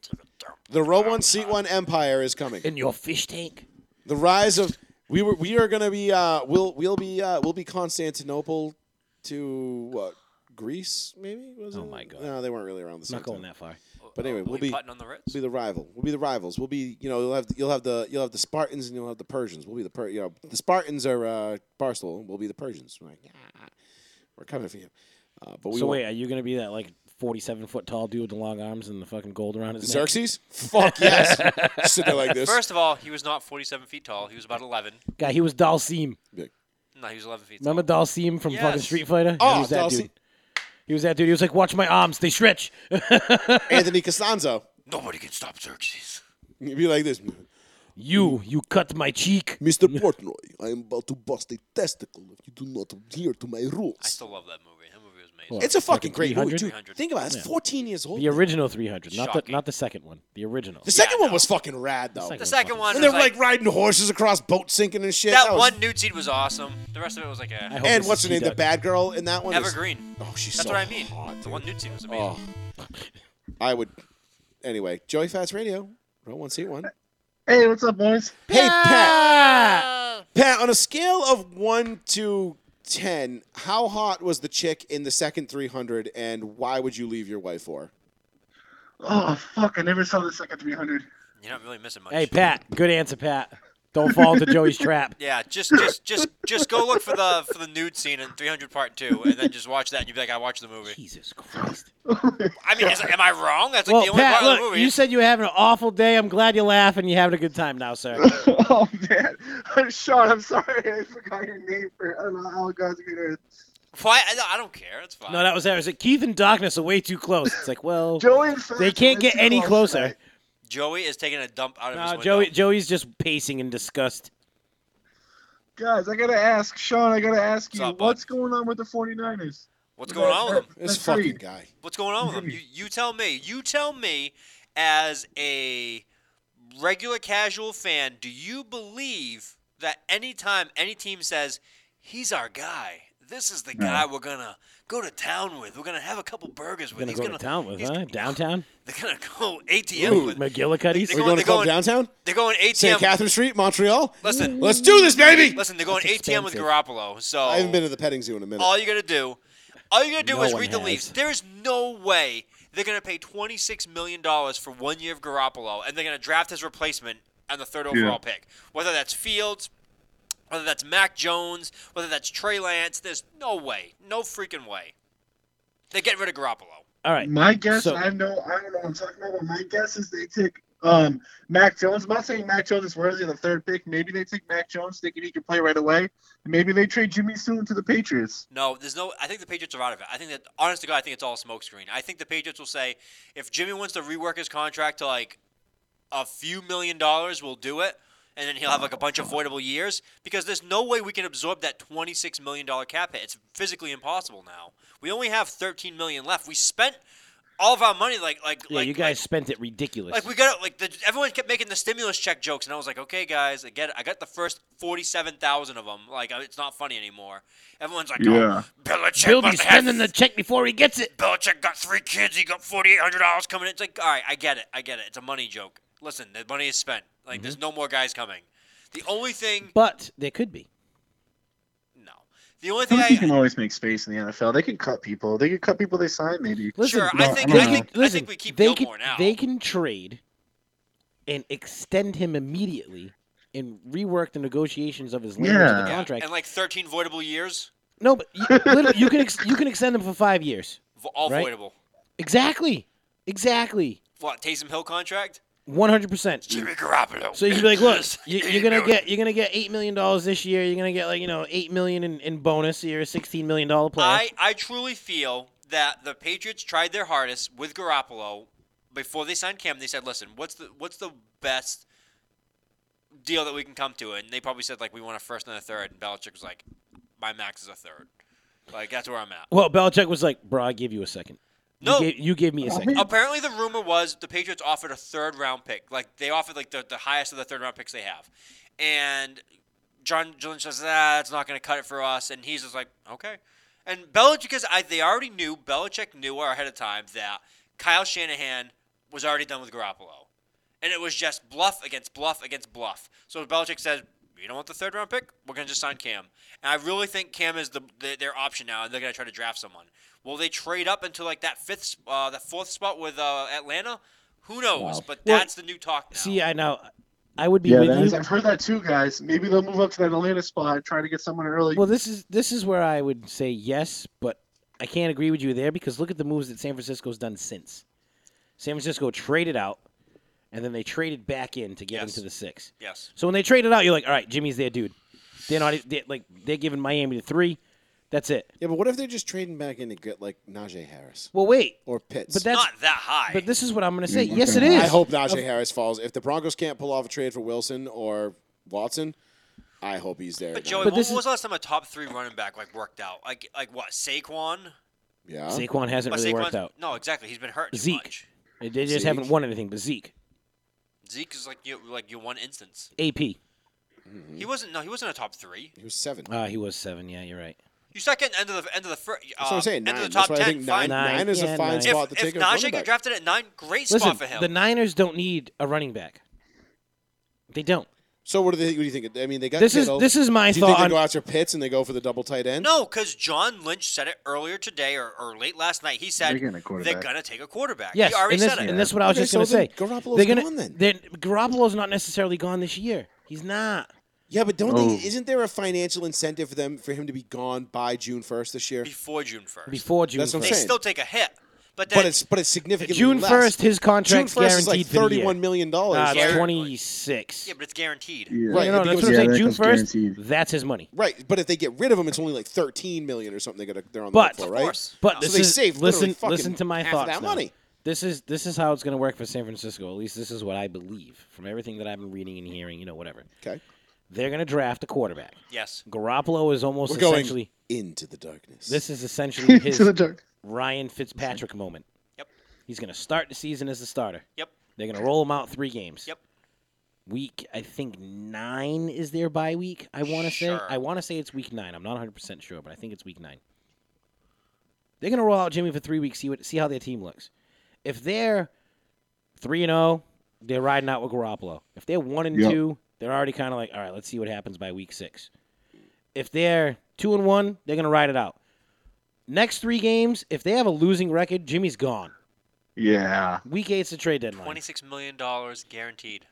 S1: The row one seat one empire is coming.
S2: In your fish tank.
S1: The rise of We were we are gonna be uh we'll we'll be uh we'll be Constantinople to what Greece maybe was
S2: Oh
S1: it?
S2: my God.
S1: no they weren't really around the same
S2: not going
S1: time.
S2: that far.
S1: But anyway,
S3: Uh,
S1: we'll
S3: Willie
S1: be-
S3: Puttin on the Ritz.
S1: We'll be the rival. We'll be the rivals. We'll be you know you'll have you'll have the you'll have the Spartans and you'll have the Persians. We'll be the per you know the Spartans are uh, Barstool. We'll be the Persians. We're like, "Yeah, we're coming for you. Uh, but we
S2: so
S1: won't.
S2: wait, are you gonna be that like forty-seven foot tall dude with the long arms and the fucking gold around his neck?
S1: Xerxes? Fuck yes. Sit there like this.
S3: First of all, he was not 47 feet tall. He was about 11.
S2: Guy, he was Dalsim.
S3: No, he was 11 feet
S2: Remember Dalsim from fucking
S3: Yes.
S2: Street Fighter?
S1: Oh,
S2: he was that
S1: Dalsim.
S2: dude. He was that dude. He was like, "Watch my arms, they stretch."
S1: Anthony Costanzo.
S3: tall. Nobody can stop Xerxes.
S1: You'd be like this.
S2: you, you cut my cheek.
S1: Mr. Portnoy, I am about to bust a testicle if you do not adhere to my
S3: I
S1: rules.
S3: still love that movie. That movie was amazing.
S2: What?
S1: It's a fucking great movie,
S2: 300?
S1: dude. Think about it. It's 14 years old.
S2: The original 300, not the
S3: Shocking.
S2: not the second one. The original.
S1: The second
S3: Yeah,
S1: one
S3: no.
S1: was fucking rad, though.
S3: the
S2: second-
S3: second one
S1: and
S3: was
S1: they were like, riding horses across boat sinking and shit.
S3: that,
S1: was-
S3: one nude seed was awesome. The rest of it was like
S2: I
S3: a
S2: hope
S1: And
S2: this
S1: what's
S2: is
S1: her name? The
S2: T-Dog.
S1: bad girl in that one? is-
S3: evergreen.
S1: Oh, she's
S3: That's
S1: so
S3: what I mean.
S1: hot,
S3: the
S1: dude.
S3: one nude scene was amazing.
S1: Oh. I would. Anyway, Joey Fats Radio. Row one, seat one.
S4: Hey, what's up, boys?
S1: Hey, Pat. Pat, on a scale of one to ten, how hot was the chick in the second 300, and why would you leave your wife for?
S4: Oh fuck! I never saw the second 300.
S3: You're not really missing much.
S2: Hey Pat, good answer, Pat. Don't fall into Joey's trap.
S3: Yeah, just just just just go look for the for the nude scene in 300 Part Two, and then just watch that, and you'd be like, I watched the movie.
S2: Jesus Christ.
S3: I mean, is, am I wrong? That's like
S2: Well,
S3: the only
S2: Pat,
S3: part of the
S2: look,
S3: movie.
S2: you said you were having an awful day. I'm glad you laugh and you're having a good time now, sir.
S4: oh man, Sean, I'm sorry, I forgot your name for I don't know how God's green earth.
S3: Why? I, I don't care. It's fine.
S2: No, that was that. Was it Keith and Darkness are way too close? It's like, well,
S4: Joey and Fats
S2: they can't
S4: went
S2: get
S4: too Oh,
S2: any
S4: close
S2: closer.
S4: tonight.
S3: Joey is taking a dump out of his
S2: No,
S3: window.
S2: Joey, Joey's just pacing in disgust.
S4: Guys, I gotta ask Sean. I gotta ask you,
S3: What's up, bud?
S4: what's going on with the 49ers?
S3: What's going on with him?
S1: This
S4: That's
S1: fucking
S4: great.
S1: guy.
S3: What's going on with
S2: Mm-hmm.
S3: him? You, you tell me. You tell me, as a regular casual fan, do you believe that anytime any team says, he's our guy, this is the guy we're going to go to town with, we're going to have a couple burgers with,
S2: Gonna
S3: he's
S2: go
S3: gonna-
S2: to town with,
S3: he's-
S2: huh? Downtown,
S3: They're going to go ATM
S2: Ooh,
S3: with.
S2: McGillicuddy's.
S3: They're
S1: We're
S3: going-
S1: going to
S3: they're
S1: club
S3: going-
S1: downtown?
S3: They're going ATM.
S1: St. Catherine Street, Montreal?
S3: Listen.
S1: Let's do this, baby!
S3: Listen, they're going
S2: That's
S3: ATM with
S2: expensive.
S3: Garoppolo. So
S1: I haven't been to the petting zoo in a minute.
S3: all you gotta do, all you gotta do
S2: No
S3: is
S2: one
S3: read the
S2: has.
S3: Leafs. There is no way they're gonna pay twenty six million dollars for one year of Garoppolo, and they're gonna draft his replacement on the third overall pick. Whether that's Fields, whether that's Mac Jones, whether that's Trey Lance, there's no way, no freaking way. They get rid of Garoppolo.
S2: All right,
S4: My guess,
S2: So-
S4: I know, I don't know what I'm talking about, but my guess is they take um Mac Jones. I'm not saying Mac Jones is worthy of the third pick. Maybe they take Mac Jones, thinking he can play right away. Maybe they trade Jimmy soon to the Patriots.
S3: No, there's no. I think the Patriots are out of it. I think that, honest to God, I think it's all a smokescreen. I think the Patriots will say, if Jimmy wants to rework his contract to like a few million dollars, we'll do it, and then he'll have like a bunch of voidable years because there's no way we can absorb that 26 million dollar cap hit. It's physically impossible now. We only have 13 million left. We spent all of our money like like
S2: yeah,
S3: like
S2: you guys spent it ridiculous.
S3: like we got like the, everyone kept making the stimulus check jokes, and I was like, okay, guys, I get it. I got the first forty-seven thousand of them. Like I- it's not funny anymore. Everyone's like,
S4: Yeah.
S3: oh, Belichick
S2: He'll be
S3: must have-
S2: spending the check before he gets it.
S3: Belichick got three kids. He got forty-eight hundred dollars coming. in. It's like, all right, I get it. I get it. It's a money joke. Listen, the money is spent. Like
S2: Mm-hmm.
S3: there's no more guys coming. The only thing,
S2: But there could be.
S3: no. The only
S4: I
S3: thing
S4: think you can
S3: I.
S4: always make space in the NFL. They can cut people. They can cut people they sign, maybe.
S2: Listen,
S3: Sure,
S4: No,
S3: I think,
S4: I'm
S3: I
S4: not.
S3: think, I
S2: listen,
S3: think we keep
S2: they
S3: Gilmore
S2: can,
S3: now.
S2: They can trade and extend him immediately and rework the negotiations of his language in the
S4: Yeah.
S3: Yeah,
S2: contract.
S3: and like 13 voidable years,
S2: no, but you, literally, you can ex- you can extend him for five years.
S3: vo- all
S2: Right.
S3: voidable.
S2: Exactly, exactly,
S3: What Taysom Hill contract?
S2: one hundred percent.
S3: Jimmy Garoppolo.
S2: So you'd be like, look,
S3: Yes.
S2: you,
S3: Eight
S2: you're gonna
S3: million.
S2: get you're gonna get eight million dollars this year. You're gonna get like you know eight million in, in bonus. So you're a sixteen million dollar player.
S3: I, I truly feel that the Patriots tried their hardest with Garoppolo before they signed Cam. They said, "Listen, what's the what's the best deal that we can come to?" And they probably said, "Like we want a first and a third. And Belichick was like, "My max is a third. Like that's where I'm at."
S2: well, Belichick was like, bro, I give you a second.
S3: No.
S2: you gave, you gave me a second.
S3: Apparently, the rumor was the Patriots offered a third round pick. Like they offered like the, the highest of the third round picks they have, and John Lynch says, "Ah, it's not going to cut it for us," and he's just like, "Okay." And Belichick, because I they already knew Belichick knew ahead of time that Kyle Shanahan was already done with Garoppolo, and it was just bluff against bluff against bluff. So Belichick says, you don't want the third round pick? We're going to just sign Cam. And I really think Cam is the, the their option now, and they're going to try to draft someone. Will they trade up into like that fifth, uh, that fourth spot with uh, Atlanta? Who knows?
S2: Wow.
S3: But
S2: Well,
S3: that's the new talk now.
S2: See, uh, I know. I would be
S4: Yeah,
S2: with
S4: that
S2: you.
S4: is, I've heard that too, guys. Maybe they'll move up to that Atlanta spot, try to get someone early.
S2: Well, this is this is where I would say yes, but I can't agree with you there because look at the moves that San Francisco's done since. San Francisco traded out, and then they traded back in to get
S3: Yes.
S2: him to the six.
S3: yes.
S2: So when they traded out, you're like, all right, Jimmy's their dude. They're not they're, like they're giving Miami the three. That's it.
S1: Yeah, but what if they're just trading back in to get like Najee Harris
S2: Well, wait,
S1: or Pitts?
S2: but that's
S3: Not that high.
S2: but this is what I'm gonna say. Yes, it is.
S1: Mm, I hope Najee Harris falls. If the Broncos can't pull off a trade for Wilson or Watson, I hope he's there.
S3: But
S1: now.
S3: Joey,
S2: But
S3: when
S2: this
S3: was
S2: is-
S3: the last time a top three running back like worked out? Like like what? Saquon?
S1: yeah,
S2: Saquon hasn't
S3: But
S2: really
S3: Saquon's-
S2: worked out.
S3: No, exactly. He's been hurt. too
S2: Zeke.
S3: much.
S2: They just
S1: Zeke.
S2: haven't won anything. But Zeke,
S3: Zeke is like you like your one instance.
S2: AP,
S3: He
S2: Mm-hmm.
S3: wasn't. No, he wasn't a top three.
S1: he was seven.
S2: uh, he was seven. Yeah, you're right.
S3: You second end of the end of the first.
S1: That's what I'm saying.
S3: End
S1: Nine.
S3: of the
S1: That's why
S3: top ten.
S1: I think nine,
S3: fine.
S1: nine, is a
S2: Yeah,
S1: fine
S2: nine.
S1: spot to
S3: If, if
S1: take a running
S3: Najee
S1: back.
S3: got drafted at nine, great spot for him.
S2: the Niners don't need a running back. They don't.
S1: so what do they? What do you think? I mean, they got
S2: This is
S1: Kittle.
S2: this is my
S1: Do you think
S2: thought.
S1: they go
S2: On,
S1: after Pitts and they go for the double tight end?
S3: no, because John Lynch said it earlier today or, or late last night. He said
S4: They're getting a
S3: they're
S4: quarterback.
S3: gonna take a quarterback.
S2: yes,
S3: he already
S2: and this,
S3: said it.
S2: and that's what I was
S1: Okay,
S2: just
S1: so
S2: gonna
S1: then
S2: say.
S1: Garoppolo's
S2: they're gonna,
S1: gone then.
S2: they're- Garoppolo's not necessarily gone this year. He's not.
S1: Yeah, but don't
S4: Oh.
S1: they? Isn't there a financial incentive for them for him to be gone by June first this year?
S3: before June first.
S2: Before June
S1: That's what I'm
S3: they
S2: 1st.
S1: saying.
S3: still take a hit, but then
S1: But it's but it's significantly
S2: June
S1: less.
S2: first, his
S1: June
S2: contract's
S1: first is
S2: guaranteed
S1: like thirty-one million dollars.
S2: for the year.
S3: Guaranteed.
S2: Uh, twenty six.
S3: yeah, but it's guaranteed.
S4: Yeah.
S1: Right,
S2: No, no,
S1: it
S2: that's
S1: becomes-
S2: what I'm
S4: yeah,
S2: saying.
S4: that
S2: June
S4: comes
S2: first,
S4: guaranteed.
S2: that's his money.
S1: Right, but if they get rid of him, it's only like thirteen million or something. They got they're on the
S2: But-
S1: hook for,
S3: Of
S1: right?
S3: course.
S2: But
S3: No.
S2: this
S1: they
S2: is
S1: saved literally
S2: listen.
S1: fucking
S2: Listen to my
S1: half of
S2: thoughts.
S1: that
S2: now.
S1: money.
S2: This is this is how it's going to work for San Francisco. At least this is what I believe from everything that I've been reading and hearing. You know, whatever.
S1: Okay,
S2: They're going to draft a quarterback.
S3: yes,
S2: Garoppolo is almost
S1: we're going
S2: essentially.
S1: into the darkness.
S2: This is essentially his
S4: to the dark.
S2: Ryan Fitzpatrick moment.
S3: Yep.
S2: He's going to start the season as the starter.
S3: Yep.
S2: They're going to roll him out three games.
S3: Yep.
S2: Week, I think nine is their bye week. I want to say.
S3: Sure.
S2: I want to say it's week nine. I'm not 100 percent sure, but I think it's week nine. They're going to roll out Jimmy for three weeks. See what, see how their team looks. If they're three and zero, they're riding out with Garoppolo. If they're one and
S4: Yep.
S2: two, they're already kind of like, all right, let's see what happens by week six. If they're two and one, they're going to ride it out. Next three games, if they have a losing record, Jimmy's gone.
S4: Yeah.
S2: Week eight's the trade deadline.
S3: twenty-six million dollars guaranteed.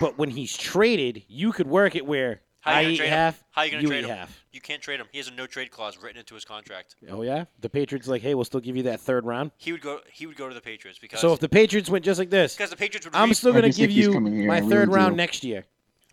S2: But when he's traded, you could work it where
S3: How
S2: I E
S3: you gonna
S2: eat
S3: trade him?
S2: half,
S3: How you gonna trade
S2: eat
S3: him?
S2: half.
S3: You can't trade him. He has a no trade clause written into his contract.
S2: Oh yeah, the Patriots like, hey, we'll still give you that third round.
S3: He would go. He would go to the Patriots because
S2: So if the Patriots went just like this,
S3: because the Patriots would.
S2: I'm
S3: re-
S2: still
S4: I
S2: going to
S4: just
S2: give
S4: think he's
S2: you
S4: coming here,
S2: my
S4: I really
S2: third round
S4: do.
S2: next year.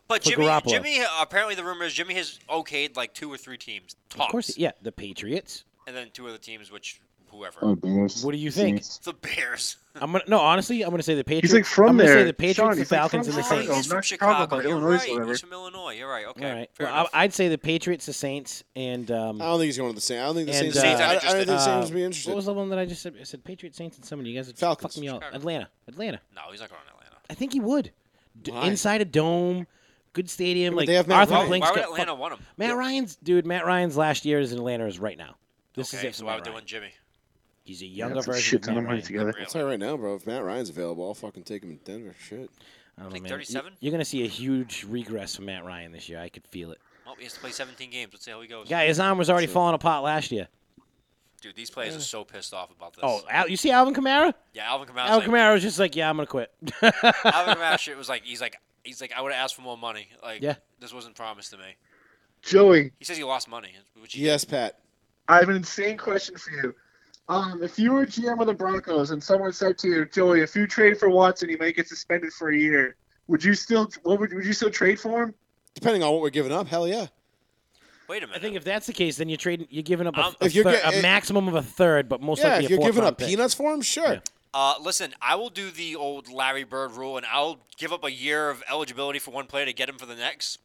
S3: but
S2: for
S3: Jimmy.
S2: Garoppolo.
S3: Jimmy uh, apparently the rumor is Jimmy has okayed like two or three teams tops,
S2: Of course, yeah, the Patriots.
S3: and then two other teams which whoever
S4: Oh, Bears.
S2: What do you think?
S4: Saints.
S3: the Bears.
S2: I'm gonna no, honestly, I'm gonna say the Patriots.
S4: like, from
S2: I'm gonna
S4: there.
S2: Say the Patriots,
S4: Sean,
S2: the
S4: he's like,
S2: Falcons,
S4: from
S2: and the
S4: there.
S3: Oh,
S2: Saints.
S4: Oh,
S3: he's from
S4: not
S3: Chicago,
S4: Chicago,
S3: but
S4: but
S3: you're
S4: Illinois,
S3: right.
S4: whatever.
S3: He's from Illinois. You're right. Okay.
S2: All right.
S3: Fair
S2: Well,
S3: enough. Oh,
S2: I, I'd say the Patriots, the Saints, and um,
S1: I don't think he's going to the Saints. I don't think the
S2: And,
S1: Saints.
S2: uh,
S1: I,
S2: Saints
S1: I
S3: aren't
S1: don't think the
S2: uh,
S1: Saints would be interested.
S2: what was the one that I just said? I said Patriots, Saints, and somebody. You guys are
S1: Falcons.
S2: fucking me all.
S3: Chicago.
S2: Atlanta, Atlanta.
S3: no, he's not going to Atlanta.
S2: I think he would. D-
S1: Why?
S2: inside a dome, good stadium.
S1: but
S2: like
S1: they have Matt
S2: Arthur
S1: Ryan.
S3: Why,
S2: Blanks
S3: why would
S2: got
S3: Atlanta
S2: fuck-
S3: want him?
S2: Matt Ryan's dude. Matt Ryan's last year is in Atlanta is right now. This
S3: okay,
S2: is it.
S3: so
S2: for
S3: why
S2: Matt
S3: would they
S2: Ryan.
S3: want Jimmy?
S2: He's a
S4: Yeah,
S2: younger
S4: that's a
S2: version
S4: shit
S2: of
S4: ton
S2: Matt
S4: of money
S2: Ryan.
S4: together.
S1: I'll tell you right now, bro. If Matt Ryan's available, I'll fucking take him in Denver. Shit.
S2: I don't know,
S3: Like
S2: Oh, man.
S3: 37?
S2: You're gonna see a huge regress from Matt Ryan this year. I could feel it.
S3: Oh, he has to play 17 games. Let's see how he goes.
S2: Guy, his arm was already falling apart last year.
S3: Dude, these players are so pissed off about this.
S2: Oh, Al, you see Alvin Kamara?
S3: yeah, Alvin Kamara's
S2: Alvin
S3: like,
S2: Kamara was just like, yeah, I'm gonna quit.
S3: Alvin Kamara shit was like, he's like, he's like, I would have asked for more money. Like,
S2: Yeah.
S3: this wasn't promised to me.
S4: Joey,
S3: He says he lost money, which he
S1: Yes, Pat.
S4: I have an insane question for you. Um, if you were GM of the Broncos and someone said to you, Joey, if you trade for Watson, you might get suspended for a year. Would you still? What would, would you still trade for him?
S1: Depending on what we're giving up, hell yeah.
S3: Wait a minute.
S2: I think if that's the case, then you're trading. You're giving up a,
S3: Um,
S2: a
S1: if you're
S2: thir-
S1: get-
S2: a
S1: it-
S2: maximum of a third, but most
S1: Yeah,
S2: likely
S1: if
S2: a
S1: you're
S2: fourth
S1: giving
S2: round
S1: up
S2: pick.
S1: peanuts for him, sure.
S2: Yeah.
S3: Uh, listen, I will do the old Larry Bird rule, and I'll give up a year of eligibility for one player to get him for the next.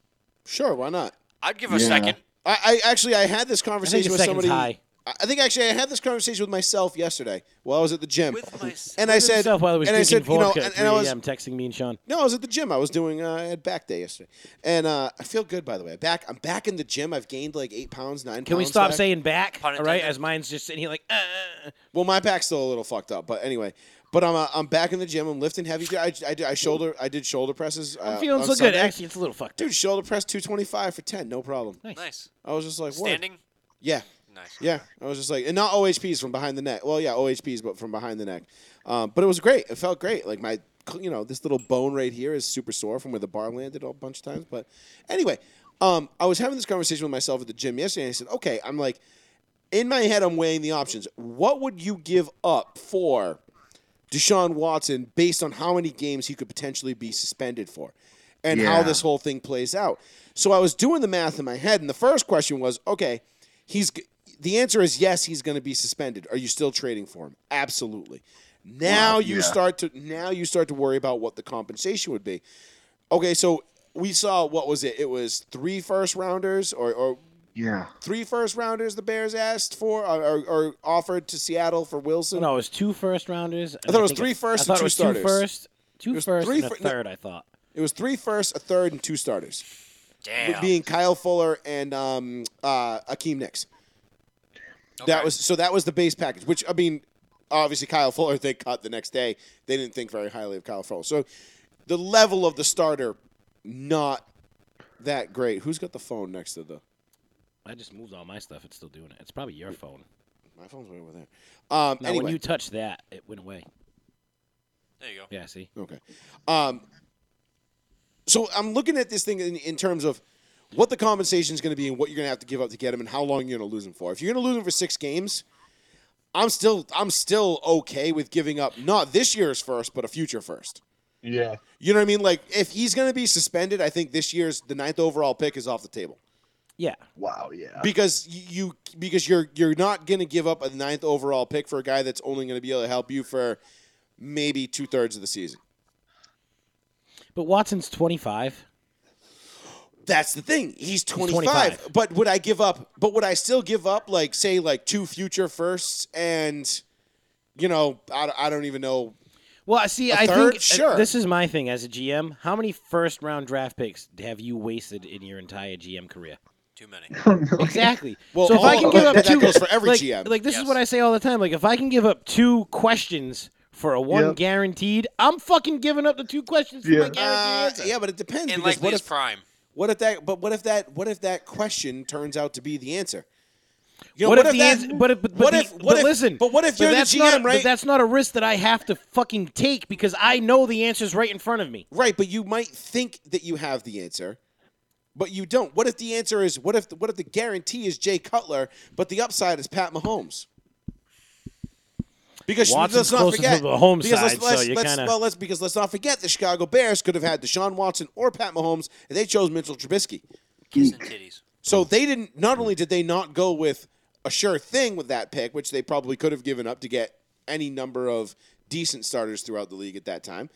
S1: Sure, why not?
S3: I'd give a
S4: Yeah.
S3: second.
S1: I, I actually I had this
S2: I think
S1: conversation
S2: the
S1: with
S2: second's
S1: somebody.
S2: high.
S1: I I think actually I had this conversation with myself yesterday while I was at the gym,
S3: With myself.
S1: and I said,
S2: Himself while he was
S1: and I
S2: drinking
S1: said, you know,
S2: vodka at
S1: and, and I
S2: 3
S1: was
S2: a.m. texting me and Sean.
S1: no, I was at the gym. I was doing uh, I had back day yesterday, and uh, I feel good by the way. I'm back, I'm back in the gym. I've gained like eight pounds, nine.
S2: Can we
S1: pounds
S2: stop
S1: back.
S2: saying back?
S3: Pun
S2: All right,
S3: intended.
S2: as mine's just sitting here like, uh, uh, uh.
S1: Well, my back's still a little fucked up, but anyway. But I'm, uh, I'm back in the gym. I'm lifting heavy. I, I, did- I shoulder I did shoulder presses. Uh,
S2: Oh, I'm feeling
S1: on
S2: so good.
S1: Sunday.
S2: Actually, it's a little fucked. up.
S1: Dude, shoulder press 225 for 10, no problem.
S3: Nice.
S1: I was just like, what?
S3: Standing?
S1: Yeah,
S3: Nice.
S1: yeah. I was just like, and not OHPs from behind the neck. Well, yeah, OHPs, but from behind the neck. Um, but it was great. It felt great. Like my, you know, this little bone right here is super sore from where the bar landed a bunch of times. But anyway, um, I was having this conversation with myself at the gym yesterday. And I said, okay, I'm like, in my head, I'm weighing the options. What would you give up for Deshaun Watson based on how many games he could potentially be suspended for and how
S4: Yeah.
S1: this whole thing plays out. So I was doing the math in my head, and the first question was okay, he's g- the answer is yes, he's going to be suspended. Are you still trading for him? Absolutely. Now
S4: Wow,
S1: you
S4: yeah.
S1: start to now you start to worry about what the compensation would be. Okay, so we saw what was it? It was three first rounders or, or
S4: Yeah.
S1: three first rounders the Bears asked for or, or, or offered to Seattle for Wilson.
S2: No, it was two first rounders. and
S1: thought it was
S2: think
S1: three firsts
S2: I thought
S1: and
S2: it was
S1: two starters.
S2: Two first, two
S1: was
S2: first
S1: three
S2: and a
S1: fir- no.
S2: third. I thought.
S1: It was three firsts, a third, and two starters.
S3: Damn.
S1: being Kyle Fuller and um, uh, Akeem Nicks. That
S3: Okay.
S1: was so that was the base package. Which I mean, obviously Kyle Fuller they cut the next day. They didn't think very highly of Kyle Fuller. So the level of the starter not that great. Who's got the phone next to the?
S2: I just moved all my stuff. It's still doing it. It's probably your phone.
S1: My phone's right over there. Um,
S2: Now,
S1: anyway,
S2: when you touched that, it went away.
S3: There you go.
S2: Yeah, see.
S1: Okay. Um, so I'm looking at this thing in, in terms of what the compensation is going to be and what you're going to have to give up to get him and how long you're going to lose him for. If you're going to lose him for six games, I'm still I'm still okay with giving up not this year's first, but a future first.
S4: Yeah.
S1: You know what I mean? Like if he's going to be suspended, I think this year's the ninth overall pick is off the table
S2: Yeah.
S4: Wow. Yeah.
S1: because you because you're you're not going to give up a ninth overall pick for a guy that's only going to be able to help you for maybe two thirds of the season.
S2: But Watson's 25.
S1: That's the thing. He's 25,
S2: 25.
S1: But would I give up? But would I still give up, like, say, like two future firsts and, you know, I, I don't even know.
S2: Well, I see, I
S1: third?
S2: think uh,
S1: Sure.
S2: this is my thing as a GM. How many first round draft picks have you wasted in your entire GM career?
S3: Too many.
S2: Exactly.
S1: Well,
S2: so if I
S1: all-
S2: can give up
S1: that
S2: two,
S1: goes for every
S2: like,
S1: GM.
S2: Like this
S3: Yes.
S2: is what I say all the time. Like if I can give up two questions for a one
S4: Yep.
S2: guaranteed, I'm fucking giving up the two questions for my
S4: Yeah.
S2: guaranteed
S1: Uh,
S2: answer.
S1: yeah, but it depends.
S3: And
S1: because
S3: likely
S1: what
S3: his
S1: if,
S3: prime.
S1: what if that? But what if that? What if that question turns out to be the answer? You know,
S2: what, if the
S1: that-
S2: answer, but, if- but, but
S1: what
S2: the-
S1: if? What
S2: but
S1: if?
S2: listen,
S1: But what if you're the
S2: that's not a-
S1: GM,
S2: but
S1: right?
S2: that's not a risk that I have to fucking take because I know the answer's right in front of me.
S1: Right, but you might think that you have the answer, but you don't. What if the answer is what if what if the guarantee is Jay Cutler, but the upside is Pat Mahomes? Because let's
S2: Watson's
S1: not
S2: closer to
S1: forget
S2: the home
S1: because let's-
S2: side, so
S1: let's-
S2: you
S1: let's-
S2: kinda-
S1: well, let's because let's not forget the Chicago Bears could have had Deshaun Watson or Pat Mahomes, and they chose Mitchell Trubisky.
S3: Kissing titties.
S1: So they didn't. Not only did they not go with a sure thing with that pick, which they probably could have given up to get any number of decent starters throughout the league at that time.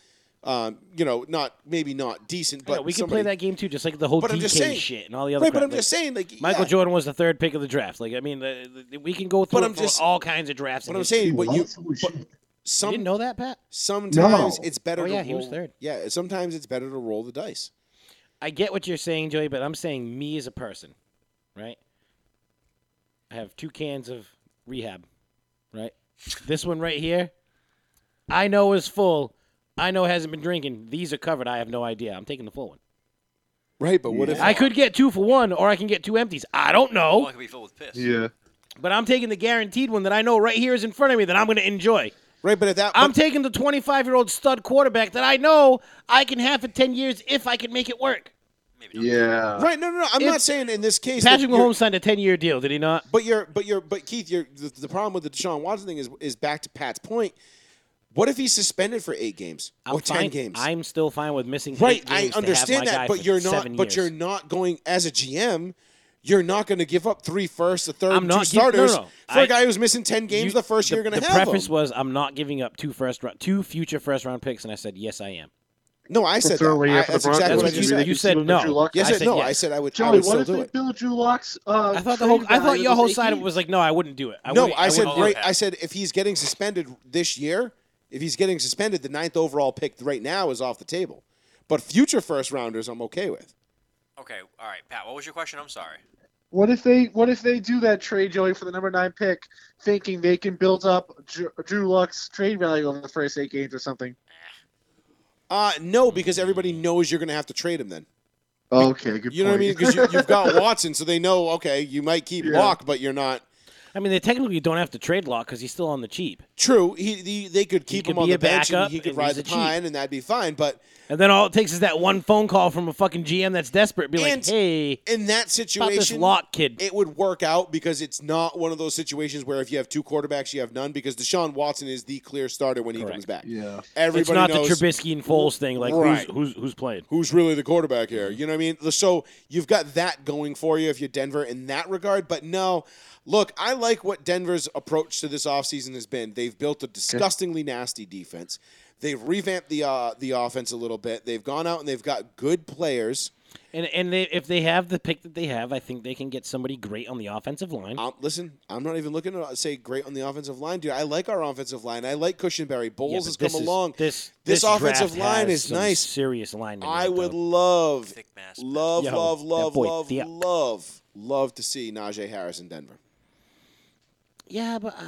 S1: Um, you know, not maybe not decent, but
S2: Yeah, we can
S1: somebody,
S2: play that game too, just like the whole
S1: But I'm
S2: DK
S1: just saying-
S2: shit and all the other.
S1: Right, but
S2: crap.
S1: I'm
S2: Like,
S1: just saying, like
S2: Michael
S1: yeah,
S2: Jordan was the third pick of the draft. Like I mean, the, the- we can go through
S1: I'm
S2: it for
S1: just-
S2: all kinds of drafts.
S1: But
S2: in
S1: I'm
S2: history.
S1: saying, what you
S4: Holy shit.
S2: you
S1: some
S2: didn't know that, Pat.
S1: sometimes
S4: No.
S1: it's better.
S2: Oh,
S1: to
S2: yeah, he was
S1: roll-
S2: third.
S1: Yeah, sometimes it's better to roll the dice.
S2: I get what you're saying, Joey, but I'm saying me as a person, right? I have two cans of rehab, right? This one right here, I know is full. I know hasn't been drinking. These are covered. I have no idea. I'm taking the full one.
S1: Right, but what if
S2: I could get two for one, or I can get two empties. I don't
S3: Oh,
S2: know,
S3: it could be filled with piss.
S4: Yeah.
S2: but I'm taking the guaranteed one that I know right here is in front of me that I'm going to enjoy.
S1: right? But if that
S2: I'm
S1: but,
S2: taking the 25 year old stud quarterback that I know I can have for 10 years if I can make it work.
S3: Maybe not.
S4: Yeah.
S1: right, no, no, no. I'm not
S2: It's-
S1: saying in this case.
S2: Patrick
S1: that you're-
S2: Mahomes signed a 10 year deal, did he not?
S1: But you're, but you're, but Keith, you're, the, the problem with the Deshaun Watson thing is, is back to Pat's point. What if he's suspended for eight games or ten
S2: fine.
S1: games?
S2: I'm still fine with missing.
S1: right,
S2: eight
S1: I
S2: games to have
S1: understand
S2: my guy
S1: that,
S2: for
S1: but you're not,
S2: seven
S1: but you're
S2: years.
S1: not going as a GM. You're not going to give up three firsts, a third,
S2: I'm
S1: and two
S2: not gi- no,
S1: starters
S2: no.
S1: for a
S2: I-
S1: guy who's missing ten games
S2: You-
S1: the first year you're going
S2: the
S1: to have
S2: preface
S1: him.
S2: was I'm not giving up two first round, two future first round picks, and I said yes, I am.
S1: No, I said that.
S4: Early
S1: I,
S4: after the
S1: that's exactly
S2: Broncos,
S1: what
S2: you
S1: you
S2: really
S1: said.
S2: you said
S4: Drew
S2: no.
S4: Luck?
S1: Yes,
S2: I
S1: I
S2: said
S1: no,
S2: yes.
S1: I said I would. I
S4: Joey,
S1: would
S4: what
S1: still
S4: if
S1: do
S4: they
S1: it.
S4: build Drew Locks? Uh,
S2: I thought the whole
S4: trade
S2: I thought
S4: value
S2: your whole
S4: was
S2: side of
S4: 18?
S2: it was like no, I wouldn't do it. I
S1: No,
S2: wouldn't-
S1: I said
S2: wouldn't do
S1: right.
S2: it.
S1: I said if he's getting suspended this year, if he's getting suspended, the ninth overall pick right now is off the table. But future first rounders, I'm okay with.
S3: Okay, all right, Pat. What was your question? I'm sorry.
S4: What if they What if they do that trade, Joey, for the number nine pick, thinking they can build up Dr- Drew Luck's trade value over the first eight games or something?
S1: Uh, no, because everybody knows you're going to have to trade him then.
S4: Okay, good.
S1: You know what I mean?
S4: point.
S1: Because you, you've got Watson, so they know, okay, you might keep
S4: Yeah.
S1: Locke, but you're not.
S2: I mean, they technically don't have to trade Locke because he's still on the cheap.
S1: True, he, he they could keep
S2: could
S1: him on
S2: be
S1: the
S2: a
S1: bench and
S2: backup,
S1: he could
S2: and
S1: ride
S2: he's
S1: the
S2: a cheat.
S1: pine, and that'd be fine. But
S2: And then all it takes is that one phone call from a fucking GM that's desperate, be
S1: And-
S2: like, "Hey,
S1: in that
S2: about this
S1: situation,
S2: Locke kid."
S1: it would work out because it's not one of those situations where if you have two quarterbacks, you have none. Because Deshaun Watson is the clear starter when he
S2: Correct.
S1: comes back.
S4: yeah.
S1: Everybody
S2: it's not
S1: knows
S2: the Trubisky and Foles thing. Like,
S1: Right.
S2: who's, who's who's playing?
S1: who's really the quarterback here. You know what I mean? So you've got that going for you if you're Denver in that regard. But no, look, I like what Denver's approach to this offseason has been. They've built a disgustingly nasty defense. They've revamped the uh, the offense a little bit. They've gone out and they've got good players.
S2: And and they, if they have the pick that they have, I think they can get somebody great on the offensive line.
S1: Um, listen, I'm not even looking to say great on the offensive line, dude. I like our offensive line. I like Cushionberry. Bowles
S2: Yeah, but
S1: has
S2: this
S1: come
S2: is-
S1: along.
S2: This
S1: This
S2: draft
S1: offensive line is
S2: has some
S1: nice.
S2: Serious line.
S1: I would love,
S3: Thick mask.
S1: love,
S2: Yo,
S1: love,
S2: that
S1: love,
S2: boy
S1: love,
S2: thick.
S1: love, love to see Najee Harris in Denver.
S2: Yeah, but uh,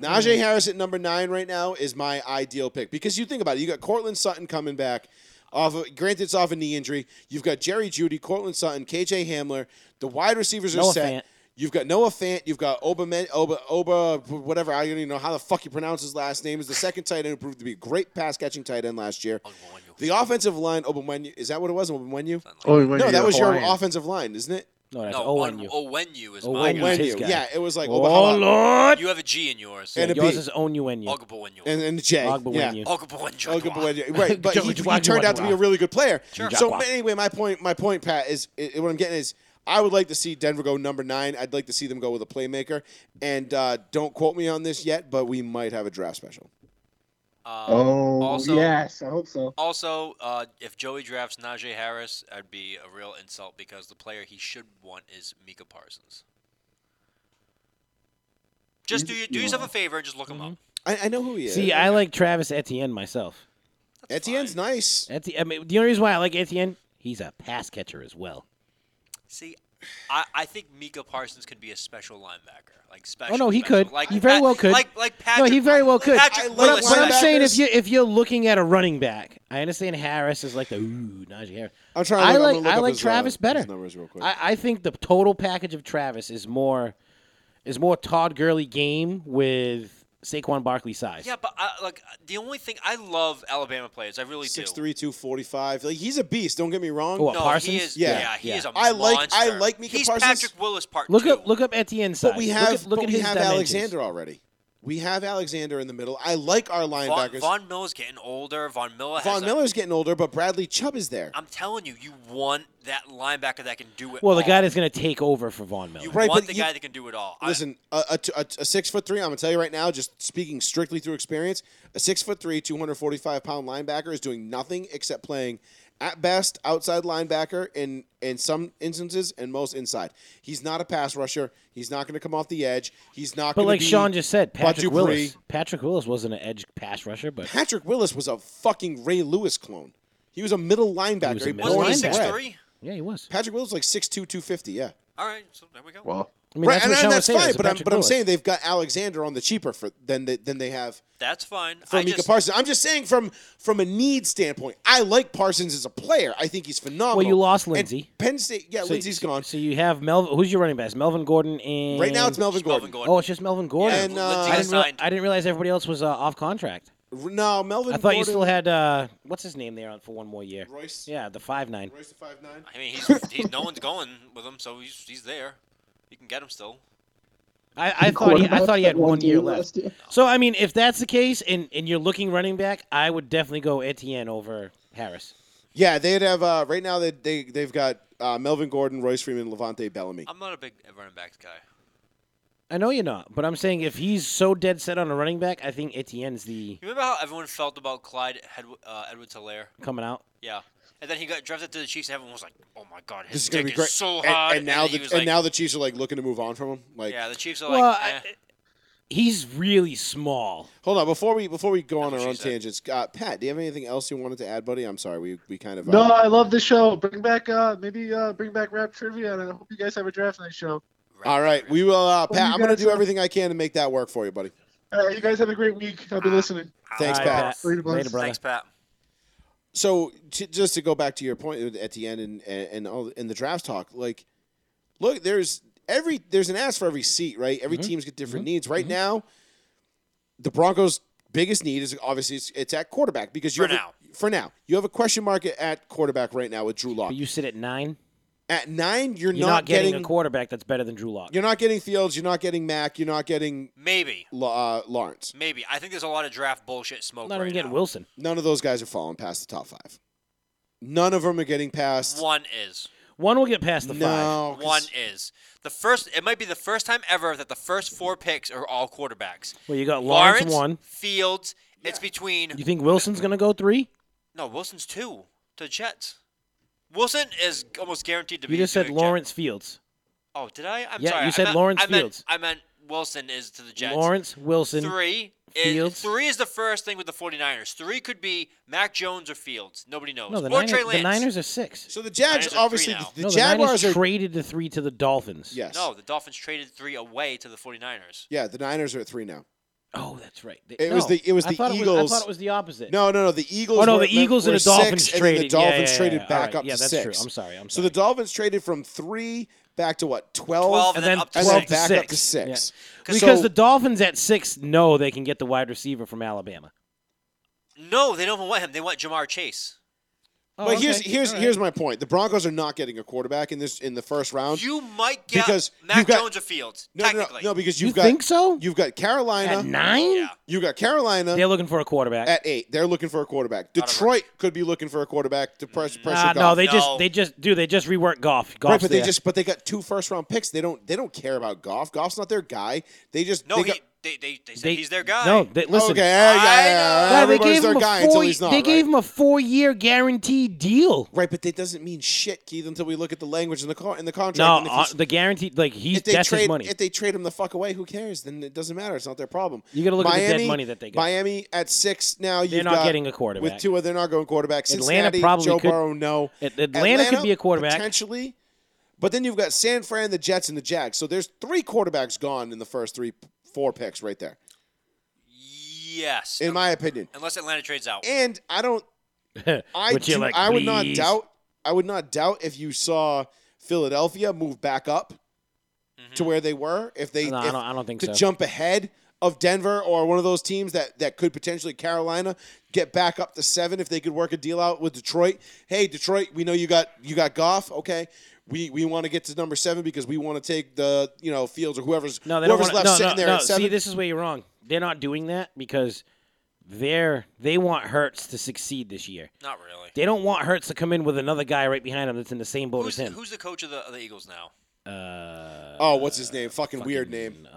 S1: Najee Harris at number nine right now is my ideal pick because you think about it. You got Cortland Sutton coming back. Off of, granted, it's off a knee injury. You've got Jerry Judy, Cortland Sutton, KJ Hamler. The wide receivers are
S2: Noah
S1: set.
S2: Fant.
S1: You've got Noah Fant. You've got Oberman, Oba, Oba, whatever. I don't even know how the fuck you pronounce his last name. Is the second tight end who proved to be a great pass catching tight end last year.
S3: Ogbonyu.
S1: The offensive line, Obermenu, is that what it was? Obermenu?
S4: Oh,
S1: No, that was your offensive line, isn't it?
S2: no, that's
S3: No,
S2: Owen.
S3: on-
S2: you.
S3: Owenyu is
S2: Owenyu.
S3: mine.
S2: It's his
S1: Obenyu.
S2: guy.
S1: Yeah, it was like
S2: Oh
S1: Oberhala
S2: Lord!
S3: You have a G in yours.
S1: and a
S2: Yours
S1: B
S2: is own you and you.
S3: Ogboenyu.
S1: and, and a J.
S2: Ogboenyu.
S1: Yeah.
S3: Ogboenyu.
S1: Oh, good boy. Right, but he, he
S2: Jaguar.
S1: turned out to be a really good player.
S3: Sure.
S1: So
S2: Jaguar.
S1: anyway, my point, my point, Pat, is i what I'm getting is I would like to see Denver go number nine. I'd like to see them go with a playmaker. And uh, don't quote me on this yet, but we might have a draft special.
S3: Um,
S4: Oh,
S3: also,
S4: yes, I hope so.
S3: Also, uh, if Joey drafts Najee Harris, that'd be a real insult because the player he should want is Mika Parsons. Just do, your, do yourself a favor and just look him
S2: Mm-hmm.
S3: up.
S1: I, I know who he is.
S2: See, I like Travis Etienne myself.
S1: Etienne's nice.
S2: Etienne, I mean, the only reason why I like Etienne, he's a pass catcher as well.
S3: See, I, I think Mika Parsons could be a special linebacker, like special.
S2: Oh no, he
S3: special.
S2: could.
S3: Like
S2: he very
S3: Pat-
S2: well could.
S3: Like like
S2: no,
S3: Patrick.
S2: he very well could.
S3: Patrick
S1: I
S2: What, I'm-
S1: love
S3: Willis
S2: what I'm
S3: back-
S2: saying,
S1: linebackers.
S2: if you if you're looking at a running back, I understand Harris is like the ooh Najee Harris.
S1: I'm trying. To
S2: I
S1: look, I'm gonna
S2: like
S1: look
S2: I
S1: up
S2: like
S1: his, uh,
S2: Travis better.
S1: His numbers real quick.
S2: I, I think the total package of Travis is more is more Todd Gurley game with Saquon Barkley size.
S3: Yeah, but I, like the only thing I love Alabama players, I really
S1: Six
S3: do.
S1: three two forty five. Like he's a beast. Don't get me wrong.
S2: What,
S3: no, he
S2: Parsons?
S3: is.
S1: Yeah.
S3: Yeah, he
S2: Yeah.
S3: is a
S1: I like-
S3: monster.
S1: I like Mika
S3: He's
S1: Parsons.
S3: Patrick Willis part
S2: Look
S3: two.
S2: up look up Etienne size.
S1: But we
S2: Look
S1: have.
S2: at- look
S1: but
S2: at
S1: we
S2: his
S1: have
S2: dimensions.
S1: Alexander already. We have Alexander in the middle. I like our
S3: Von,
S1: linebackers.
S3: Von Miller's getting older. Von Miller. has
S1: Von
S3: a-
S1: Miller's getting older, but Bradley Chubb is there.
S3: I'm telling you, you want that linebacker that can do it.
S2: Well, the
S3: all.
S2: guy that's going to take over for Von Miller.
S3: you
S1: Right,
S3: want
S1: but
S3: the
S1: you-
S3: guy that can do it all. I-
S1: Listen, a, a, a, a six foot three. I'm gonna tell you right now, just speaking strictly through experience, a six foot three, 245 pound linebacker is doing nothing except playing at best outside linebacker in in some instances and most inside. He's not a pass rusher. He's not gonna come off the edge. He's not.
S2: But
S1: gonna
S2: like
S1: be,
S2: Sean just said, Patrick
S1: Dupree.
S2: Willis. Patrick Willis wasn't an edge pass rusher, but
S1: Patrick Willis was a fucking Ray Lewis clone. He was a middle linebacker.
S2: He was a
S1: born
S2: middle
S3: wasn't he
S1: and
S3: six
S2: linebacker.
S1: bred.
S3: three?
S2: yeah, he was.
S1: Patrick Willis was like 6'2", 250, Yeah.
S3: All right, so there we go.
S4: Well,
S2: I mean, that's
S1: and,
S2: what Sean
S1: and
S2: was
S1: that's
S2: saying.
S1: fine,
S2: it's
S1: but I'm,
S2: Patrick
S1: but I'm
S2: Willis.
S1: saying they've got Alexander on the cheaper for than they, than they have
S3: That's fine.
S1: for
S3: I
S1: Mika
S3: just,
S1: Parsons. I'm just saying from from a need standpoint, I like Parsons as a player. I think he's phenomenal.
S2: Well, you lost
S1: And
S2: Lindsey.
S1: Penn State, yeah,
S2: so,
S1: Lindsey's
S2: so-
S1: gone.
S2: So you have Melvin. Who's your running back? It's Melvin Gordon and
S1: Right now it's Melvin Gordon.
S3: Melvin Gordon.
S2: Oh, it's just Melvin Gordon.
S1: And, uh,
S2: I,
S3: Lindsey got
S2: didn't real-
S3: signed.
S2: I didn't realize everybody else was uh, off contract.
S1: No, Melvin
S2: I thought
S1: Gordon.
S2: you still had uh, what's his name there on- for one more year.
S1: Royce.
S2: Yeah, the five nine.
S1: Royce the five nine.
S3: I mean, he's, he's no one's going with him, so he's he's there. You can get him still.
S2: I, I thought he, I thought he had one year left.
S5: year.
S2: So I mean, if that's the case, and, and you're looking running back, I would definitely go Etienne over Harris.
S1: Yeah, they'd have uh, right now. They they they've got uh, Melvin Gordon, Royce Freeman, Levante Bellamy.
S3: I'm not a big running backs guy.
S2: I know you're not, but I'm saying if he's so dead set on a running back, I think Etienne's the
S3: You remember how everyone felt about Clyde Hed- uh, Edwards Hilaire?
S2: coming out.
S3: Yeah. And then he got drafted to the Chiefs, and everyone was like, "Oh my God, his
S1: This is
S3: dick
S1: gonna be
S3: is
S1: great.
S3: so
S1: And-
S3: hard."
S1: and, now
S3: he
S1: the
S3: was
S1: and
S3: like,
S1: now the Chiefs are like looking to move on from him. Like
S3: yeah, the Chiefs are
S2: well,
S3: like, eh.
S2: I, he's really small.
S1: Hold on, before we before we go on our
S3: what
S1: own
S3: she said.
S1: tangents, uh, Pat, do you have anything else you wanted to add, buddy? I'm sorry, we we kind of
S4: No,
S1: uh,
S4: I love the show. Bring back, uh, maybe uh, bring back rap trivia, and I hope you guys have a draft night show.
S1: All right, we will. Uh,
S4: Oh,
S1: Pat,
S4: you
S1: I'm gonna
S4: guys
S1: do
S4: are-
S1: everything I can to make that work for you, buddy.
S4: All right, you guys have a great week. I'll be
S1: Ah.
S4: listening.
S1: Thanks,
S2: All
S1: Pat.
S4: Later, boys.
S2: Later, brother.
S3: Thanks, Pat.
S1: So t- just to go back to your point at the end and and, and all in the drafts talk, like, look, there's every there's an ask for every seat, right? Every team's got different needs. Right now, the Broncos' biggest need is obviously it's, it's at quarterback because you
S3: For
S1: have
S3: now.
S1: a, for now you have a question mark at- at quarterback right now with Drew Lock.
S2: But you sit at nine.
S1: at nine, you're,
S2: You're not, getting, a quarterback that's better than Drew Lock.
S1: you're not getting Fields, you're not getting Mack, you're not getting
S3: Maybe,
S1: La- uh, Lawrence.
S3: maybe. I think there's a lot of draft bullshit smoke
S2: not
S3: right
S2: even getting
S3: now.
S2: Wilson.
S1: None of those guys are falling past the top five. None of them are getting past.
S3: One is.
S2: One will get past the five.
S1: no, 'cause-
S3: One is. The first it might be the first time ever that the first four picks are all quarterbacks.
S2: Well, you got Lawrence, one.
S3: Fields. It's between
S2: You think Wilson's going to go three?
S3: No, Wilson's two to the Jets. Wilson is almost guaranteed to be.
S2: You just
S3: to
S2: said
S3: the
S2: Lawrence Fields.
S3: Jets. Oh, did I? I'm
S2: Yeah,
S3: sorry.
S2: you
S3: I
S2: said
S3: meant-
S2: Lawrence
S3: I meant-
S2: Fields.
S3: I meant Wilson is to the Jets.
S2: Lawrence, Wilson.
S3: Three. is-
S2: Fields.
S3: three is the first thing with the 49ers. Three could be Mac Jones or Fields. Nobody knows.
S2: No, the
S3: or
S2: Niners,
S3: Trey
S2: the
S3: Oh, Lance.
S2: Niners are six.
S1: So the Jags,
S3: Niners are three
S1: obviously,
S3: now.
S1: the,
S2: no, the
S1: Jaguars
S2: Niners
S1: are.
S2: traded the three to the Dolphins.
S1: yes.
S3: No, the Dolphins traded three away to the 49ers.
S1: Yeah, the Niners are at three now.
S2: Oh, that's right. They-
S1: It was
S2: no,
S1: the- it was
S2: I
S1: the
S2: thought
S1: Eagles.
S2: I thought it was the opposite.
S1: No, no, no. The Eagles.
S2: oh no,
S1: were-
S2: the Eagles
S1: were
S2: and the Dolphins
S1: six, and then
S2: traded.
S1: the
S2: Yeah,
S1: Dolphins
S2: yeah, yeah,
S1: traded
S2: yeah.
S1: back
S2: All right.
S1: up
S2: Yeah,
S1: to
S2: that's
S1: six.
S2: true. I'm sorry. I'm
S1: So
S2: sorry.
S1: the Dolphins traded from three back to what twelve,
S3: Twelve
S2: and
S3: and
S2: then
S3: then up to
S1: and
S3: six.
S1: then
S2: twelve
S1: back
S2: to
S1: up to six.
S2: because
S1: So-
S2: the Dolphins at six know they can get the wide receiver from Alabama.
S3: No, they don't even want him. They want Jamar Chase.
S2: Oh,
S1: but here's
S2: okay.
S1: here's
S2: All right.
S1: here's my point. The Broncos are not getting a quarterback in this in the first round.
S3: You might get
S1: Um, Because you've
S3: Mac
S1: got-
S3: Jones or Fields.
S1: no, no, no,
S3: technically.
S1: no, because
S2: you
S1: you've got
S2: think so?
S1: you've got
S2: At
S1: Carolina,
S2: nine,
S3: Yeah.
S1: you've got Carolina
S2: they're looking for a quarterback.
S1: at eight. They're looking for a quarterback.
S3: Not a- Mm-hmm.
S1: Detroit could be looking for a quarterback to press, pressure.
S2: Ah, no,
S1: Goff.
S2: they just
S3: No.
S2: they just do they just rework golf. Golf's
S1: Right, but they
S2: there.
S1: just but they got two first round picks. They don't they don't care about Goff. Goff's not their guy. They just
S3: No,
S1: they
S3: he,
S1: got- oh,
S3: they, they, they said
S2: They-
S3: he's their guy.
S2: No, they, listen.
S1: okay, yeah, yeah, yeah, yeah,
S2: Yeah, they
S1: everybody's
S2: gave
S1: their
S2: him a
S1: guy
S2: four.
S1: until he's not.
S2: they
S1: right?
S2: gave him a four-year guaranteed deal.
S1: Right, but that doesn't mean shit, Keith, until we look at the language in the con- in the contract.
S2: No,
S1: and if
S2: uh,
S1: you-
S2: the guaranteed like he's
S1: if they
S2: that's
S1: trade
S2: his money.
S1: if they trade him the fuck away, who cares? Then it doesn't matter. It's not their problem.
S2: You gotta look at the dead
S1: Miami-
S2: money that they got.
S1: Miami at six now. You've
S2: They're not
S1: got-
S2: getting a quarterback.
S1: with Tua. They're not going quarterback.
S2: Atlanta
S1: Cincinnati,
S2: probably
S1: Joe
S2: could-
S1: Burrow, no.
S2: At- Atlanta could be a quarterback.
S1: potentially, but then you've got San Fran, the Jets, and the Jags. So there's three quarterbacks gone in the first three, four picks right there,
S3: Yes.
S1: in my opinion.
S3: Unless Atlanta trades out.
S1: And I don't I
S2: Which you're
S1: do,
S2: like,
S1: I would not
S2: "Please."
S1: doubt. I would not doubt if you saw Philadelphia move back up to where they were. If they,
S2: Mm-hmm. No, I
S1: if-
S2: don't- I don't think
S1: to
S2: so.
S1: jump ahead of Denver or one of those teams that that could potentially Carolina get back up to seven if they could work a deal out with Detroit. Hey, Detroit, we know you got you got Goff. Okay. We, we want to get to number seven because we want to take the you know Fields or whoever's
S2: No, they don't
S1: whoever's
S2: want
S1: left
S2: no,
S1: sitting
S2: no,
S1: there
S2: no.
S1: at seven.
S2: See, this is where you're wrong. They're not doing that because they're they want Hertz to succeed this year.
S3: Not really.
S2: They don't want Hertz to come in with another guy right behind him that's in the same boat
S3: Who's,
S2: as him.
S3: who's the coach of the, of the Eagles now?
S2: uh,
S1: oh, what's his name? Fucking, weird name.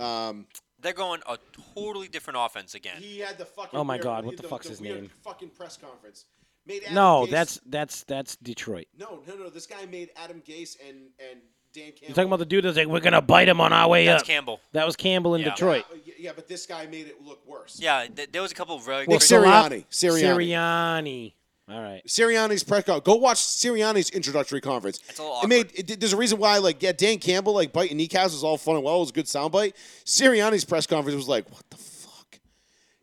S2: um,
S1: Um,
S3: They're going a totally different offense again.
S1: He had the fucking.
S2: Oh my
S1: weird-
S2: God, what the
S1: the
S2: fuck's his
S1: weird
S2: name?
S1: Fucking press conference. Made Adam
S2: no,
S1: Gase-
S2: that's that's that's Detroit.
S1: no, no, no. This guy made Adam Gase and and Dan Campbell.
S2: You're talking about the dude that's like, we're gonna bite him on our way
S3: That's
S2: up.
S3: Campbell.
S2: That was Campbell in
S3: Yeah.
S2: Detroit.
S1: Uh, Yeah, yeah, but this guy made it look worse.
S3: Yeah, th- there was a couple of really
S1: Well,
S3: good-
S1: Sir-
S2: Salop-
S1: Sirianni. Sirianni.
S2: Sirianni. All right.
S1: Sirianni's press con- Go watch Sirianni's introductory conference.
S3: It's a little
S1: It made. It, did- there's a reason why. Like, yeah, Dan Campbell like biting kneecaps was all fun and well. It was a good soundbite. Sirianni's press conference was like, what the fuck?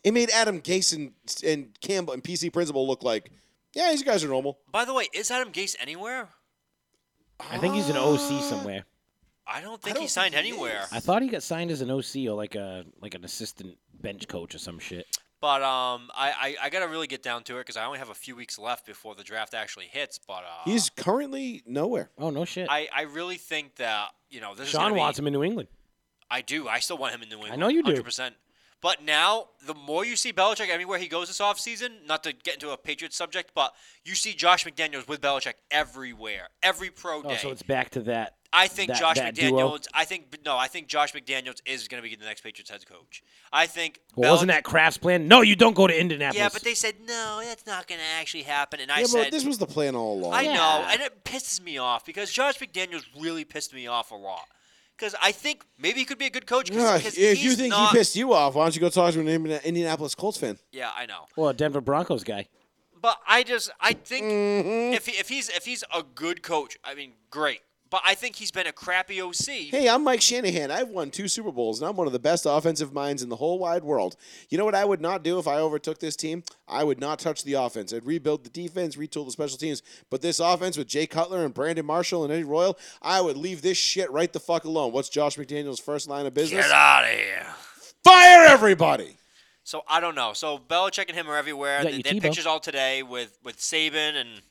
S1: It made Adam Gase and, and Campbell and PC Principal look like, yeah, these guys are normal.
S3: By the way, is Adam Gase anywhere?
S2: I think he's an
S1: Ah.
S2: OC somewhere.
S3: I don't think he
S1: don't
S3: signed
S1: think he
S3: anywhere.
S1: is.
S2: I thought he got signed as an OC or like a like an assistant bench coach or some shit.
S3: But um, I, I, I gotta really get down to it because I only have a few weeks left before the draft actually hits. But uh,
S1: He's currently nowhere.
S2: Oh no shit.
S3: I, I really think that you know this is gonna
S2: Sean
S3: be-
S2: wants him in New England.
S3: I do. I still want him in New England.
S2: know you do.
S3: 100%. But now, the more you see Belichick everywhere he goes this offseason, not to get into a Patriots subject, but you see Josh McDaniels with Belichick everywhere, every pro
S2: Oh,
S3: day.
S2: so it's back to that.
S3: I think
S2: that-
S3: Josh
S2: that
S3: McDaniels.
S2: duo.
S3: I think no. I think Josh McDaniels is going to be the next Patriots head coach. I think.
S2: Well, wasn't
S3: Belich-
S2: that Kraft's plan? No, you don't go to Indianapolis.
S3: Yeah, but they said no. That's not going to actually happen. And I
S1: yeah,
S3: said,
S1: but this was the plan all along.
S3: I know,
S2: Yeah.
S3: and it pisses me off because Josh McDaniels really pissed me off a lot. because I think maybe he could be a good coach. Cause,
S1: Yeah,
S3: 'cause
S1: if you
S3: he's
S1: think
S3: not,
S1: he pissed you off, why don't you go talk to an Indian- Indianapolis Colts fan?
S3: yeah, I know.
S2: Well, a Denver Broncos guy.
S3: But I just I think
S1: Mm-hmm.
S3: if he, if he's if he's a good coach, I mean, great. But I think he's been a crappy OC.
S1: Hey, I'm Mike Shanahan. I've won two Super Bowls, and I'm one of the best offensive minds in the whole wide world. You know what I would not do if I overtook this team? I would not touch the offense. I'd rebuild the defense, retool the special teams. But this offense with Jay Cutler and Brandon Marshall and Eddie Royal, I would leave this shit right the fuck alone. What's Josh McDaniel's first line of business?
S3: Get out of here.
S1: Fire everybody!
S3: So I don't know. So Belichick and him are everywhere.
S2: Is that
S3: They,
S2: you,
S3: they had
S2: Tebow?
S3: pictures all today with with Saban and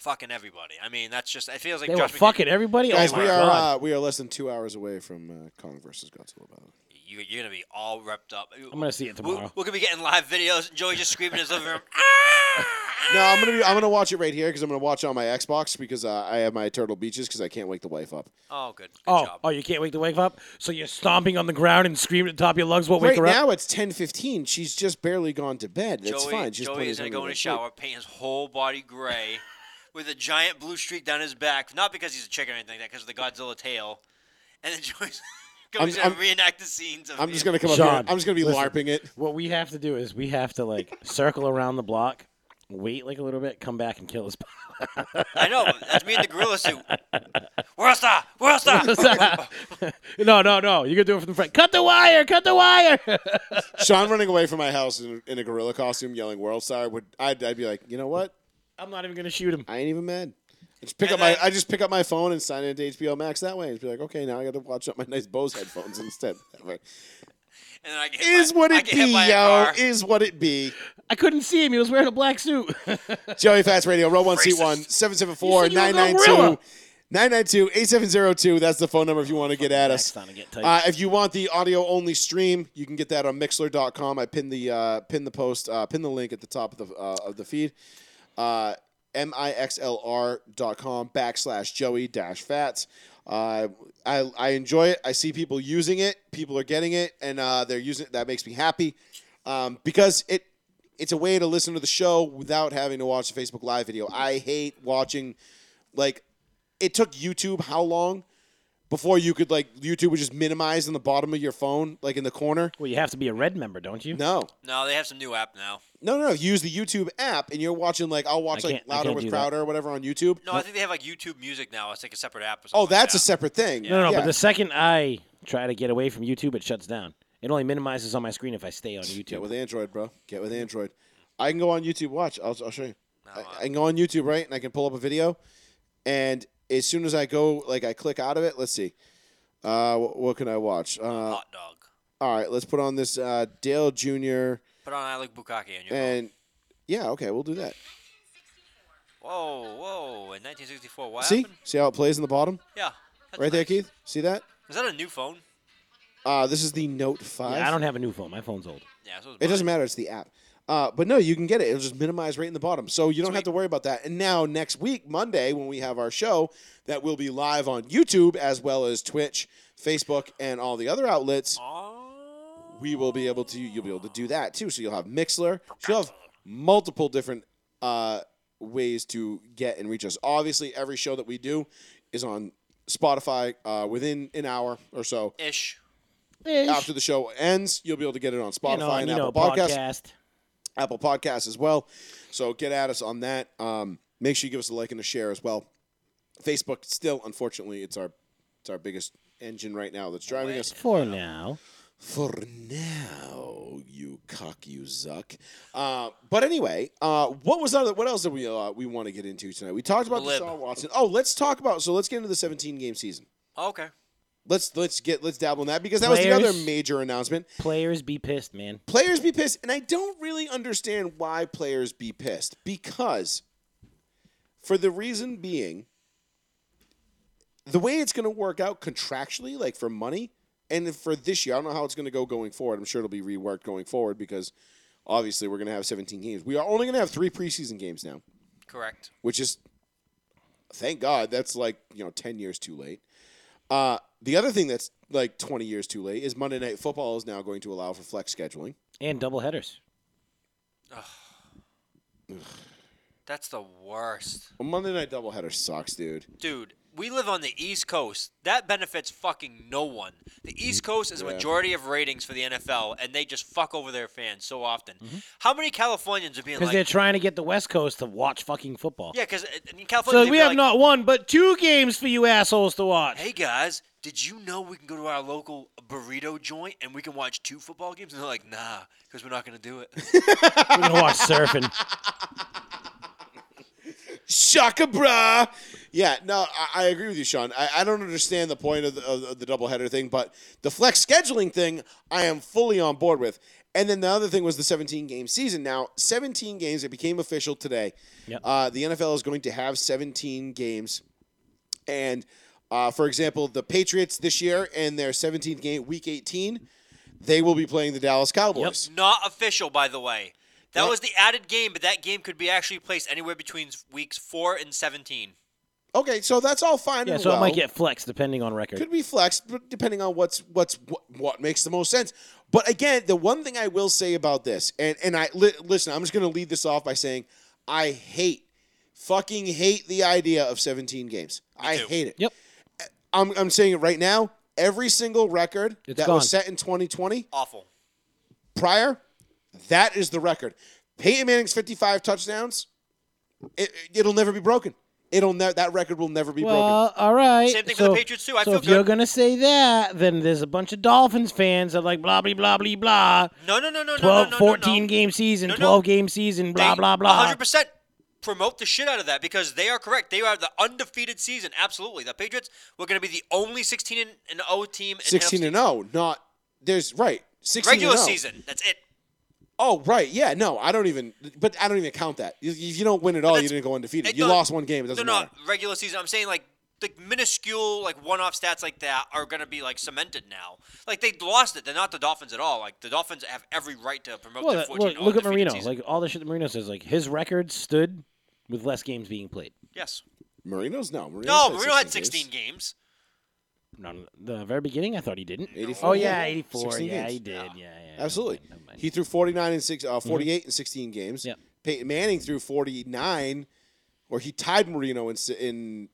S3: fucking everybody. I mean, that's just it feels like
S2: They were
S3: Josh McDaniels-
S2: fucking everybody.
S1: Guys,
S2: oh my
S1: we are
S2: god!
S1: uh, we are less than two hours away from uh, Kong versus Godzilla. By the way.
S3: You, you're gonna be all repped up.
S1: uh,
S2: I'm gonna see it
S3: We're,
S2: tomorrow.
S3: we're gonna be getting live videos. and Joey just screaming in his living room.
S1: No, I'm gonna be, I'm gonna watch it right here because I'm gonna watch it on my Xbox because uh, I have my Turtle Beaches because I can't wake the wife up.
S3: Oh, good. Good
S2: Oh,
S3: job.
S2: oh, you can't wait to wake up. So you're stomping on the ground and screaming at the top of your lungs. What wake
S1: right
S2: her up?
S1: now it's 10:15. She's just barely gone to bed. That's
S3: Joey,
S1: fine. She's
S3: Joey
S1: plenty
S3: is gonna
S1: of
S3: go
S1: time to go
S3: in the
S1: to
S3: shower, paint his whole body gray, with a giant blue streak down his back. Not because he's a chicken or anything, like because of the Godzilla tail. And then Joey's going to
S1: I'm-
S3: reenact the scenes of.
S1: sleep. I'm just
S3: the-
S1: gonna come up
S2: Sean,
S1: here. I'm just gonna be
S2: listen.
S1: larping it.
S2: What we have to do is we have to like circle around the block, wait like a little bit, come back and kill his.
S3: I know. That's me in the gorilla suit. Where's that? Where's that?
S2: no, no, no. You can do it from the front. Cut the wire. Cut the wire.
S1: Sean running away from my house in, in a gorilla costume, yelling "World Star." Would I'd, I'd be like, you know what?
S2: I'm not even gonna shoot him.
S1: I ain't even mad. I just pick
S3: And
S1: up my
S3: then-
S1: I just pick up my phone and sign into HBO Max that way. And be like, okay, now I got to watch up my nice Bose headphones instead. That way.
S3: And then I get hit
S1: Is
S3: by-
S1: what
S3: I
S1: it
S3: get
S1: be,
S3: hit by a
S1: yo?
S3: car.
S1: Is what it be.
S2: I couldn't see him. He was wearing a black suit.
S1: Joey Fats Radio, row one, seat
S3: Racist.
S1: one, 774
S2: You said you were a gorilla.
S1: 992 992 8702. That's the phone number if you want to get at
S2: Back's
S1: us.
S2: starting to get tight.
S1: Uh, if you want the audio only stream, you can get that on Mixler.com. I pinned the uh, pin the post, uh, pin the link at the top of the uh, of the feed. Uh, mixlr.com backslash Joey dash Fats. Uh, I I enjoy it. I see people using it. People are getting it, and uh, they're using it. That makes me happy um, because it it's a way to listen to the show without having to watch the Facebook Live video. I hate watching like it took YouTube how long before you could like YouTube would just minimize in the bottom of your phone, like in the corner.
S2: well, you have to be a red member, don't you?
S1: No,
S3: No, they have some new app now.
S1: no, no. no. Use the YouTube app, and you're watching like I'll watch
S2: I
S1: like
S2: can't- I
S1: Louder
S2: can't
S1: with
S2: do that.
S1: Crowder or whatever on YouTube.
S3: No, I think they have like YouTube Music now. It's like a separate app. Or something
S1: Oh, that's a
S3: like that.
S1: separate thing.
S2: No, no, no.
S1: Yeah.
S2: But the second I try to get away from YouTube, it shuts down. It only minimizes on my screen if I stay on
S1: Get
S2: YouTube.
S1: with Android, bro. Get with Android. I can go on YouTube. Watch. I'll, I'll show you. I,
S3: uh,
S1: I can go on YouTube, right? And I can pull up a video. And as soon as I go, like I click out of it, let's see. Uh, what, what can I watch? Uh,
S3: hot dog.
S1: all right, let's put on this uh, Dale Jr.
S3: Put on I like Bukaki on your phone.
S1: and yeah, okay, we'll do that.
S3: Whoa, whoa! In 1964, what
S1: See,
S3: happened?
S1: see how it plays in the bottom,
S3: Yeah, that's
S1: right there,
S3: nice.
S1: Keith. See that?
S3: Is that a new phone?
S1: Uh, this is the Note Five.
S2: Yeah, I don't have a new phone. My phone's old.
S3: Yeah, so is
S1: It doesn't
S3: mine.
S1: matter. It's the app. Uh, but no, you can get it. It'll just minimize right in the bottom, so you don't have to worry about that. And now next week, Monday, when we have our show, that will be live on YouTube as well as Twitch, Facebook, and all the other outlets.
S3: Oh,
S1: We will be able to. You'll be able to do that too. So you'll have Mixler. You'll have multiple different uh, ways to get and reach us. Obviously, every show that we do is on Spotify uh, within an hour or so.
S3: ish.
S1: after the show ends. You'll be able to get it on Spotify
S2: you know,
S1: and
S2: you know,
S1: Apple Podcasts,
S2: podcast.
S1: Apple Podcasts as well. So get at us on that. Um, make sure you give us a like and a share as well. Facebook still, unfortunately, it's our it's our biggest engine right now that's driving us.
S2: For now,
S1: For now, you cock, you zuck. Uh, but anyway, uh, what was other? What else did we uh, we want to get into tonight? We talked about
S3: Lib.
S1: Deshaun Watson. Oh, let's talk about. So let's get into the 17 game season.
S3: Oh, okay.
S1: Let's let's get let's dabble in that because that was the
S2: Players.
S1: other major announcement.
S2: players be pissed, man.
S1: players be pissed and i don't really understand why players be pissed because for the reason being the way it's going to work out contractually like for money and for this year i don't know how it's going to go going forward i'm sure it'll be reworked going forward because obviously we're going to have 17 games we are only going to have three preseason games now
S3: Correct.
S1: which is thank God that's like you know ten years too late. Uh, the other thing that's like twenty years too late is Monday Night Football is now going to allow for flex scheduling.
S2: And double headers.
S3: That's the worst,
S1: Well, Monday Night Doubleheader sucks, dude.
S3: dude. we live on the East Coast. That benefits fucking no one. The East Coast is a
S1: Mm, Yeah.
S3: majority of ratings for the NFL, and they just fuck over their fans so often.
S1: Mm-hmm.
S3: How many Californians are being
S2: Because they're
S3: like,
S2: trying to get the West Coast to watch fucking football.
S3: yeah, because in California,
S2: so
S3: they'd
S2: we
S3: be
S2: have
S3: like,
S2: not one, but two games for you assholes to watch.
S3: Hey guys, did you know we can go to our local burrito joint and we can watch two football games? And they're like, nah, because we're not gonna do it.
S2: We're gonna watch surfing.
S1: Shaka bra. Yeah, no, I, I agree with you, Sean. I, I don't understand the point of the, of, of the doubleheader thing, but the flex scheduling thing, I am fully on board with. And then the other thing was the 17 game season. Now, 17 games, it became official today.
S2: Yep.
S1: Uh, the NFL is going to have 17 games. And uh, for example, the Patriots this year in their 17th game, week 18, they will be playing the Dallas Cowboys.
S3: not official, by the way. That
S1: What?
S3: was the added game, but that game could be actually placed anywhere between weeks four and seventeen.
S1: Okay, so that's all fine.
S2: Yeah,
S1: and
S2: so it
S1: well.
S2: might get flexed depending on record.
S1: could be flexed but depending on what's what's what, what makes the most sense but again the one thing i will say about this and and i li- listen i'm just going to lead this off by saying i hate fucking hate the idea of 17 games i
S3: too.
S1: hate it
S2: Yep.
S1: I'm, I'm saying it right now every single record
S2: It's
S1: that
S2: gone.
S1: was set in 2020
S3: Awful.
S1: prior that is the record peyton manning's 55 touchdowns it, it'll never be broken it'll ne- that record will never be broken
S2: Well, all right.
S3: Same thing
S2: so,
S3: for the Patriots too. I
S2: so
S3: feel
S2: if you're
S3: good.
S2: gonna say that, then there's a bunch of Dolphins fans that are like blah blah blah blah blah.
S3: No, no, no, no,
S2: 12,
S3: no, no,
S2: 14
S3: no, no.
S2: game season,
S3: No, no.
S2: 12 game season, blah
S3: They
S2: blah blah.
S3: 100% promote the shit out of that because they are correct. They are the undefeated season. Absolutely, the Patriots were going to be the only 16 and- and 0 team. In
S1: 16
S3: NFC.
S2: oh.
S1: and 0 not there's right 16 and
S3: regular
S1: 0.
S3: season. That's it.
S1: Oh right, yeah. No, I don't even. But I don't even count that. If you don't win at all, you
S3: that's-
S1: didn't go undefeated.
S3: Hey,
S1: You
S3: no,
S1: lost one game. It doesn't
S3: no, no,
S1: matter.
S3: regular season. I'm saying like the minuscule like one-off stats like that are going to be like cemented now. Like they lost it. They're not the Dolphins at all. Like the Dolphins have every right to promote
S2: Well,
S3: their
S2: that-
S3: 14
S2: look, look at Marino.
S3: Season.
S2: Like all the shit that Marino says, like his record stood with less games being played.
S3: yes.
S1: Marino's no. Marino's
S3: No, Marino had 16 games.
S2: Not in the very beginning. I thought he didn't.
S1: 84,
S2: Oh yeah,
S1: yeah.
S2: 84.
S1: 16
S2: Yeah,
S1: games.
S2: he did. Yeah, yeah. never
S1: Absolutely.
S2: mind, never mind.
S1: He threw forty nine and six,
S2: Mm-hmm.
S1: uh, 48 and sixteen games.
S2: Yep.
S1: Peyton Manning threw forty nine, or he tied Marino in. s- in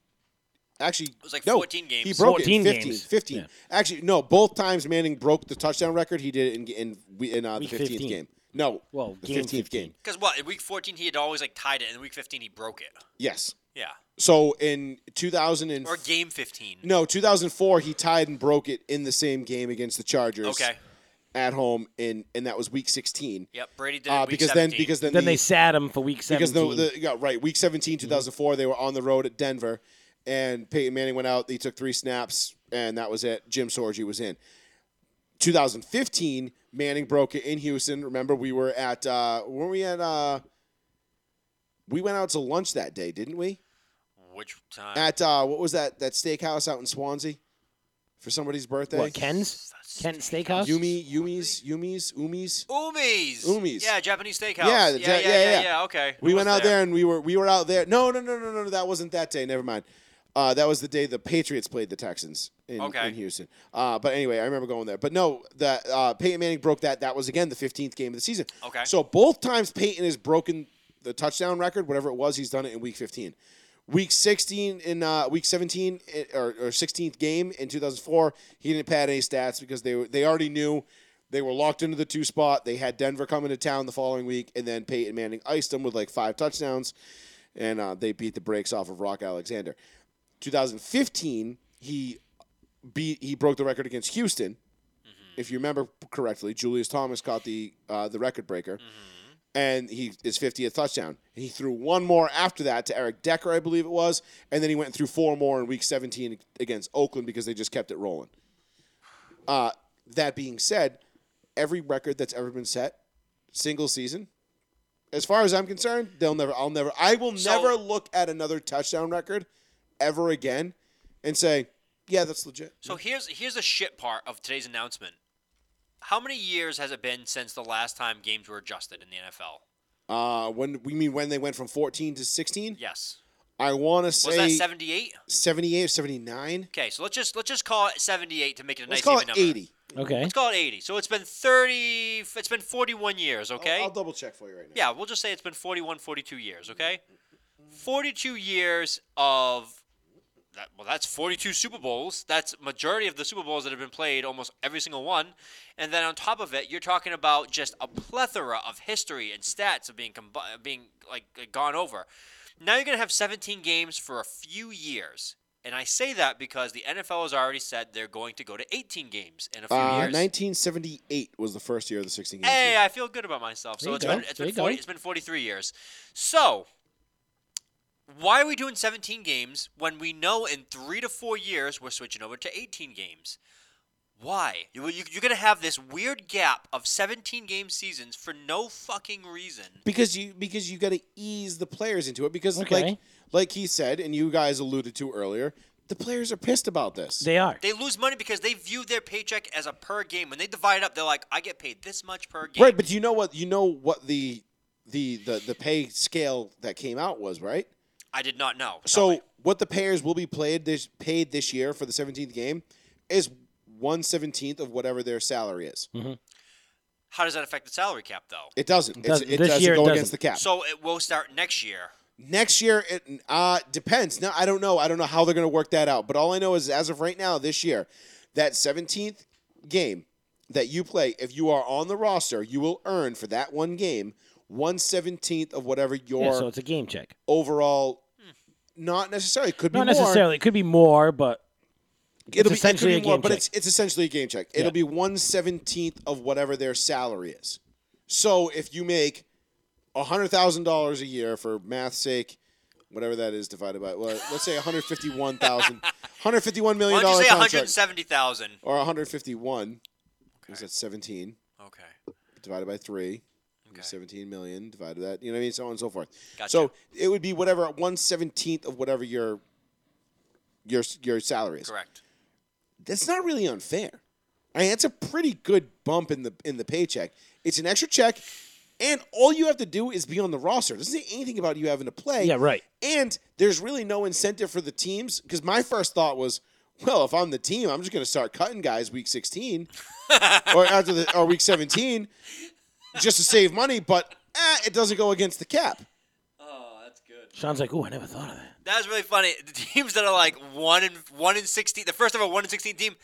S1: actually, it
S3: was like
S1: no,
S3: 14 games.
S1: He broke
S2: 14
S1: it. 15,
S2: games.
S1: 15.
S2: Yeah.
S1: Actually, no. Both times Manning broke the touchdown record. He did it in in, in uh, the
S2: Week
S1: fifteenth
S2: 15.
S1: game. No.
S2: Well,
S1: the
S2: game
S1: fifteenth
S2: 15.
S1: game.
S3: Because what? In week 14 he had always like tied it, and in week 15 he broke it.
S1: Yes.
S3: Yeah.
S1: So in two thousand and
S3: Or game 15.
S1: No, 2004, he tied and broke it in the same game against the Chargers.
S3: Okay.
S1: At home, and and that was Week 16.
S3: Yep. Brady did it.
S1: Uh,
S3: in week
S1: because
S3: 17.
S1: then, because then,
S2: Then
S1: the-
S2: they sat him for week 17.
S1: because the, the yeah, right Week 17,
S2: Mm-hmm.
S1: 2004, they were on the road at Denver, and Peyton Manning went out. He took three snaps, and that was it. Jim Sorgi was in. 2015, Manning broke it in Houston. Remember, we were at uh, were we at uh, we went out to lunch that day, didn't we?
S3: which time?
S1: At uh, what was that that steakhouse out in Swansea for somebody's birthday?
S2: what Ken's Kent Steakhouse.
S1: Yumi, Yumi's, Yumi's, Umi's.
S3: Umi's.
S1: Umi's.
S3: Yeah, Japanese steakhouse.
S1: Yeah, the
S3: yeah,
S1: Ja-
S3: yeah, yeah,
S1: yeah, yeah.
S3: Okay.
S1: We
S3: Who
S1: went
S3: was
S1: out there and we were we were out there. No, no, no, no, no, no. That wasn't that day. Never mind. Uh, that was the day the Patriots played the Texans in,
S3: Okay.
S1: in Houston. Uh, but anyway, I remember going there. But no, the uh, Peyton Manning broke that. That was again the 15th game of the season.
S3: Okay.
S1: So both times Peyton has broken the touchdown record, whatever it was, he's done it in Week 15. Week 16 in uh, Week 17 i- or, or 16th game in 2004, he didn't pad any stats because they were they already knew they were locked into the two spot. They had Denver coming to town the following week, and then Peyton Manning iced them with like five touchdowns, and uh, they beat the brakes off of Rock Alexander. 2015, he beat he broke the record against Houston. If you remember correctly, Julius Thomas caught the uh, the record breaker, and he his 50th touchdown. He threw one more after that to Eric Decker, I believe it was, and then he went and threw four more in Week 17 against Oakland because they just kept it rolling. Uh, that being said, every record that's ever been set, single season, as far as I'm concerned, they'll never. I'll never. I will
S3: So-
S1: never look at another touchdown record ever again and say, yeah, that's legit.
S3: So here's here's the shit part of today's announcement. How many years has it been since the last time games were adjusted in the NFL?
S1: Uh, when we mean when they went from 14 to 16,
S3: Yes.
S1: I want to
S3: Was that
S1: say
S3: 78?
S1: 78 or 79.
S3: Okay, so let's just let's just call it 78 to make it a
S1: Let's
S3: nice
S1: call
S3: even
S1: it
S3: number.
S1: 80.
S2: Okay.
S3: Let's call it 80. So it's been 30 it's been 41 years, okay?
S1: I'll, I'll double check for you right now.
S3: yeah, we'll just say it's been 41 42 years, okay? 42 years of that, well, that's 42 Super Bowls. That's majority of the Super Bowls that have been played, almost every single one. And then on top of it, you're talking about just a plethora of history and stats of being combi- being like gone over. Now you're gonna have 17 games for a few years, and I say that because the NFL has already said they're going to go to 18 games in a few
S1: Uh,
S3: years.
S1: 1978 was the first year of the 16 game.
S3: Hey,
S1: season.
S3: I feel good about myself.
S2: There
S3: So
S2: you
S3: it's
S2: go.
S3: been, it's,
S2: There
S3: been
S2: you go.
S3: 40, it's been 43 years. So why are we doing 17 games when we know in three to four years we're switching over to 18 games? Why? You, you, you're going to have this weird gap of 17 game seasons for no fucking reason.
S1: because you because you got to ease the players into it because like
S2: Okay.
S1: like he said and you guys alluded to earlier, the players are pissed about this.
S2: They are.
S3: They lose money because they view their paycheck as a per game. When they divide it up, they're like, I get paid this much per game.
S1: Right, but you know what? You know what the the the the pay scale that came out was right.
S3: I did not know.
S1: So what the payers will be played this paid this year for the 17th game is one seventeenth of whatever their salary is.
S3: how does that affect the salary cap, though?
S1: It doesn't. It's-
S2: doesn't-
S1: it
S2: this
S1: doesn't
S2: year Mm. it
S1: go
S2: doesn't.
S1: against the cap.
S3: So it will start next year.
S1: Next year, it uh, depends. Now I don't know. I don't know how they're going to work that out. But all I know is, as of right now, this year, that 17th game that you play, if you are on the roster, you will earn for that one game one seventeenth of whatever your
S2: Yeah, so it's a game check.
S1: overall. Not necessarily. It Could be
S2: Not
S1: more.
S2: necessarily. It could be more, but
S1: It'll be,
S2: essentially
S1: it
S2: a
S1: could be more,
S2: game
S1: but
S2: check.
S1: it's it's essentially a game check. It'll
S2: Yeah.
S1: be one seventeenth of whatever their salary is. So if you make hundred thousand dollars a year for math's sake, whatever that is divided by well, let's say one hundred fifty one thousand, one hundred fifty one
S3: Why
S1: million
S3: don't
S1: dollar
S3: you say
S1: contract,
S3: 170,000?
S1: or one hundred fifty one. Is that seventeen
S3: Okay.
S1: divided by three?
S3: Okay.
S1: Seventeen million divided by that. You know what I mean? So on and so forth.
S3: Gotcha.
S1: So it would be whatever one seventeenth of whatever your your your salary is.
S3: Correct.
S1: that's not really unfair. I mean, that's a pretty good bump in the in the paycheck. It's an extra check, and all you have to do is be on the roster. It doesn't say anything about you having to play.
S2: Yeah, right.
S1: And there's really no incentive for the teams because my first thought was, well, if I'm the team, I'm just going to start cutting guys week 16 or after the or week 17 just to save money. But eh, it doesn't go against the cap.
S3: Oh, that's good.
S2: Sean's like, ooh, I never thought of that.
S3: That's really funny. The teams that are like one in one in sixteen, the first ever one in sixteen team.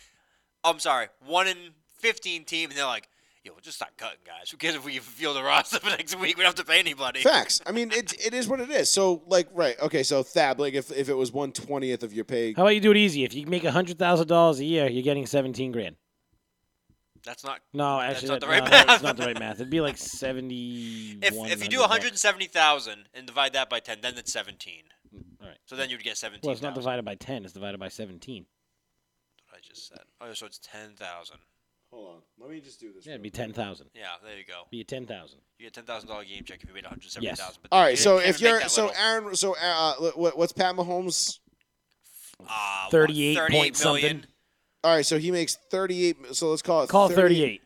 S3: oh, I'm sorry, one in fifteen team, and they're like, "Yo, we'll just start cutting guys. Who cares if we feel the roster for next week? We don't have to pay anybody."
S1: Facts. I mean, it, it is what it is. So like, right? Okay. So Thab, like, if, if it was one twentieth of your pay,
S2: How about you do it easy? If you make hundred thousand dollars a year, you're getting seventeen grand.
S3: That's not.
S2: No,
S3: That's
S2: actually,
S3: not
S2: that-
S3: the right
S2: no,
S3: math.
S2: That's not the right math. It'd be like seventy.
S3: If, if you do one hundred seventy thousand and divide that by ten, then it's seventeen.
S2: Mm, all right.
S3: So then you'd get seventeen.
S2: Well, it's not divided by ten. It's divided by seventeen.
S3: I just said. Oh, so it's ten thousand.
S1: Hold on. Let me just do this.
S2: Yeah, it'd be ten thousand.
S3: Yeah, there you go.
S2: Be a ten thousand.
S3: You get ten thousand dollar game check if you made one hundred seventy thousand.
S2: Yes.
S3: But
S1: All
S3: you
S1: right. So
S3: didn't
S1: if
S3: make
S1: you're
S3: that
S1: so
S3: little,
S1: Aaron, so uh, what, what's Pat Mahomes?
S3: uh, what,
S2: Thirty-eight point
S3: 38 million?
S2: something.
S1: All right. So he makes thirty-eight. So let's call it
S2: Call
S1: 30
S2: thirty-eight.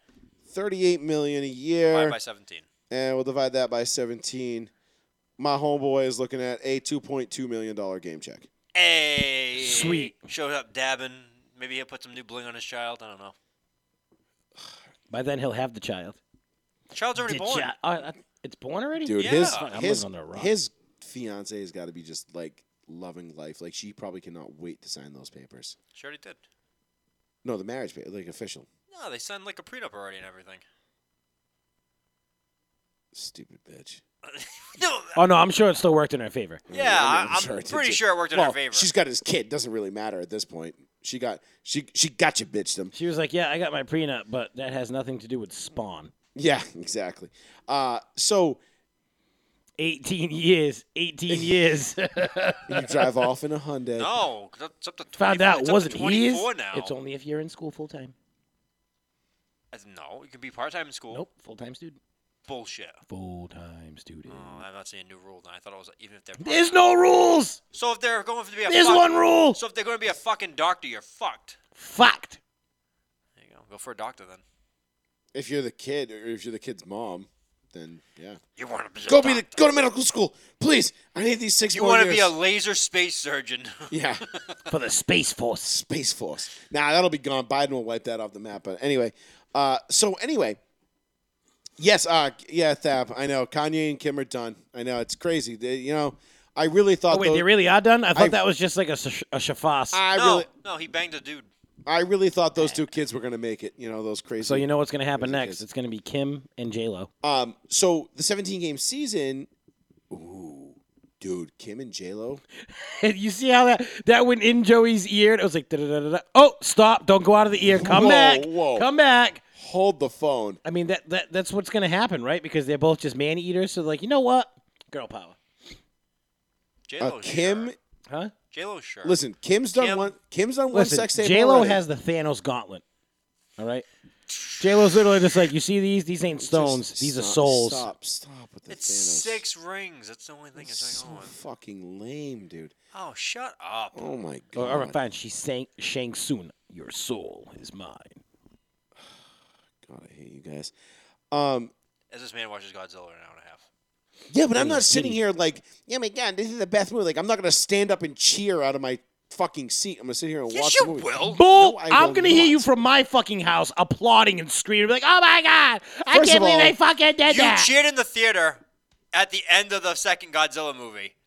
S1: 38 million a
S3: Divided
S1: year,
S3: by seventeen.
S1: and we'll divide that by seventeen. My homeboy is looking at a two point two million dollar game check.
S3: Hey,
S2: Sweet.
S3: Showed up dabbing. Maybe he'll put some new bling on his child. I don't know.
S2: By then, he'll have the child.
S3: Child's already
S2: The
S3: born.
S2: chi- oh, that- it's born already.
S1: Dude,
S3: Yeah.
S1: his
S3: I'm
S2: living
S1: his
S2: on a rock.
S1: his fiance has got to be just like loving life. Like she probably cannot wait to sign those papers.
S3: She already did.
S1: No, the marriage paper, like official.
S3: No, they signed like a prenup already and everything.
S1: Stupid bitch.
S3: no.
S2: Oh no, I'm sure it still worked in her favor.
S3: Yeah,
S1: I mean,
S3: I, I'm
S1: sure it did
S3: pretty
S1: too.
S3: sure it worked in
S1: well,
S3: her favor.
S1: She's got his kid. Doesn't really matter at this point. She got she she got you bitched him.
S2: She was like, "Yeah, I got my prenup, but that has nothing to do with spawn."
S1: Yeah, exactly. Uh, so
S2: Eighteen years. Eighteen years.
S1: you drive off in a Hyundai.
S3: No, 'cause that's up to 20,
S2: Found out
S3: it's
S2: it
S3: up
S2: wasn't
S3: to
S2: years.
S3: 24 now.
S2: It's only if you're in school full time.
S3: As- no, you can be part time in school.
S2: Nope, full time student.
S3: Bullshit.
S2: Full time student.
S3: Oh, I'm not seeing a new rule now. I thought it was even if they're.
S2: There's no rules.
S3: so if they're going to be a.
S2: There's
S3: fuck-
S2: one rule.
S3: So if they're going to be a fucking doctor, you're fucked.
S2: Fucked.
S3: There you go. Go for a doctor then.
S1: If you're the kid, or if you're the kid's mom, then yeah,
S3: You want to be a
S1: go be the,
S3: doc-
S1: go to medical school, please. I need these six
S3: You
S1: more
S3: want to be a
S1: years.
S3: laser space surgeon.
S1: yeah
S2: For the Space Force.
S1: space force. Nah, that'll be gone. Biden will wipe that off the map. But anyway, uh, so anyway, yes, uh, yeah, Thab. I know Kanye and Kim are done. I know it's crazy. They, you know, I really thought.
S2: Oh, wait,
S1: tho-
S2: they really are done? I thought
S1: I-
S2: that was just like a, sh- a shafas.
S1: I
S3: no,
S1: really,
S3: no, he banged a dude.
S1: I really thought those two kids were gonna make it. You know, those crazy.
S2: so you know what's going to
S1: Yes,
S2: happen
S1: it
S2: next.
S1: is.
S2: It's going to be Kim and J-Lo.
S1: Um, so the 17 game season. Ooh, dude, Kim and J Lo.
S2: you see how that, that went in Joey's ear? It was like, da-da-da-da-da. oh, stop. Don't go out of the ear. Come
S1: Whoa,
S2: back.
S1: whoa.
S2: Come back.
S1: Hold the phone.
S2: I mean, that, that that's what's going to happen, right? Because they're both just man eaters. So, like, you know what? Girl power.
S1: Uh,
S3: J-Lo's
S1: Kim,
S3: sharp.
S2: Huh?
S3: J-Lo's sharp.
S1: listen, Kim's done
S3: Kim-
S1: one. Kim's done one
S2: Listen,
S1: sex tape.
S2: J Lo
S1: already.
S2: has the Thanos gauntlet. All right. J Lo's literally just like, you see these? These ain't stones.
S1: Just
S2: these are
S1: stop-
S2: souls.
S1: Stop! Stop with the
S3: It's
S1: Thanos.
S3: six rings. That's the only thing
S1: It's
S3: it's
S1: so
S3: going on.
S1: fucking lame, dude.
S3: Oh, shut up.
S1: Oh my god.
S2: Or, all right, fine. She sang Shang Soon. Your soul is mine.
S1: God, I hate you guys. Um,
S3: As this man watches Godzilla in an hour and a half.
S1: yeah, but I'm not
S2: He's
S1: sitting
S2: shitty.
S1: here like, yeah, my god, this is the best movie. Like, I'm not gonna stand up and cheer out of my fucking seat. I'm gonna sit here and watch
S3: Yes,
S1: the
S3: you
S1: movie.
S3: will.
S2: Bull!
S1: No, I
S2: I'm
S1: will
S2: gonna hear you
S1: not.
S2: from my fucking house applauding and screaming like, "Oh my god! I
S1: First
S2: can't
S1: of
S2: believe
S1: all,
S2: they fucking did
S3: You
S2: that!"
S3: cheered in the theater at the end of the second Godzilla movie.
S1: Oh,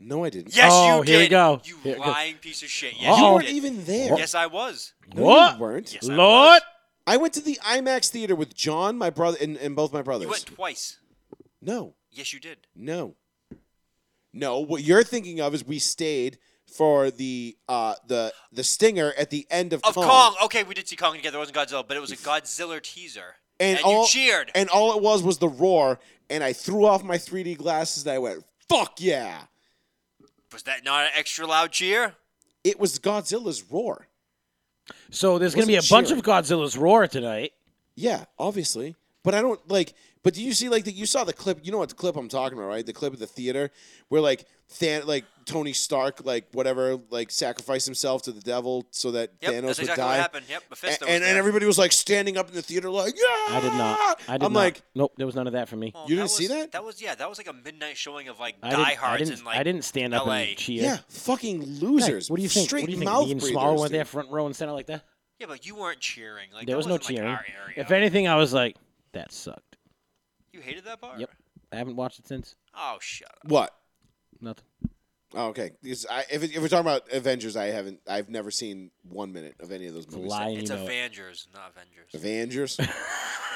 S1: No, I didn't.
S3: Yes,
S2: Oh,
S3: you did.
S2: here we go.
S3: You
S2: Here it goes.
S3: lying piece of shit.
S1: Oh. You
S3: Yes,
S2: Uh-oh.
S3: you
S1: weren't
S3: did.
S1: even there.
S3: Yes, I was.
S1: No,
S2: What?
S1: You weren't.
S3: Yes, I
S2: Lord,
S1: I went to the IMAX theater with John, my brother, and, and both my
S3: was.
S1: brothers.
S3: You went twice.
S1: No,
S3: Yes, you did.
S1: no, no. What you're thinking of is we stayed for the uh, the the stinger at the end of,
S3: Of
S1: Kong,
S3: Kong. Okay, we did see Kong together. It wasn't Godzilla, but it was a Godzilla teaser.
S1: and,
S3: you
S1: all
S3: cheered.
S1: and all it was was the roar, and I threw off my 3D glasses and I went, "Fuck yeah!"
S3: was that not an extra loud cheer?
S1: It was Godzilla's roar.
S2: so there's gonna be a
S1: Wasn't
S2: bunch of Godzilla's roar tonight.
S1: Yeah, obviously. But I don't like. But do you see like that? You saw the clip. You know what the clip I'm talking about, right? The clip of the theater where like Than- like Tony Stark, like whatever, like sacrificed himself to the devil so that
S3: Yep,
S1: Thanos
S3: that's
S1: would
S3: exactly
S1: die.
S3: what happened. Yep,
S1: A-
S3: Mephisto. was
S1: and, and
S3: there.
S1: everybody was like standing up in the theater, like yeah.
S2: I did not. I did
S1: Ah! I'm
S2: not.
S1: like,
S2: nope. There was none of that for me.
S3: Oh,
S1: You didn't see
S3: was-
S1: that?
S3: That was yeah. That was like a midnight showing of like
S2: I
S3: Die
S2: didn't, I
S3: Hards
S2: didn't.
S3: and like
S2: I didn't stand up
S3: LA.
S2: and cheer.
S1: yeah, fucking losers.
S2: What do you think?
S1: Straight
S2: what do you think?
S1: mouth
S2: Being
S1: breathers,
S2: smaller with
S1: dude.
S2: their front row and center like that.
S3: Yeah, but you weren't cheering. Like
S2: there
S3: that
S2: was no
S3: wasn't,
S2: cheering.
S3: Like, our area.
S2: if anything, I was like, that sucked.
S3: you hated that part.
S2: Yep. I haven't watched it since.
S3: Oh shut up.
S1: What?
S2: Nothing.
S1: Oh, okay. Because I, if, it- if we're talking about Avengers, I haven't. I've never seen one minute of any of those
S2: It's a
S1: movies.
S2: lie, and
S3: It's
S2: you know it.
S3: Avengers, not Avengers.
S1: Avengers.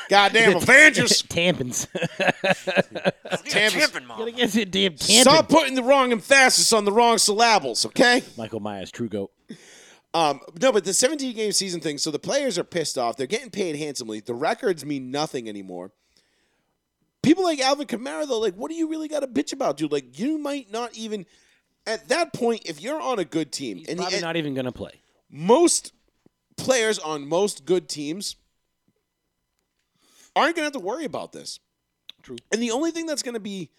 S1: Goddamn Avengers.
S2: Tampons.
S3: Oh,
S1: Tampa's-
S3: Tampon
S2: Gotta
S3: mom.
S2: get your damn tampon.
S1: Stop putting the wrong emphasis on the wrong syllables, okay?
S2: Michael Myers, True Goat.
S1: Um, no, but the 17 game season thing, so the players are pissed off. They're getting paid handsomely. The records mean nothing anymore. People like Alvin Kamara, though, like, what do you really got to bitch about, dude? Like, you might not even, at that point, if you're on a good team,
S2: He's
S1: and,
S2: probably
S1: and
S2: not even gonna play.
S1: most players on most good teams aren't going to have to worry about this.
S2: True.
S1: And the only thing that's going to be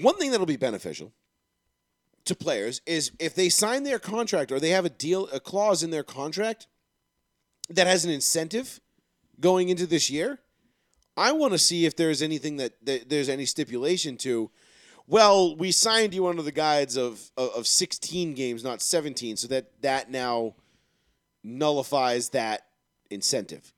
S1: one thing that'll be beneficial to players is if they sign their contract or they have a deal a clause in their contract that has an incentive going into this year. I want to see if there's anything that, that there's any stipulation to. Well, we signed you under the guides of, of of 16 games, not 17, so that that now nullifies that incentive.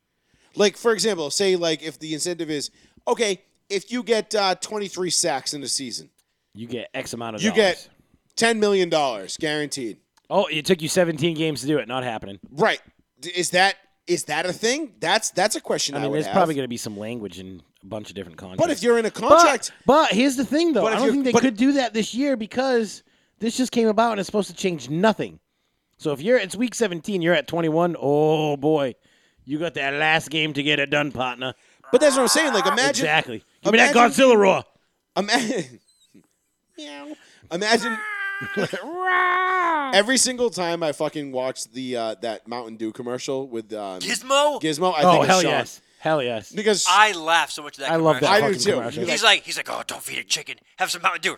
S1: Like for example, say like if the incentive is okay, if you get uh, 23 sacks in a season,
S2: You get X amount of
S1: You
S2: dollars.
S1: get- 10 million dollars guaranteed.
S2: Oh, it took you 17 games to do it. Not happening.
S1: Right? D- Is that is that a thing? That's that's a question I,
S2: I mean,
S1: would
S2: there's
S1: have.
S2: probably going to be some language in a bunch of different contracts.
S1: but if you're in a
S2: but,
S1: contract,
S2: but here's the thing, though.
S1: But
S2: I
S1: if
S2: don't
S1: you-
S2: think they
S1: but-
S2: could do that this year because this just came about and it's supposed to change nothing. So if you're it's week 17, you're at 21. Oh boy, you got that last game to get it done, partner.
S1: but, that's what I'm saying. Like imagine
S2: exactly. Give me that
S1: imagine-
S2: Godzilla roar.
S1: Imagine. Meow. Imagine. every single time I fucking watched the uh, that Mountain Dew commercial with um,
S3: Gizmo.
S1: Gizmo, I
S2: Oh
S1: think
S2: hell
S1: of Sean
S2: yes, hell yes.
S1: because
S3: I laugh so much at that.
S2: I love that
S1: I do
S2: fucking
S1: too.
S2: commercial.
S1: You
S3: He's like, he's like, oh, don't feed it chicken. Have some Mountain Dew.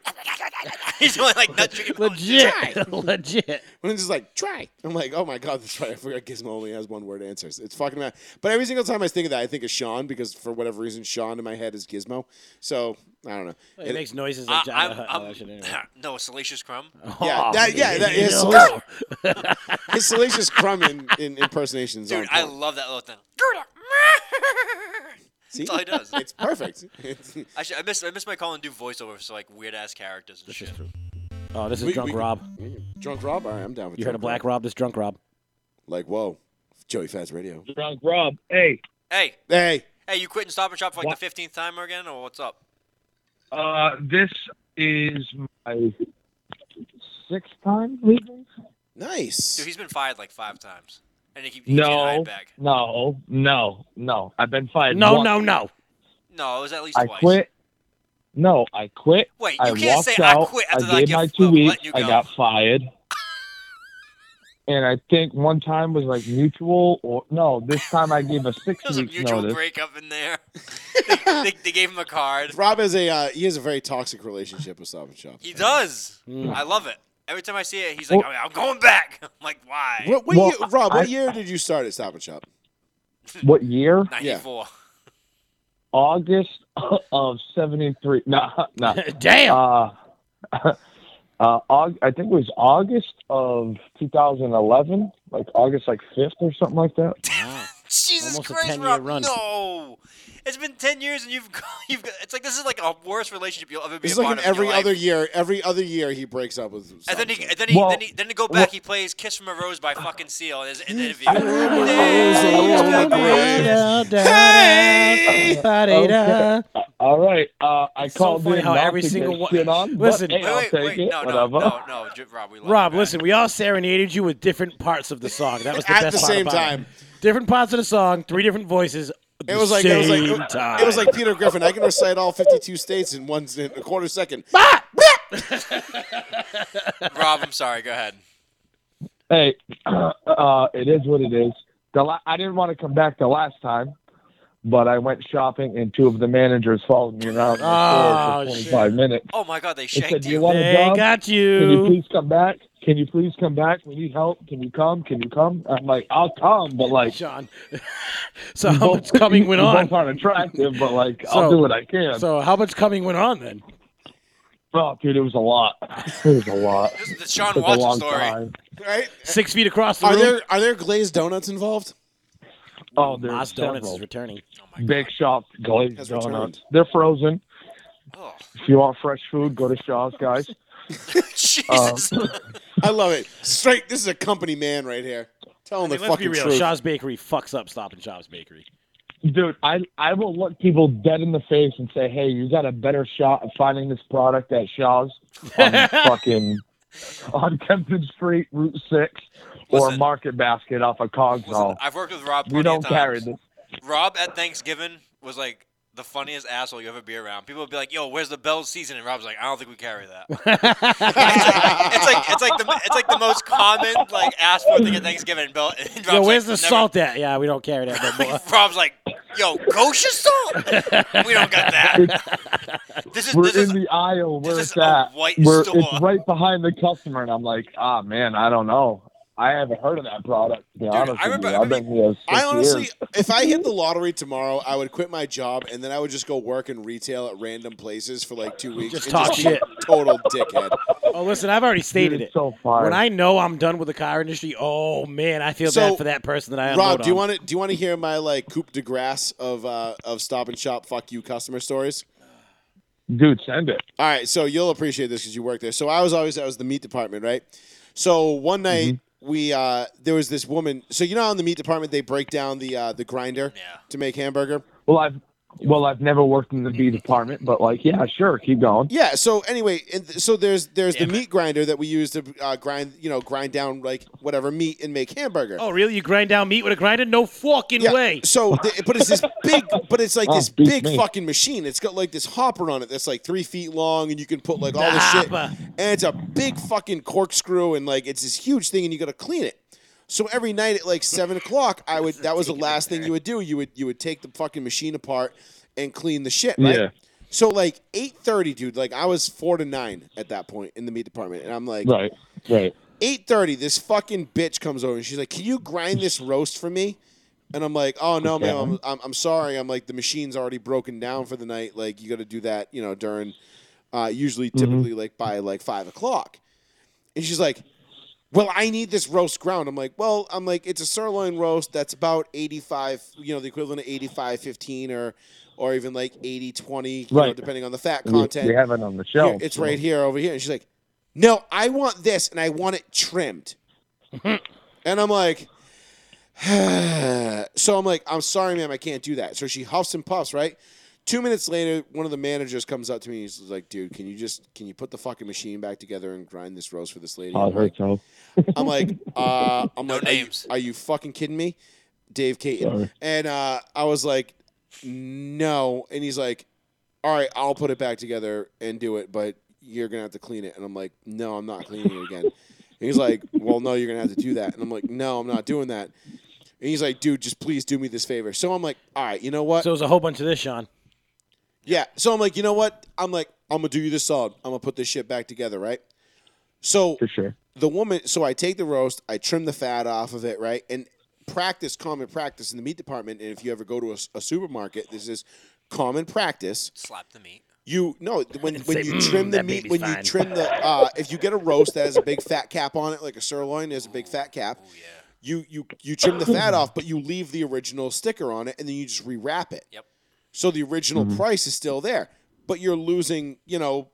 S3: he's going like nut chicken. Oh, Mountain Dew.
S1: oh,
S2: Legit, legit.
S1: when it's just like try, I'm like, oh my god, that's right. I forgot Gizmo only has one word answers. It's fucking mad. But every single time I think of that, I think of Sean because for whatever reason, Sean in my head is Gizmo. So I don't know.
S2: It makes noises
S3: I-
S2: like
S3: I'm-
S2: Jabba.
S3: I'm-
S2: Oh, that shit Oh, anyway.
S3: no, Salacious Crumb.
S1: Yeah, that- yeah, that
S2: you
S1: is-
S2: know.
S1: His salacious crumb in, in impersonations.
S3: Dude,
S1: on
S3: I
S1: point.
S3: love that little thing.
S1: See,
S3: all he does.
S1: it's perfect.
S3: I, should, I miss I miss my Colin do voiceover for like weird ass characters and
S2: This
S3: shit.
S2: is true. Oh, this is
S1: We-
S2: drunk
S1: we-
S2: Rob.
S1: drunk Rob, all right, I'm down with
S2: You heard
S1: Drunk
S2: of Black Rob? This drunk Rob.
S1: Like whoa, Joey Faz Radio.
S5: Drunk Rob. Hey,
S3: Hey,
S1: Hey,
S3: hey, you quitting Stop and Shop for like
S5: What?
S3: the fifteenth time again, or what's up?
S5: uh, this is my sixth time leaving.
S1: nice.
S3: Dude, he's been fired like five times, and he keeps he keeps getting
S5: No,
S3: hired back.
S5: no, no, Uh, no. I've been fired.
S2: No,
S5: once.
S2: no, no.
S3: No, it was at least
S5: I
S3: twice.
S5: quit. No, I quit.
S3: Wait, you
S5: I
S3: can't
S5: walked
S3: say
S5: out.
S3: I quit after
S5: I
S3: like
S5: gave
S3: you
S5: my
S3: f-
S5: two
S3: let
S5: weeks.
S3: you
S5: I
S3: go.
S5: got fired. And I think one time was like mutual, or no, this time I gave a six
S3: There's a
S5: weeks
S3: mutual
S5: notice.
S3: breakup in there. they, they, they gave him a card.
S1: Rob has a uh, he has a very toxic relationship with Stop and Shop.
S3: He does.
S2: Mm.
S3: I love it. Every time I see it, he's like,
S5: Well-
S3: "I'm going back." I'm like, "Why?"
S1: What, what
S5: Well,
S1: year, Rob? What
S5: I-
S1: year did you start at Stop and Shop?
S5: What year?
S3: Ninety-four.
S5: August of '73. No, no.
S2: Damn.
S5: Uh, uh, Aug- I think it was August of 2011, like August like fifth or something like that.
S3: Jesus
S2: Almost a
S3: Christ,
S2: 10-year
S3: Rob!
S2: run.
S3: No, it's been ten years, and you've gone- you've got, it's like this is like a worst relationship you'll ever be
S1: It's
S3: a
S1: like
S3: part
S1: in
S3: of in
S1: every
S3: your life.
S1: other year. Every other year he breaks up with. Stop
S3: And then he,
S1: Shop.
S3: and then he,
S5: Well-
S3: then, he, then to go back, he plays "Kiss from a Rose" by fucking Seal in his in the interview.
S5: I-
S1: Hey!
S2: Ba-da-da.
S5: All right, uh, I
S2: It's so
S5: called
S2: funny
S5: in
S2: how
S5: not
S2: every
S5: to
S2: single
S5: get
S2: one-
S5: shit on. but,
S2: Listen.
S5: hey,
S3: Wait,
S5: I'll
S3: wait,
S5: take
S3: wait,
S5: it,
S3: no, no,
S5: whatever.
S3: no, no, J- Rob, we love
S2: Rob,
S3: you, man.
S2: listen, we all serenaded you with different parts of the song. That was the
S1: At
S2: best
S1: the
S2: part
S1: same
S2: about it.
S1: time.
S2: Different parts of the song, three different voices. at
S1: It
S2: the
S1: was like it was like
S2: same time.
S1: it was like Peter Griffin. I can recite all 52 states in one in a quarter second.
S2: Ah!
S3: Rob, I'm sorry. Go ahead.
S5: Hey, uh, it is what it is. The la- I didn't want to come back the last time, but I went shopping and two of the managers followed me around
S2: Oh,
S5: on the floor for 25 minutes.
S3: Oh my God, they
S5: They said,
S3: shanked
S5: "Do you
S3: you.
S5: want a
S2: They
S5: job?
S2: got
S5: Can you
S2: you.
S5: please come back? Can you please come back? We need help. Can you come? Can you come?" I'm like, "I'll come," but like,
S2: Sean. so how much coming went
S5: you
S2: on?
S5: Both aren't attractive, but like,
S2: So-
S5: I'll do what I can.
S2: So how much coming went on then?
S5: oh, dude, it was a lot. It was a lot.
S3: This is the Sean
S5: It took a
S3: Watson
S5: long
S3: story.
S5: time.
S1: Right?
S2: Six feet across the
S1: Are
S2: room.
S1: there are there glazed donuts involved?
S5: Oh, there's
S2: Oz Donuts
S5: several.
S2: is returning.
S3: Oh my God.
S5: Big Shop glazed
S1: Has
S5: donuts.
S1: returned.
S5: They're frozen.
S3: Oh,
S5: If you want fresh food, go to Shaw's, guys.
S3: Jesus.
S5: Um,
S1: I love it. Straight. This is a company man right here. Tell him
S2: I mean,
S1: the
S2: let's be
S1: fucking
S2: real.
S1: truth.
S2: Shaw's Bakery fucks up Stop and Shaw's Bakery.
S5: Dude, I I will look people dead in the face and say, "Hey, you got a better shot of finding this product at Shaw's on fucking on Kempton Street, Route Six, or
S3: Listen.
S5: Market Basket off of Cogs
S3: Listen,
S5: Hall.
S3: I've worked with Rob.
S5: We
S3: plenty of
S5: don't carry
S3: times.
S5: this."
S3: Rob at Thanksgiving was like the funniest asshole you ever be around. People would be like, "Yo, where's the Bell's season?" And Rob's like, "I don't think we carry that." it's like it's like the it's like the most common like ask for thing at Thanksgiving. And Bell, and Rob's
S2: Yo, where's the
S3: like, "Never-"
S2: salt at? Yeah, we don't carry that no more.
S3: Rob's like, "Yo, kosher salt? we don't got that." This is
S5: We're
S3: this
S5: in
S3: is
S5: the aisle where
S3: this
S5: it's
S3: is a
S5: at.
S3: white
S5: We're,
S3: store.
S5: it's right behind the customer, and I'm like, ah, man, I don't know. I haven't heard of that product. To be honest
S3: I
S5: with
S3: remember-
S5: you.
S3: I
S5: I've been here six
S1: I honestly,
S5: years.
S1: if I hit the lottery tomorrow, I would quit my job and then I would just go work in retail at random places for like two weeks.
S2: Just
S1: and
S2: talk
S1: be
S2: shit.
S1: a Total dickhead.
S2: oh, listen, I've already
S5: Dude,
S2: stated
S5: it's
S2: it.
S5: so far.
S2: When I know I'm done with the car industry, oh man, I feel
S1: So,
S2: bad for that person that I unload
S1: Rob, do you
S2: on.
S1: want to do you want to hear my like coupe de grace of uh, of Stop and Shop fuck you customer stories?
S5: Dude, send it.
S1: All right, so you'll appreciate this because you work there. So I was always I was the meat department, right? So one night we uh, there was this woman. So you know, how in the meat department they break down the uh, the grinder
S3: Yeah.
S1: to make hamburger.
S5: Well, I've well, I've never worked in the bee department, but like, yeah, sure, keep going.
S1: Yeah. So anyway, and th- so there's there's
S3: Damn
S1: the
S3: it.
S1: meat grinder that we use to uh, grind you know grind down like whatever meat and make hamburger.
S2: Oh, really? You grind down meat with a grinder? No fucking
S1: Yeah.
S2: way.
S1: So, th- but it's this big, but it's like
S5: Oh,
S1: this
S5: beats
S1: big
S5: me.
S1: fucking machine. It's got like this hopper on it that's like three feet long, and you can put like all this shit.
S2: Hopper.
S1: And it's a big fucking corkscrew, and like it's this huge thing, and you got to clean it. So every night at like seven o'clock, I would. That was the last thing you would do. You would you would take the fucking machine apart and clean the shit, right?
S5: Yeah.
S1: So like eight thirty, dude. Like I was four to nine at that point in the meat department, and I'm like,
S5: Right, right.
S1: eight thirty, this fucking bitch comes over and she's like, "Can you grind this roast for me?" And I'm like, "Oh no, ma'am, I'm, I'm, I'm sorry. I'm like the machine's already broken down for the night. Like you got to do that, you know,
S5: Mm-hmm.
S1: during uh, usually typically like by like five o'clock." And she's like, well, I need this roast ground. I'm like, well, I'm like, it's a sirloin roast that's about 85, you know, the equivalent of 85, 15 or, or even like 80, 20, you know,
S5: Right.
S1: depending on the fat
S5: We,
S1: content.
S5: we have it on the
S1: Here,
S5: shelf.
S1: it's
S5: so-
S1: right here over here. And she's like, no, I want this and I want it trimmed. and I'm like, so I'm like, I'm sorry, ma'am, I can't do that. So she huffs and puffs, right? Two minutes later, one of the managers comes up to me. and He's like, "Dude, can you just can you put the fucking machine back together and grind this roast for this lady?"
S5: Oh,
S1: I'm
S5: it
S1: like,
S5: hurts. huh?
S1: I'm like, uh, I'm
S3: No
S1: like, are you,
S3: names.
S1: are you fucking kidding me, Dave Caton?
S5: Sorry.
S1: And uh, I was like, no. And he's like, all right, I'll put it back together and do it, but you're gonna have to clean it. And I'm like, no, I'm not cleaning it again. and he's like, well, no, you're gonna have to do that. And I'm like, no, I'm not doing that. And he's like, dude, just please do me this favor. So I'm like, all right, you know what?
S2: So it was a whole bunch of this, Sean.
S1: Yeah. So I'm like, you know what? I'm like, I'm gonna do you this solid. I'm gonna put this shit back together, right? So
S5: For sure.
S1: the woman so i take the roast i trim the fat off of it right and practice common practice in the meat department and if you ever go to a, a supermarket this is common practice
S3: Slap the meat.
S1: you no when,
S2: And
S1: when
S2: say,
S1: you
S2: "Mm,
S1: trim the
S2: that
S1: meat
S2: baby's
S1: when you
S2: fine."
S1: trim the uh, if you get a roast that has a big fat cap on it like a sirloin has a big fat cap
S3: Oh yeah.
S1: you you you trim the fat off but you leave the original sticker on it and then you just rewrap it
S3: Yep.
S1: so the original price is still there but you're losing you know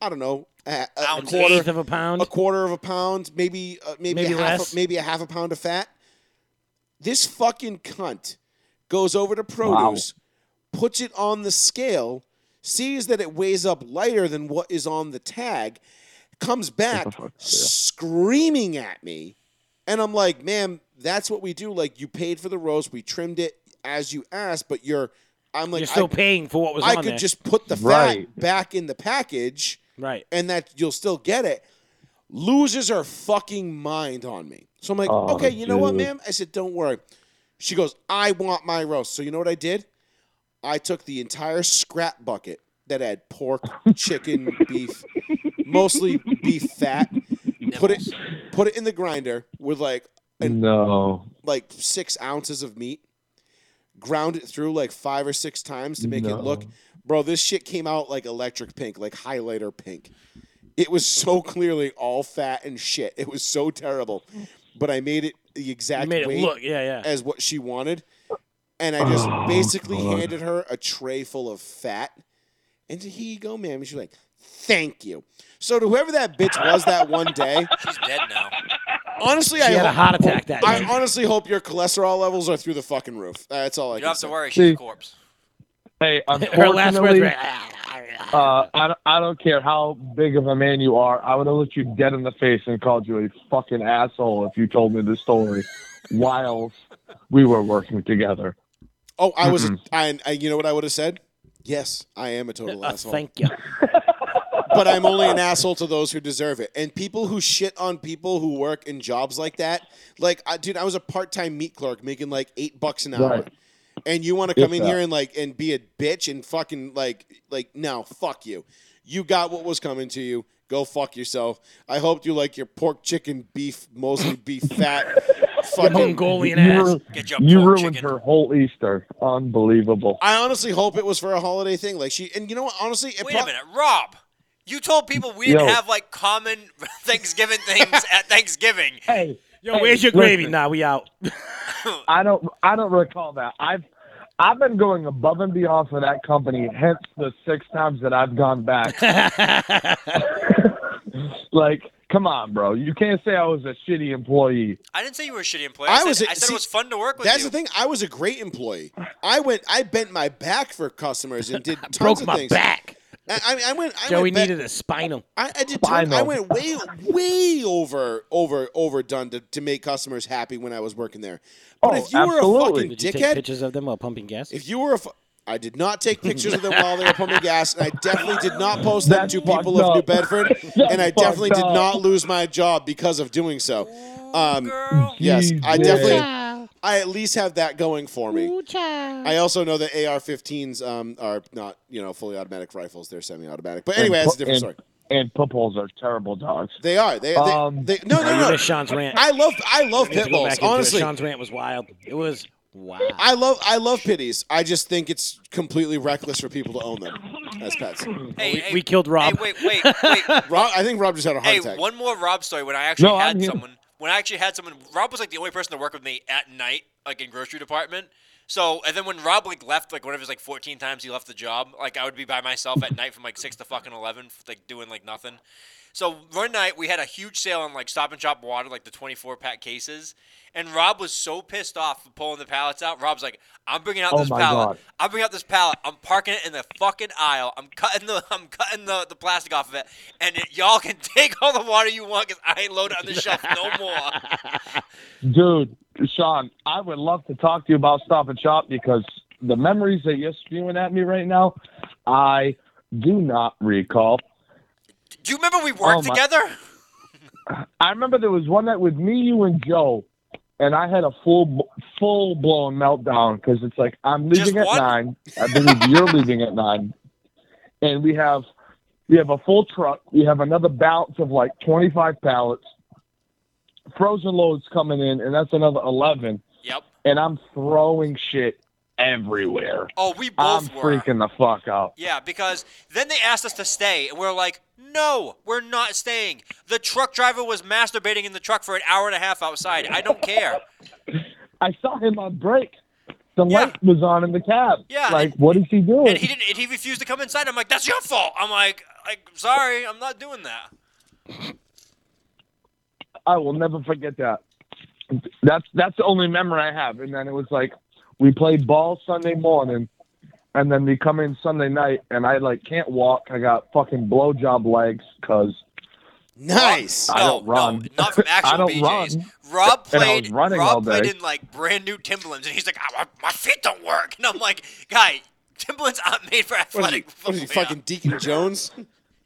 S1: i don't know a, a- a
S3: Ounces.
S1: quarter
S2: Eighth of a pound.
S1: a quarter of a pound, maybe uh, maybe
S2: Maybe
S1: a half,
S2: less.
S1: A, maybe a half a pound of fat. This fucking cunt goes over to
S5: Wow.
S1: produce, puts it on the scale, sees that it weighs up lighter than what is on the tag, comes back
S5: What the fuck, yeah.
S1: screaming at me, and I'm like, "Ma'am, that's what we do. Like, you paid for the roast, we trimmed it as you asked, but you're." I'm like,
S2: You're still
S1: I,
S2: paying for what was
S1: I
S2: on
S1: could
S2: there.
S1: just put the fat
S5: Right.
S1: back in the package
S2: right.
S1: and that you'll still get it. Loses her fucking mind on me. So I'm like,
S5: Oh,
S1: okay, you know what,
S5: dude.
S1: ma'am? I said, don't worry. She goes, I want my roast. So you know what I did? I took the entire scrap bucket that had pork, chicken, beef, mostly beef fat, put it
S3: Nibbles.
S1: put it in the grinder with like And-
S5: no.
S1: like six ounces of meat, ground it through like five or six times to make
S5: No.
S1: it look. Bro, this shit came out like electric pink, like highlighter pink. It was so clearly all fat and shit. It was so terrible, but I made it the
S2: You
S1: exact
S2: made it
S1: weight
S2: look. Yeah, yeah.
S1: as what she wanted, and I just
S5: Oh,
S1: basically
S5: God.
S1: handed her a tray full of fat, and here you go, ma'am. And she's like, "Thank you." So to whoever that bitch was that one day,
S3: She's dead now.
S1: honestly, I
S2: She had a
S1: hope-
S2: heart attack that
S1: I
S2: day.
S1: honestly hope your cholesterol levels are through the fucking roof. That's all I
S3: You
S1: can
S3: don't have
S1: say.
S3: to worry. She's a
S5: See.
S3: corpse.
S5: Hey,
S2: Her last words
S5: unfortunately,
S2: were.
S1: Oh,
S5: uh, I, don't- I don't care how big of a man you are. I would have looked you dead in the face and called you a fucking asshole if you told me the story whilst we were working together.
S1: Oh, I was.
S5: Mm-mm.
S1: I, I. You know what I would have said? Yes, I am a total
S2: Uh,
S1: asshole.
S2: thank you.
S1: but I'm only an asshole to those who deserve it. And people who shit on people who work in jobs like that, like, I, dude, I was a part-time meat clerk making like eight bucks an hour.
S5: Right.
S1: And you want to come
S5: If
S1: in
S5: that.
S1: here and like and be a bitch and fucking like like no fuck you, you got what was coming to you. Go fuck yourself. I hope you like your pork, chicken, beef, mostly beef fat, fucking
S2: Mongolian
S5: You
S2: ass.
S5: ru-
S3: Get your
S5: you
S3: pork
S5: ruined
S3: chicken.
S5: her whole Easter. Unbelievable.
S1: I honestly hope it was for a holiday thing. Like she, and you know what? Honestly, it
S3: Wait
S1: prob-
S3: a minute, Rob. You told people we didn't
S5: Yo.
S3: have like common Thanksgiving things at Thanksgiving.
S5: Hey,
S2: Yo,
S5: Hey,
S2: where's your gravy?
S5: listen.
S2: Nah, we out.
S5: I don't I don't recall that. I've I've been going above and beyond for that company, hence the six times that I've gone back. like, come on, bro. You can't say I was a shitty employee.
S3: I didn't say you were a shitty employee.
S1: I
S3: I,
S1: was
S3: said,
S1: a-
S3: I said
S1: see,
S3: it was fun to work with
S1: That's
S3: you.
S1: the thing. I was a great employee. I went. I bent my back for customers and did tons
S2: Broke
S1: of
S2: my
S1: things.
S2: back.
S1: I, I, I went. I
S2: Joey
S1: went back-
S2: needed a spinal.
S1: I, I did. Tons, I
S5: Spinal.
S1: went way, way over, over, overdone to, to make customers happy when I was working there. But
S5: Oh,
S1: if you were a
S5: absolutely.
S1: fucking
S2: Did you take
S1: dickhead,
S2: pictures of them while pumping gas?
S1: if you were a, fu- I did not take pictures of them while they were pumping gas, and I definitely did not post them
S5: That's
S1: to people
S5: fucked
S1: of New
S5: up.
S1: Bedford,
S5: That's
S1: and I definitely did
S5: fucked up.
S1: not lose my job because of doing so. Um,
S3: Girl,
S1: Yes, I
S5: Jesus.
S1: definitely, I at least have that going for me.
S2: I,
S1: I also know that AR-15s um, are not, you know, fully automatic rifles; they're semi-automatic. But anyway, that's a different story.
S5: and, and pit bulls are terrible dogs.
S1: They are. They. they,
S5: Um,
S1: they no, no,
S2: you
S1: no.
S2: missed Sean's rant.
S1: I love. I love
S2: We
S1: pit
S2: have to go
S1: bulls.
S2: back into it.
S1: Honestly,
S2: Sean's rant was wild. It was Wow.
S1: I love I love pitties. I just think it's completely reckless for people to own them as pets. Rob,
S3: Hey, hey,
S2: we killed Rob.
S3: Hey, wait, wait, wait.
S1: I think Rob just had a heart
S3: hey,
S1: attack.
S3: one more Rob story. When I actually
S5: No, I'm
S3: had
S5: here.
S3: someone, when I actually had someone, Rob was like the only person to work with me at night, like in grocery department. So, and then when Rob like left, like one of his like 14 times he left the job, like I would be by myself at night from like six to fucking 11, like doing like nothing. So one night we had a huge sale on like Stop and Shop water, like the 24 pack cases, and Rob was so pissed off for pulling the pallets out. Rob's like, "I'm bringing out
S5: Oh
S3: this
S5: my
S3: pallet.
S5: God.
S3: I'm bringing out this pallet. I'm parking it in the fucking aisle. I'm cutting the I'm cutting the, the plastic off of it, and it, y'all can take all the water you want because I ain't loaded on the shelf no more."
S5: Dude, Sean, I would love to talk to you about Stop and Shop because the memories that you're spewing at me right now, I do not recall.
S3: Do you remember we worked
S5: Oh my-
S3: together?
S5: I remember there was one night with me, you, and Joe, and I had a full full blown meltdown because it's like I'm
S3: Just
S5: leaving at
S3: one?
S5: nine. I believe you're leaving at nine, and we have we have a full truck. We have another balance of like 25 pallets, frozen loads coming in, and that's another 11.
S3: Yep.
S5: And I'm throwing shit everywhere.
S3: Oh, we
S5: I'm
S3: both were.
S5: freaking the fuck out.
S3: Yeah, because then they asked us to stay, and we are like, no, we're not staying. The truck driver was masturbating in the truck for an hour and a half outside. I don't care.
S5: I saw him on break. The
S3: Yeah.
S5: light was on in the cab.
S3: Yeah,
S5: Like, what is he doing?
S3: And he didn't. And he refused to come inside. I'm like, that's your fault. I'm like, like, sorry, I'm not doing that.
S5: I will never forget that. That's that's the only memory I have. And then it was like we played ball Sunday morning, and then we come in Sunday night, and I like can't walk. I got fucking blowjob legs because
S1: nice.
S5: I
S3: No,
S5: don't run.
S3: no, not from
S5: I
S3: actual
S5: don't
S3: BJ's.
S5: run.
S3: Rob
S5: And I was
S3: played.
S5: running
S3: Rob
S5: all day.
S3: played in like brand new Timberlands, and he's like, "Ah, my, my feet don't work. And I'm like, guy, Timberlands aren't made for
S1: What is he,
S3: athletic.
S1: what is he,
S3: footwear."
S1: fucking Deacon Jones?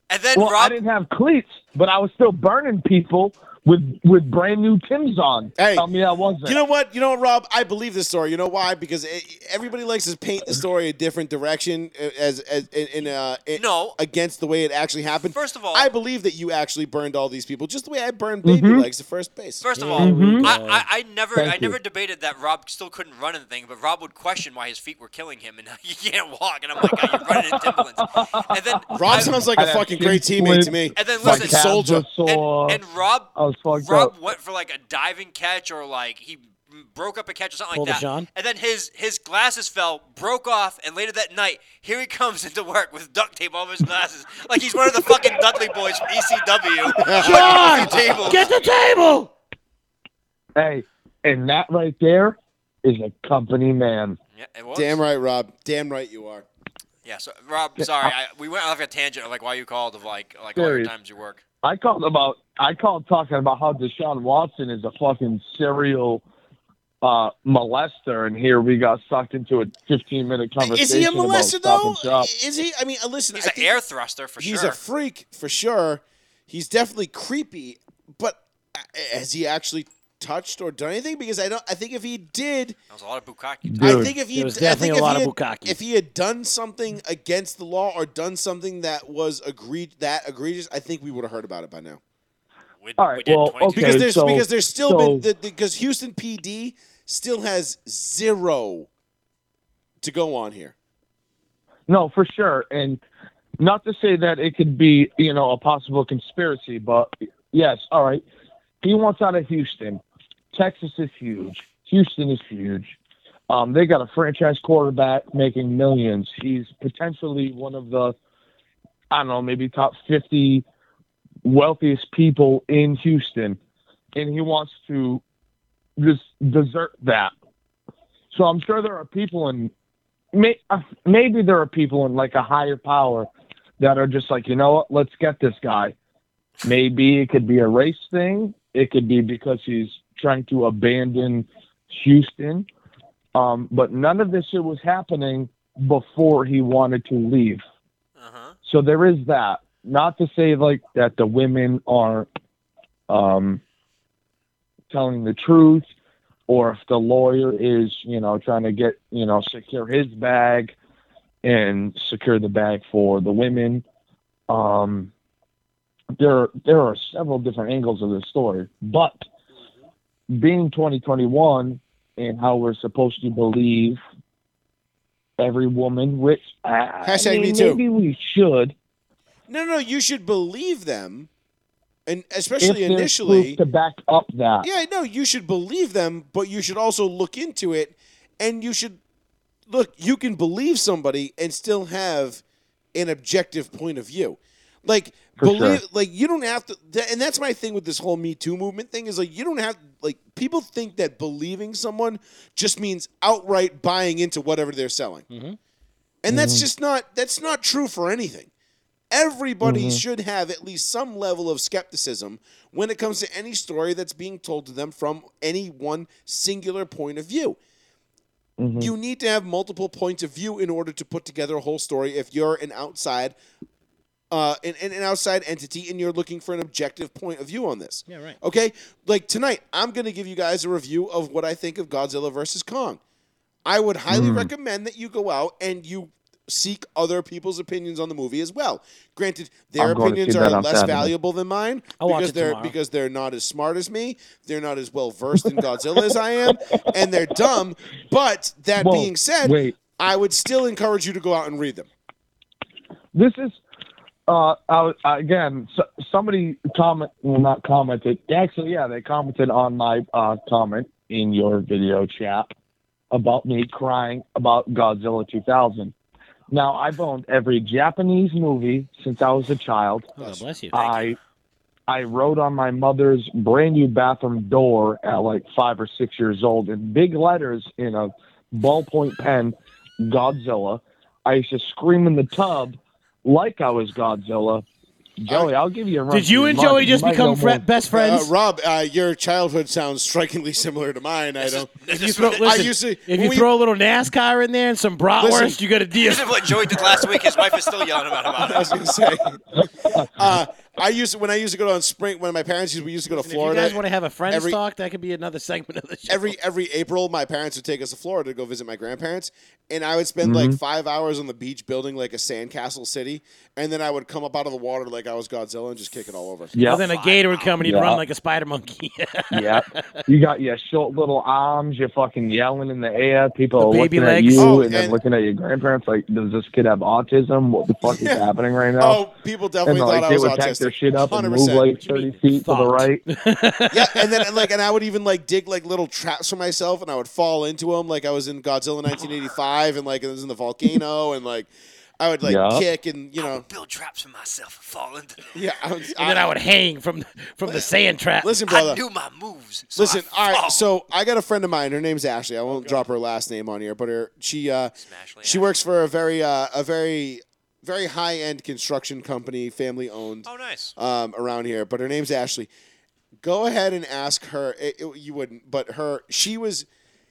S3: And then
S5: well, I
S3: Rob,
S5: didn't have cleats, but I was still burning people with with brand new Tim's on.
S1: Hey,
S5: Tell me I wasn't.
S1: You know what? You know what, Rob? I believe this story. You know why? Because it, everybody likes to paint the story a different direction uh, as as in, in uh in,
S3: No.
S1: against the way it actually happened.
S3: First of all-
S1: I believe that you actually burned all these people just the way I burned baby legs at first base.
S3: First of all,
S5: Mhm.
S3: I, I, I never
S5: Thank
S3: I
S5: you.
S3: never debated that Rob still couldn't run anything, but Rob would question why his feet were killing him, and he can't walk. And I'm like, God, you're running in Timberlands. And then
S1: Rob
S3: I-
S1: sounds like a
S5: I'd have
S1: fucking great
S5: shin
S1: teammate to
S5: splints.
S1: me.
S3: And then
S5: my
S1: fucking
S3: listen,
S5: calves
S1: soldier.
S5: were sore.
S3: and, and Rob
S5: I was fucked
S3: Rob
S5: up.
S3: went for like a diving catch or like he broke up a catch or something
S2: Pulled a
S3: like that.
S2: Sean?
S3: And then his his glasses fell, broke off, and later that night, here he comes into work with duct tape over his glasses, like he's one of the fucking Dudley boys from E ECW.
S2: Sean,
S3: Table.
S2: get the table.
S5: Hey, and that right there is a company man.
S3: Yeah, it was.
S1: Damn right, Rob. Damn right you are.
S3: Yeah, so Rob, sorry, I, we went off a tangent of like why you called of like like all your
S5: Serious.
S3: times you work.
S5: I called about I called talking about how Deshaun Watson is a fucking serial uh, molester, and here we got sucked into a 15 minute conversation.
S1: Is he a
S5: about
S1: molester
S5: Stop
S1: though?
S5: and Shop.
S1: Is he? I mean, uh, listen.
S3: He's
S1: I
S3: an
S1: think
S3: air thruster for
S1: he's
S3: sure.
S1: a freak for sure. He's definitely creepy, but uh, has he actually touched or done anything? Because I don't. I think if he did,
S3: that was a lot of bukkake.
S5: Dude,
S1: I think if he,
S2: There was
S1: I think
S2: definitely a
S1: if
S2: lot
S1: he
S2: of
S1: had-
S2: bukkake.
S1: If he had done something against the law or done something that was agreed that egregious, I think we would have heard about it by now.
S3: We,
S5: All right,
S3: we did
S5: well,
S3: 22.
S5: okay.
S1: Because there's
S5: so-
S1: because there's still been
S5: so-
S1: the, because Houston PD still has zero to go on here.
S5: No, for sure. And not to say that it could be, you know, a possible conspiracy, but yes, all right. He wants out of Houston. Texas is huge. Houston is huge. Um, they got a franchise quarterback making millions. He's potentially one of the, I don't know, maybe top 50 wealthiest people in Houston. And he wants to just desert that. So I'm sure there are people in may, uh, maybe there are people in like a higher power that are just like, you know what, let's get this guy. Maybe it could be a race thing. It could be because he's trying to abandon Houston. Um, but none of this shit was happening before he wanted to leave.
S3: Uh-huh.
S5: So there is that. Not to say like that the women are um, telling the truth, or if the lawyer is you know trying to get you know secure his bag and secure the bag for the women. Um, there there are several different angles of this story, but being 2021, and how we're supposed to believe every woman, which I,
S1: Hashtag
S5: I mean,
S1: me too.
S5: maybe we should.
S1: No, no, you should believe them, and
S5: If
S1: especially
S5: there's
S1: initially.
S5: proof to back up that.
S1: Yeah, no, you should believe them, but you should also look into it, and you should look. You can believe somebody and still have an objective point of view. Like
S5: For sure.
S1: believe, like you don't have to. That, and that's my thing with this whole Me Too movement thing is like you don't have like people think that believing someone just means outright buying into whatever they're selling,
S5: Mm-hmm.
S2: Mhm.
S1: and that's just not that's not true for anything. Everybody
S5: Mm-hmm.
S1: should have at least some level of skepticism when it comes to any story that's being told to them from any one singular point of view.
S5: Mhm.
S1: You need to have multiple points of view in order to put together a whole story if you're an outside uh, an, an an outside entity and you're looking for an objective point of view on this.
S2: Yeah, right.
S1: Okay? Like tonight, I'm going to give you guys a review of what I think of Godzilla versus Kong. I would highly recommend that you go out and you seek other people's opinions on the movie as well. Granted, their
S5: I'm going to
S1: opinions
S5: see
S1: are
S5: that on
S1: less
S5: Saturday.
S1: valuable than mine
S2: I'll watch
S1: because
S2: it
S1: they're
S2: tomorrow.
S1: because they're not as smart as me, they're not as well versed in Godzilla as I am, and they're dumb. But that
S5: Whoa,
S1: being said,
S5: wait.
S1: I would still encourage you to go out and read them.
S5: This is, uh, I, was- I- again, so, somebody comment, well, not commented. Actually, yeah, they commented on my uh, comment in your video chat about me crying about Godzilla 2000. Now, I've owned every Japanese movie since I was a child.
S2: Oh, God
S1: Yes.
S2: bless you.
S5: I I rode on my mother's brand new bathroom door at like five or six years old in big letters in a ballpoint pen, Godzilla. I used to scream in the tub like I was Godzilla. Joey, I'll give you a run.
S2: Did you
S5: for your
S2: and
S5: money.
S2: Joey just
S5: might know
S2: become
S5: more.
S2: fri- best
S1: Uh,
S2: friends?
S1: Rob, uh, your childhood sounds strikingly similar to mine. I
S3: This is,
S1: don't.
S3: this
S2: you
S3: is
S2: throw-
S3: what-
S2: listen,
S1: I used to.
S2: if
S1: when
S2: you
S1: we-
S2: throw a little NASCAR in there and some bratwurst,
S1: Listen.
S2: you got a deal.
S3: this is what Joey did last week. His wife is still yelling about about
S1: I
S3: it.
S1: was gonna say. uh, I used to, when I used to go on spring. When my parents used, we used to go to
S2: And if you guys want
S1: Florida.
S2: to have a friends
S1: every-
S2: talk, that could be another segment of the show.
S1: Every every April, my parents would take us to Florida to go visit my grandparents, and I would spend
S5: Mm-hmm.
S1: like five hours on the beach building like a sandcastle city, and then I would come up out of the water like I was Godzilla and just kick it all over.
S2: well,
S5: Yep,
S2: then a gator would come and he'd
S5: Yeah.
S2: run like a spider monkey.
S5: yep. You got your short little arms. You're fucking yelling in the air. People
S2: The
S5: are
S2: baby
S5: looking
S2: legs.
S5: at you
S1: Oh,
S5: and then
S1: and-
S5: looking at your grandparents. Like, does this kid have autism? What the fuck
S1: Yeah.
S5: is happening right now?
S1: Oh, people definitely
S5: and like
S1: thought I
S5: they
S1: was
S5: would pack their
S1: autistic.
S5: shit up and move
S1: 100%.
S5: like
S2: you mean,
S5: thirty feet to
S2: thought?
S5: the right.
S1: yeah, and then like, and I would even like dig like little traps for myself, and I would fall into them. Like I was in Godzilla 1985, and like I was in the volcano, and like I would like
S5: Yeah.
S1: kick, and you know,
S3: Build traps for myself and fall into them.
S1: yeah. I was,
S2: and then I would hang from from the sand trap.
S1: listen,
S3: I
S1: brother.
S3: knew my moves. So
S1: Listen,
S3: I
S1: all
S3: fall.
S1: right. So I got a friend of mine. Her name's Ashley. I won't drop her last name on here, but her she uh,
S3: Smash
S1: she
S3: Leanne.
S1: works for a very uh, a very very high end construction company, family owned.
S3: Oh, nice.
S1: um, around here, but her name's Ashley. Go ahead and ask her. It, it- you wouldn't, but her she was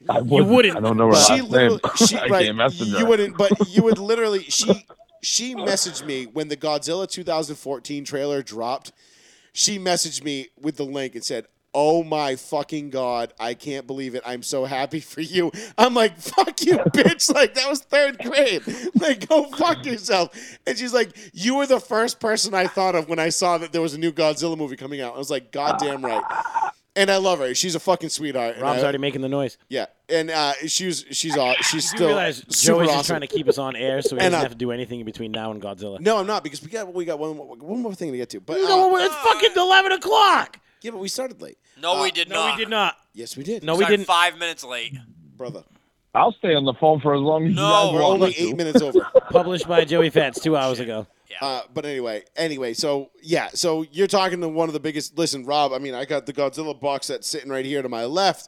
S5: I
S2: wouldn't.
S5: I don't know her
S1: she
S5: last name.
S1: literally she
S5: I
S1: right,
S5: can't message
S1: you
S5: her.
S1: wouldn't, but you would literally she she messaged me when the Godzilla 2014 trailer dropped. She messaged me with the link and said. Oh my fucking god! I can't believe it. I'm so happy for you. I'm like, fuck you, bitch. Like that was third grade. Like go fuck yourself. And she's like, you were the first person I thought of when I saw that there was a new Godzilla movie coming out. I was like, goddamn right. And I love her. She's a fucking sweetheart. And
S2: Rob's
S1: I-
S2: already making the noise.
S1: yeah, and uh, she's she's uh, she's
S2: You
S1: still
S2: realize
S1: super
S2: Joey's
S1: awesome.
S2: just trying to keep us on air, so he
S1: And,
S2: doesn't
S1: uh,
S2: have to do anything in between now and Godzilla.
S1: No, I'm not because we got we got one more, one more thing to get to. But
S2: You know
S1: uh,
S2: what, it's fucking eleven o'clock.
S1: yeah, but we started late.
S3: No,
S1: Uh,
S3: we did
S2: No,
S3: not.
S2: we did not.
S1: Yes, we did.
S2: No, we
S3: Sorry,
S2: didn't.
S3: Five minutes late.
S1: brother,
S5: I'll stay on the phone for as long as
S3: No,
S5: you
S2: Oh,
S5: guys
S1: we're
S5: want
S1: only
S5: me to.
S1: eight minutes over.
S2: Published by Joey Fats
S3: Oh,
S2: two hours ago.
S1: Uh, but anyway, anyway, so yeah, so you're talking to one of the biggest. Listen, Rob. I mean, I got the Godzilla box that's sitting right here to my left.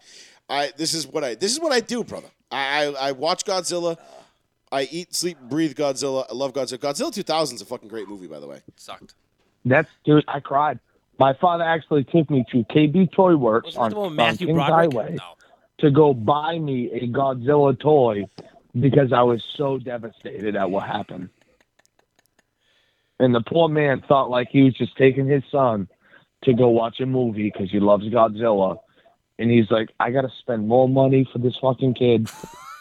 S1: I this is what I this is what I do, brother. I I, I watch Godzilla. I eat, sleep, breathe Godzilla. I love Godzilla. Godzilla 2000 is a fucking great movie, by the way.
S3: Sucked.
S5: That's dude. I cried. My father actually took me to KB Toy Works
S2: Wasn't that
S5: on,
S2: the one with
S5: on
S2: Matthew
S5: Kings
S2: Broderick?
S5: Highway
S3: No.
S5: to go buy me a Godzilla toy because I was so devastated at what happened. And the poor man thought like he was just taking his son to go watch a movie because he loves Godzilla, and he's like, I gotta spend more money for this fucking kid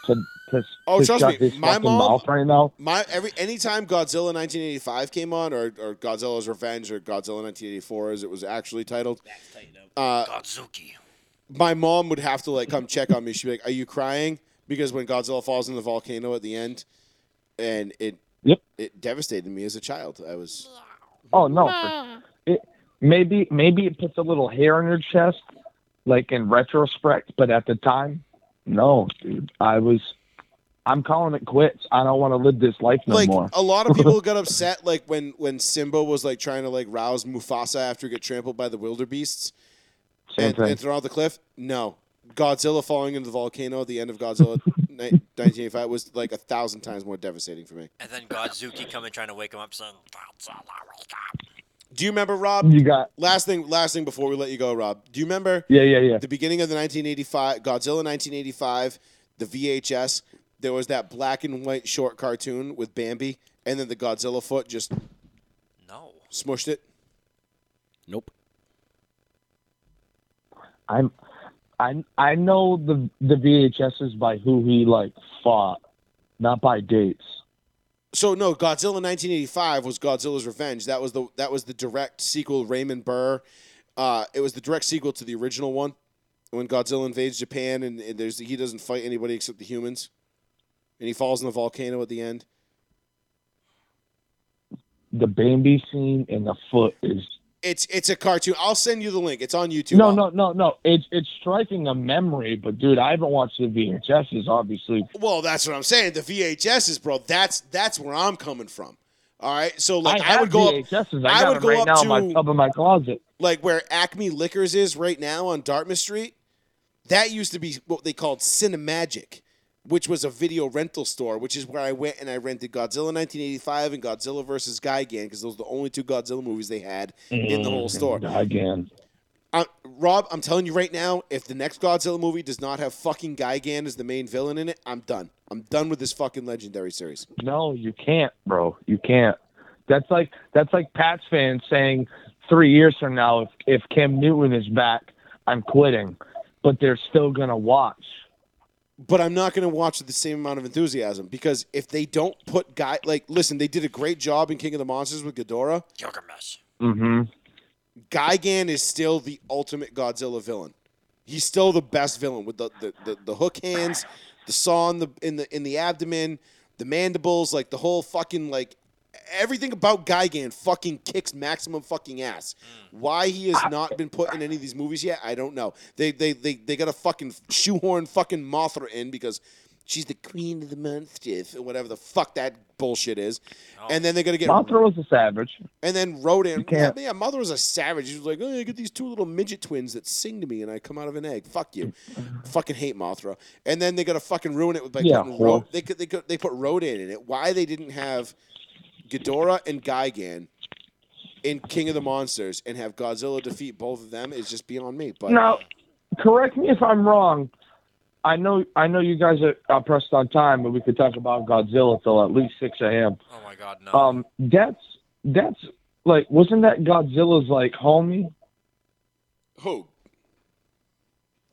S5: to to,
S1: Oh,
S5: to
S1: trust
S5: shut
S1: me,
S5: his
S1: my
S5: fucking
S1: mom-
S5: mouth right now.
S1: my every anytime Godzilla 1985 came on, or, or Godzilla's Revenge, or Godzilla 1984, as it was actually titled, uh,
S3: Godzuki.
S1: my mom would have to like come check on me. She'd be like, "Are you crying?" Because when Godzilla falls in the volcano at the end, and it
S5: Yep.
S1: it devastated me as a child. I was
S5: Oh no, for, it, maybe maybe it puts a little hair on your chest, like in retrospect. But at the time, no, dude, I was. I'm calling it quits. I don't want to live this life no
S1: like uh,
S5: more.
S1: a lot of people got upset like when when Simba was like trying to like rouse Mufasa after he got trampled by the wildebeests
S5: Same
S1: and,
S5: thing.
S1: and thrown off the cliff. No, Godzilla falling into the volcano at the end of Godzilla ni- 1985 was like a thousand times more devastating for me.
S3: And then Godzuki coming trying to wake him up, saying, Godzilla, wake up.
S1: Do you remember Rob?
S5: you got
S1: Last thing, last thing before we let you go, Rob. Do you remember
S5: yeah, yeah, yeah.
S1: the beginning of the 1985 Godzilla 1985, the VHS? There was that black and white short cartoon with Bambi, and then the Godzilla foot just
S3: No.
S1: smushed it.
S2: Nope.
S5: I'm. I I know the the VHSs by who he like fought, not by dates.
S1: So no, Godzilla 1985 was Godzilla's Revenge. That was the that was the direct sequel. Raymond Burr. Uh, it was the direct sequel to the original one, when Godzilla invades Japan and, and there's he doesn't fight anybody except the humans, and he falls in the volcano at the end.
S5: The Bambi scene and the foot is
S1: It's it's a cartoon. I'll send you the link. It's on YouTube.
S5: no,
S1: I'll-
S5: no, no, no. It's it's striking a memory, but dude, I haven't watched the VHSs obviously
S1: Well, that's what I'm saying. The VHSs, bro. That's that's where I'm coming from. All right. So like I,
S5: have
S1: would go up
S5: VHSs.
S1: I
S5: I, got
S1: would
S5: them
S1: go
S5: right
S1: up
S5: now in my
S1: to-
S5: tub in my closet.
S1: like where Acme Liquors is right now on Dartmouth Street. That used to be what they called Cinemagic, which was a video rental store, which is where I went and I rented Godzilla 1985 and Godzilla versus Gigan because those were the only two Godzilla movies they had in the whole store.
S5: Mm, Again,
S1: Uh, Rob, I'm telling you right now, if the next Godzilla movie does not have fucking Gigan as the main villain in it, I'm done. I'm done with this fucking legendary series.
S5: no, you can't, bro. You can't. That's like that's like Pats fans saying three years from now, if if Cam Newton is back, I'm quitting. But they're still gonna watch.
S1: but I'm not going to watch with the same amount of enthusiasm because if they don't put guy like listen, they did a great job in King of the Monsters with Ghidorah.
S3: Gilgamesh.
S5: Mm-hmm.
S1: Gigan is still the ultimate Godzilla villain. He's still the best villain with the the, the, the hook hands, the saw in the in the in the abdomen, the mandibles, like the whole fucking like everything about Gigan fucking kicks maximum fucking ass. Why he has not been put in any of these movies yet, I don't know. They they they, they got a fucking shoehorn fucking Mothra in because she's the queen of the monsters or whatever the fuck that bullshit is. And then they're gonna get
S5: Mothra was a savage.
S1: and then Rodin, yeah,
S5: can't-
S1: yeah, mother was a savage. She was like, oh, I get these two little midget twins that sing to me, and I come out of an egg. Fuck you, fucking hate Mothra. And then they gotta fucking ruin it with like
S5: Yeah,
S1: putting Ro-
S5: whore.
S1: they could they could, they put Rodin in it. Why they didn't have Ghidorah and Gigan in King of the Monsters and have Godzilla defeat both of them is just beyond me. But
S5: Now, correct me if I'm wrong. I know I know you guys are, are pressed on time, but we could talk about Godzilla till at least six a.m.
S3: Oh my god, no.
S5: Um, that's that's like wasn't that Godzilla's like homie?
S1: who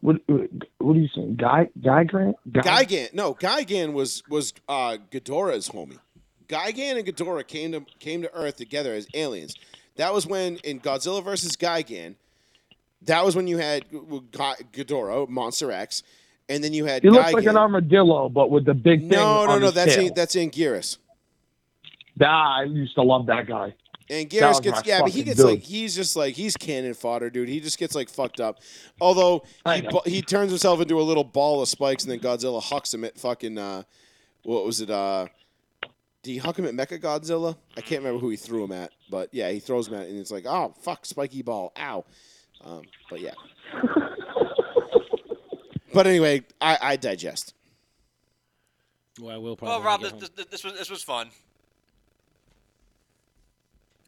S5: What what, what are you saying? Guy Guy Grant?
S1: Gigan? No, Gigan was was uh, Ghidorah's homie. Gigan and Ghidorah came to came to Earth together as aliens. That was when in Godzilla versus Gigan. That was when you had G- G- Ghidorah, Monster X, and then you had
S5: He looks
S1: Gigan.
S5: like an armadillo, but with the big thing.
S1: no, no,
S5: on
S1: no.
S5: his
S1: That's
S5: tail.
S1: in, that's Anguirus.
S5: Ah, I used to love that guy. That was
S1: Anguirus gets
S5: my
S1: yeah, but he
S5: fucking
S1: gets
S5: dude.
S1: like he's just like he's cannon fodder, dude. He just gets like fucked up. Although
S5: I
S1: he,
S5: know.
S1: bu- he turns himself into a little ball of spikes, and then Godzilla hucks him at fucking uh, what was it? Uh, did he huck him at Mecha Godzilla? I can't remember who he threw him at, but yeah, he throws him at, it and it's like, oh fuck, spiky ball, ow. Um, but yeah. but anyway, I, I digest.
S2: Well, I will probably.
S3: well, Rob,
S2: get home.
S3: this, this, this was this was fun.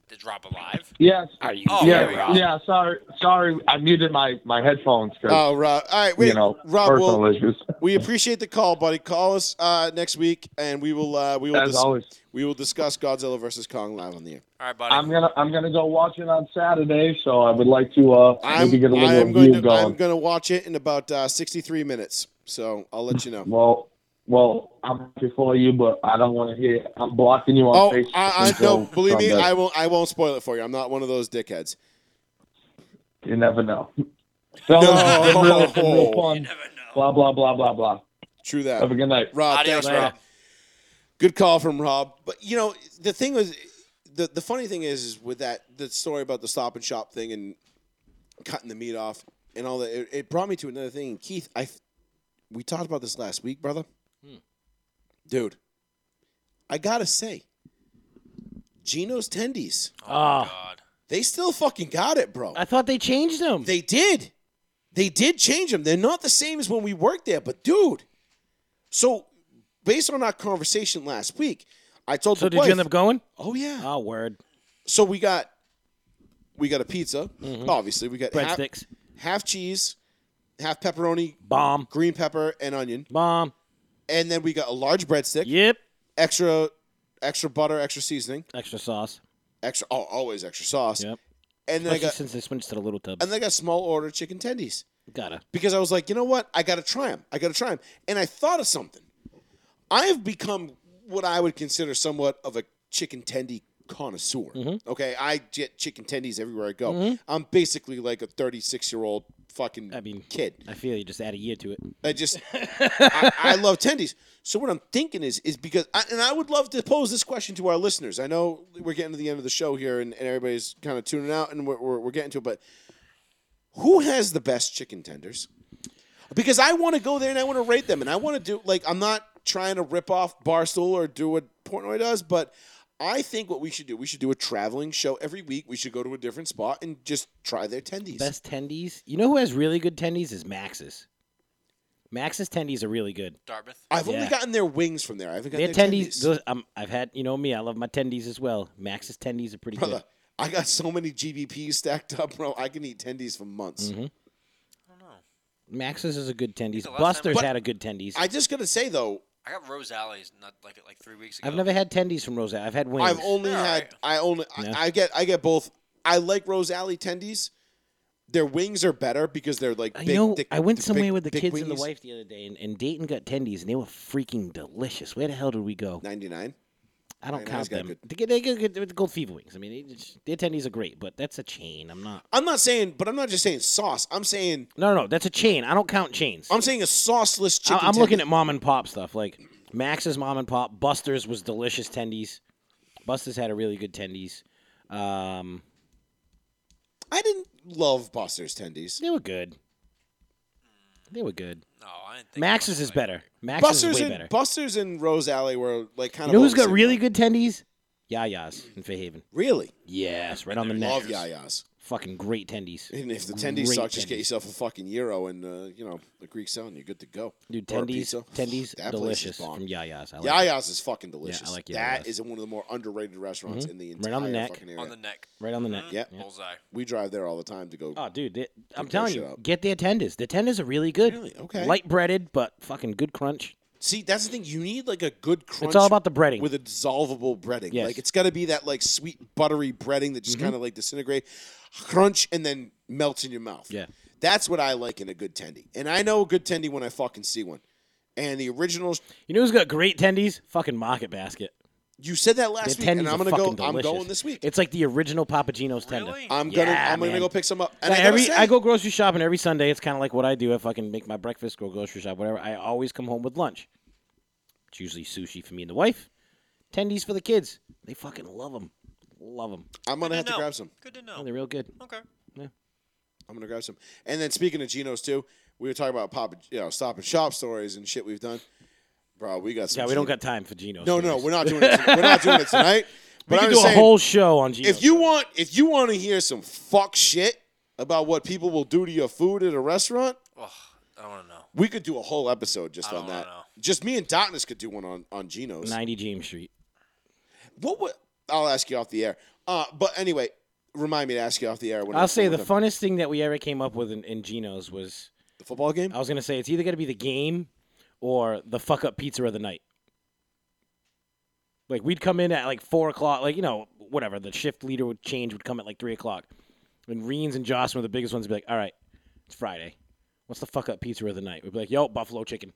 S3: Did Rob alive?
S5: Yes.
S2: Are you
S3: Oh,
S5: yeah,
S3: there we go.
S5: yeah. Sorry, sorry. I muted my my headphones because
S1: Oh, Rob. All right, wait,
S5: you know
S1: Rob.
S5: personal
S1: We'll,
S5: issues.
S1: we appreciate the call, buddy. Call us uh, next week, and we will uh, we will
S5: As
S1: dis-
S5: always,
S1: We will discuss Godzilla versus Kong live on the air.
S3: All right, buddy.
S5: I'm gonna I'm gonna go watch it on Saturday, so I would like to uh
S1: I'm,
S5: maybe get a little
S1: I'm
S5: review
S1: going to
S5: going.
S1: I'm going to watch it in about uh, 63 minutes, so I'll let you know.
S5: Well, well, I'm before you, but I don't want to hear. I'm blocking you
S1: Oh,
S5: on Facebook.
S1: I, I
S5: until
S1: no, believe me,
S5: Sunday.
S1: I won't I won't spoil it for you. I'm not one of those dickheads.
S5: You never know. Fellas,
S1: No.
S5: been real, been real
S3: You
S5: fun.
S3: never know.
S5: Blah blah blah blah blah.
S1: True
S5: Have a
S1: that.
S5: good night.
S1: Rob,
S3: Adios,
S1: thanks, man.
S3: Rob.
S1: Good call from Rob. But you know, the thing was, the the funny thing is, is with that the story about the Stop and Shop thing and cutting the meat off and all that. It, it brought me to another thing. Keith, I we talked about this last week, brother. Dude, I gotta say, Gino's tendies,
S3: Oh,
S2: Ah.
S3: God.
S1: they still fucking got it, bro.
S2: I thought they changed them.
S1: They did. They did change them. They're not the same as when we worked there, but dude. So, based on our conversation last week, I told
S2: so
S1: the
S2: did
S1: wife,
S2: you end up going?
S1: "Oh yeah."
S2: Oh, word.
S1: So we got we got a pizza.
S2: Mm-hmm.
S1: Obviously, we got half,
S2: Breadsticks.
S1: half cheese, half pepperoni,
S2: Bomb.
S1: green pepper, and onion,
S2: Bomb.
S1: and then we got a large breadstick,
S2: Yep.
S1: extra extra butter, extra seasoning,
S2: Extra sauce.
S1: extra oh, always extra sauce,
S2: Yep.
S1: and then I
S2: Especially
S1: got
S2: since they switched to the little tub.
S1: and then I got small order chicken tendies.
S2: Gotta.
S1: because I was like, you know what? I got to try them. I got to try them. And I thought of something. I have become what I would consider somewhat of a chicken tendy connoisseur.
S2: Mm-hmm.
S1: Okay, I get chicken tendies everywhere I go. I'm basically like a 36 year old fucking
S2: I mean-
S1: kid.
S2: I feel you just add a year to it.
S1: I just I, I love tendies. So what I'm thinking is is because I, and I would love to pose this question to our listeners. I know we're getting to the end of the show here, and, and everybody's kind of tuning out, and we're, we're, we're getting to it. But who has the best chicken tenders? Because I want to go there and I want to rate them, and I want to do like I'm not trying to rip off Barstool or do what Portnoy does, but I think what we should do we should do a traveling show every week. We should go to a different spot and just try their tendies.
S2: Best tendies. You know who has really good tendies is Max's. Max's tendies are really good.
S3: Dartmouth.
S1: I've only
S2: Yeah.
S1: gotten their wings from there. I haven't gotten
S2: Their
S1: their,
S2: tendies. Those, um, I've had. You know me. I love my tendies as well. Max's tendies are pretty
S1: Brother, I got so many GBPs stacked up, bro. I can eat tendies for months.
S2: Mm-hmm. good. Max's is a good tendies.
S3: the last time I-
S2: Buster's
S1: But-
S2: had a good tendies.
S1: I just gotta say though,
S3: I got Rose Alley's not like like three weeks ago.
S2: I've never had tendies from Rosette. I've had wings.
S1: I've only
S3: They're all
S1: had
S3: right.
S1: I only I-
S2: Yeah.
S1: I, get I get both. I like Rose Alley tendies. Their wings are better because they're like
S2: I
S1: big.
S2: know.
S1: thick-
S2: I went
S1: they're
S2: somewhere
S1: big-
S2: with the
S1: thick
S2: kids and the
S1: wingies.
S2: wife the other day, and, and Dayton got tendies, and they were freaking delicious. Where the hell did we go?
S1: Ninety-nine.
S2: I don't
S1: Nine Eyes got
S2: count them.
S1: good-
S2: They get they get good with the gold fever wings. I mean, they just, their tendies are great, but that's a chain. I'm not.
S1: I'm not saying, but I'm not just saying sauce. I'm saying
S2: No, no, no, that's a chain. I don't count chains.
S1: I'm saying a sauceless
S2: I-
S1: chicken.
S2: I'm looking
S1: tendies.
S2: at mom and pop stuff like Max's mom and pop. Buster's was delicious tendies. Buster's had a really good tendies. Um,
S1: I didn't love Buster's tendies.
S2: they were good. They were good.
S3: No, I didn't think
S2: Max's
S3: about
S2: is
S3: it.
S2: better. Max's
S1: Buster's
S2: is way
S1: and
S2: better.
S1: Buster's and Rose Alley were like kind
S2: You know
S1: of.
S2: who's got
S1: oversaturated.
S2: really good tendies? Yaya's in Fairhaven.
S1: Really
S2: Yes, right on the neck.
S1: love yayas.
S2: Fucking great tendies.
S1: And if the tendies
S2: Great
S1: suck, just get
S2: tendies.
S1: yourself a fucking euro and uh, you know a Greek salad, and you're good to go.
S2: Dude,
S1: Or a
S2: tendies,
S1: pizza.
S2: tendies,
S1: That place is
S2: delicious
S1: bomb.
S2: from Yaya's. I like it.
S1: Yaya's is fucking delicious.
S2: like
S1: That
S2: Yaya's. Mm-hmm.
S1: is one of the more underrated restaurants in the entire
S2: Right on the neck.
S1: fucking area.
S3: On the neck. Hmm?
S2: Right on the neck.
S1: Yep.
S2: Yeah.
S3: Bullseye.
S1: we drive there all the time to go.
S2: Oh, dude, they- I'm
S1: that
S2: telling
S1: shit
S2: you,
S1: up.
S2: get their tenders. Their tenders are really good.
S1: Really? Okay.
S2: Light breaded, but fucking good crunch.
S1: See, that's the thing. You need like a good crunch.
S2: It's all about the breading.
S1: with a dissolvable breading.
S2: Yes. Mm-hmm.
S1: Like it's got to be that like sweet buttery breading that just kind of like disintegrate, crunch, and then melts in your mouth.
S2: Yeah.
S1: that's what I like in a good tendy. And I know a good tendy when I fucking see one. And the original
S2: you know who's got great tendies? Fucking Market Basket.
S1: You said that
S2: Their
S1: last week,
S2: tendies
S1: and I'm
S2: are
S1: gonna go.
S2: fucking
S1: I'm
S2: delicious.
S1: going this week.
S2: It's like the original Papagino's tender.
S3: Really?
S1: I'm
S2: Yeah,
S1: gonna. I'm gonna
S2: man.
S1: go pick some up. And
S2: Now,
S1: I gotta
S2: every
S1: say,
S2: I go grocery shopping every Sunday. It's kind of like what I do. If I can make my breakfast, go grocery shop, whatever. I always come home with lunch. It's usually sushi for me and the wife. Tendies for the kids. They fucking love them. Love them.
S1: I'm
S3: Good
S1: gonna have to
S3: know.
S1: grab some.
S3: Good to
S2: They're
S3: know.
S2: real good.
S3: Okay.
S1: I'm gonna grab some. And then speaking of Geno's too, we were talking about pop, you know, stop and shop stories and shit we've done. Bro, we got some.
S2: Yeah, we don't
S1: Geno-
S2: got time for Geno's.
S1: No, no,
S2: stories.
S1: we're not doing it. Tonight. we're not doing it tonight. But
S2: We
S1: I'm
S2: could do
S1: just
S2: a
S1: saying,
S2: whole show on Geno's.
S1: if you want, if you want to hear some fuck shit about what people will do to your food at a restaurant,
S3: Ugh, I don't want to know.
S1: we could do a whole episode just
S3: I
S1: on
S3: don't
S1: that.
S3: know.
S1: Just me and Darkness could do one on on Geno's.
S2: 90 James Street.
S1: What would I'll ask you off the air. Uh, but anyway, remind me to ask you off the air. When
S2: I'll say the
S1: when
S2: funnest thing that we ever came up with in, in Geno's was
S1: the football game.
S2: I was gonna say it's either gonna be the game or the fuck up pizza of the night. Like we'd come in at like four o'clock, like you know whatever the shift leader would change would come at like three o'clock, and Reens and Jocelyn were the biggest ones. Would be like, all right, it's Friday. What's the fuck up pizza of the night? We'd be like, yo, buffalo chicken.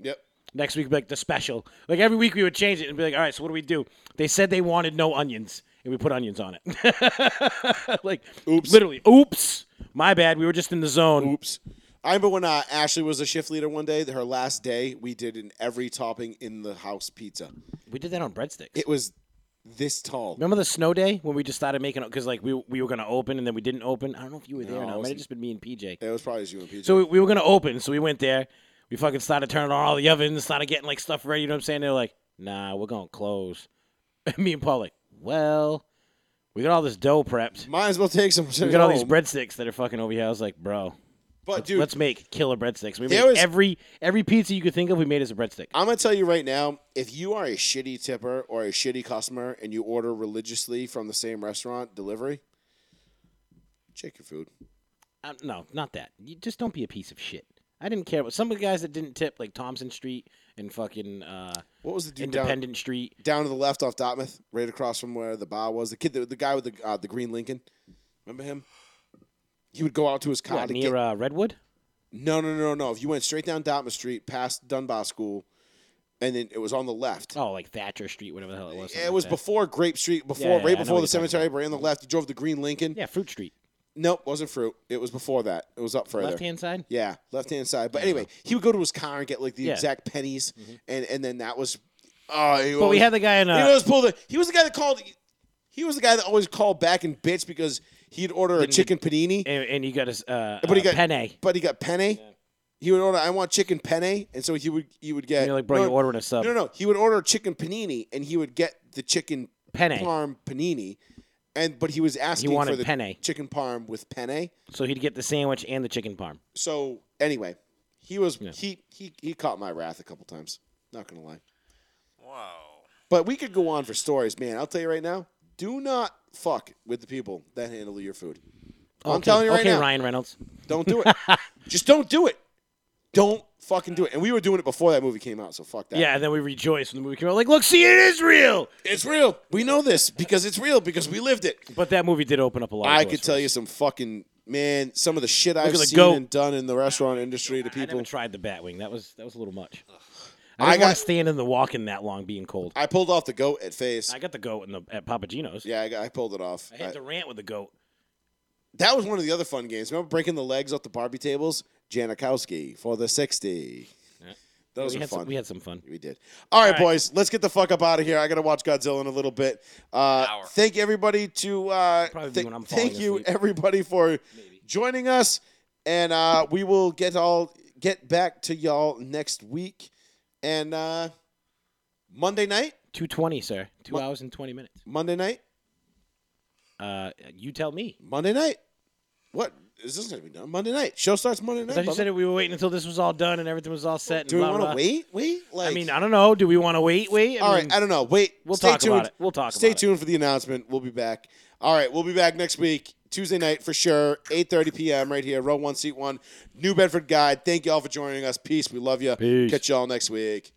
S1: Yep.
S2: Next week, we'd be like the special. Like every week, we would change it and be like, all right, so what do we do? They said they wanted no onions, and we put onions on it. like,
S1: Oops.
S2: literally, oops, My bad. We were just in the zone.
S1: Oops. I remember when uh, Ashley was a shift leader one day, her last day, we did an every topping in the house pizza.
S2: We did that on breadsticks.
S1: It was this tall.
S2: Remember the snow day when we just started making because like we we were gonna open and then we didn't open. I don't know if you were there.
S1: No,
S2: or
S1: I
S2: not. It might have
S1: wasn't.
S2: just been me and PJ.
S1: It was probably as you and PJ.
S2: So we, we were gonna open, so we went there. We fucking started turning on all the ovens, started getting like stuff ready. You know what I'm saying? They're like, "Nah, we're gonna close." And me and Paul like, "Well, we got all this dough prepped.
S1: Might as well take some.
S2: We got all these breadsticks that are fucking over here." I was like, "Bro,
S1: But dude,
S2: let's make killer breadsticks." We
S1: There
S2: made
S1: was-
S2: every every pizza you could think of. We made as a breadstick.
S1: I'm gonna tell you right now, if you are a shitty tipper or a shitty customer and you order religiously from the same restaurant delivery, check your food.
S2: Uh, no, not that. You just don't be a piece of shit. I didn't care about some of the guys that didn't tip, like Thompson Street and fucking uh,
S1: What was the dude down,
S2: Independent Street.
S1: down to the left off Dartmouth, right across from where the bar was? The kid, the, the guy with the uh, the green Lincoln. Remember him? He would go out to his car
S2: What,
S1: to
S2: near
S1: get.
S2: uh, Redwood.
S1: No, no, no, no. If you went straight down Dartmouth Street, past Dunbar School, and then it was on the left.
S2: Oh, like Thatcher Street, whatever the hell it was. something
S1: it
S2: like
S1: was
S2: that.
S1: before Grape Street,
S2: Yeah,
S1: before
S2: yeah, I
S1: right
S2: know
S1: before
S2: what
S1: the
S2: you're talking
S1: cemetery, right on the left. You drove the green Lincoln.
S2: Yeah, Fruit Street,
S1: Nope, wasn't fruit. It was before that. It was up further.
S2: left hand side.
S1: Yeah, left hand side. But anyway, he would go to his car and get like the
S2: Yeah. Mm-hmm.
S1: exact pennies, and and then that was. Oh, he
S2: But we
S1: always-
S2: had the guy in
S1: he
S2: uh,
S1: always pulled the. He was the guy that called. He was the guy that always called back and bitch because he'd order a
S2: Didn't he-
S1: chicken panini,
S2: and, and he got his uh,
S1: But he
S2: uh,
S1: got-
S2: penne. And
S1: but he got penne. He would order. I want chicken penne, and so he would he would get.
S2: you're like, bro,
S1: no,
S2: you're ordering a sub.
S1: no, no, no. He would order a chicken panini, and he would get the chicken
S2: Penne.
S1: parm panini, and but he was asking
S2: wanted
S1: for the
S2: penne.
S1: chicken parm with penne.
S2: So he'd get the sandwich and the chicken parm.
S1: So anyway, he was
S2: Yeah.
S1: he he he caught my wrath a couple times. Not gonna lie,
S3: Wow.
S1: but we could go on for stories, man. I'll tell you right now, do not fuck with the people that handle your food. I'm
S2: okay,
S1: telling you right
S2: okay,
S1: now,
S2: Ryan Reynolds.
S1: don't do it. Just don't do it. Don't fucking do it. And we were doing it before that movie came out, so fuck that.
S2: Yeah, and then we rejoiced when the movie came out. Like, look, see, it is real.
S1: it's real. We know this because it's real because we lived it.
S2: But that movie did open up a lot. of
S1: I
S2: doors
S1: could
S2: for
S1: tell
S2: us.
S1: you some fucking man. Some of the shit I've
S2: at the
S1: seen
S2: goat.
S1: and done in the restaurant industry to
S2: I
S1: people.
S2: never tried the bat wing. That was that was a little much.
S1: I
S2: I didn't want
S1: got-
S2: to stand in the walking that long, being cold.
S1: I pulled off the goat at face.
S2: I got the goat in the at Papagino's.
S1: yeah, I, got- I pulled it off.
S2: I had
S1: I-
S2: to rant with the goat.
S1: That was one of the other fun games. Remember breaking the legs off the Barbie tables? Janikowski for the 60.
S2: Yeah.
S1: Those
S2: we
S1: were
S2: had
S1: fun.
S2: Some, we had some fun.
S1: We did. All right,
S2: right.
S1: boys, let's get the fuck up out of here. I got to watch Godzilla in a little bit. Uh,
S3: Hour.
S1: thank everybody to. Uh,
S2: Probably be
S1: th-
S2: when I'm falling
S1: thank you,
S2: asleep.
S1: everybody, for joining us. And uh, we will get all get back to y'all next week. And uh, Monday night,
S2: Two twenty, sir. Two
S1: Mon-
S2: hours and twenty minutes.
S1: Monday night,
S2: Uh, you tell me.
S1: Monday night. What is this going to be done? Monday night. Show starts Monday
S2: I
S1: night.
S2: thought you
S1: brother.
S2: said that we were waiting until this was all done and everything was all set. And
S1: Do we
S2: blah,
S1: want
S2: blah.
S1: to wait? Wait? Like,
S2: I mean, I don't know. Do we want to wait? Wait. I
S1: all
S2: mean,
S1: right, I don't know. Wait.
S2: we'll
S1: stay
S2: talk
S1: tuned.
S2: about it. We'll talk.
S1: Stay
S2: about it.
S1: tuned for the announcement. We'll be back. All right, we'll be back next week, Tuesday night for sure, 8.30 p.m. right here, row one, seat one, New Bedford Guide. Thank you all for joining us. Peace. We love you.
S2: Peace.
S1: Catch you all next week.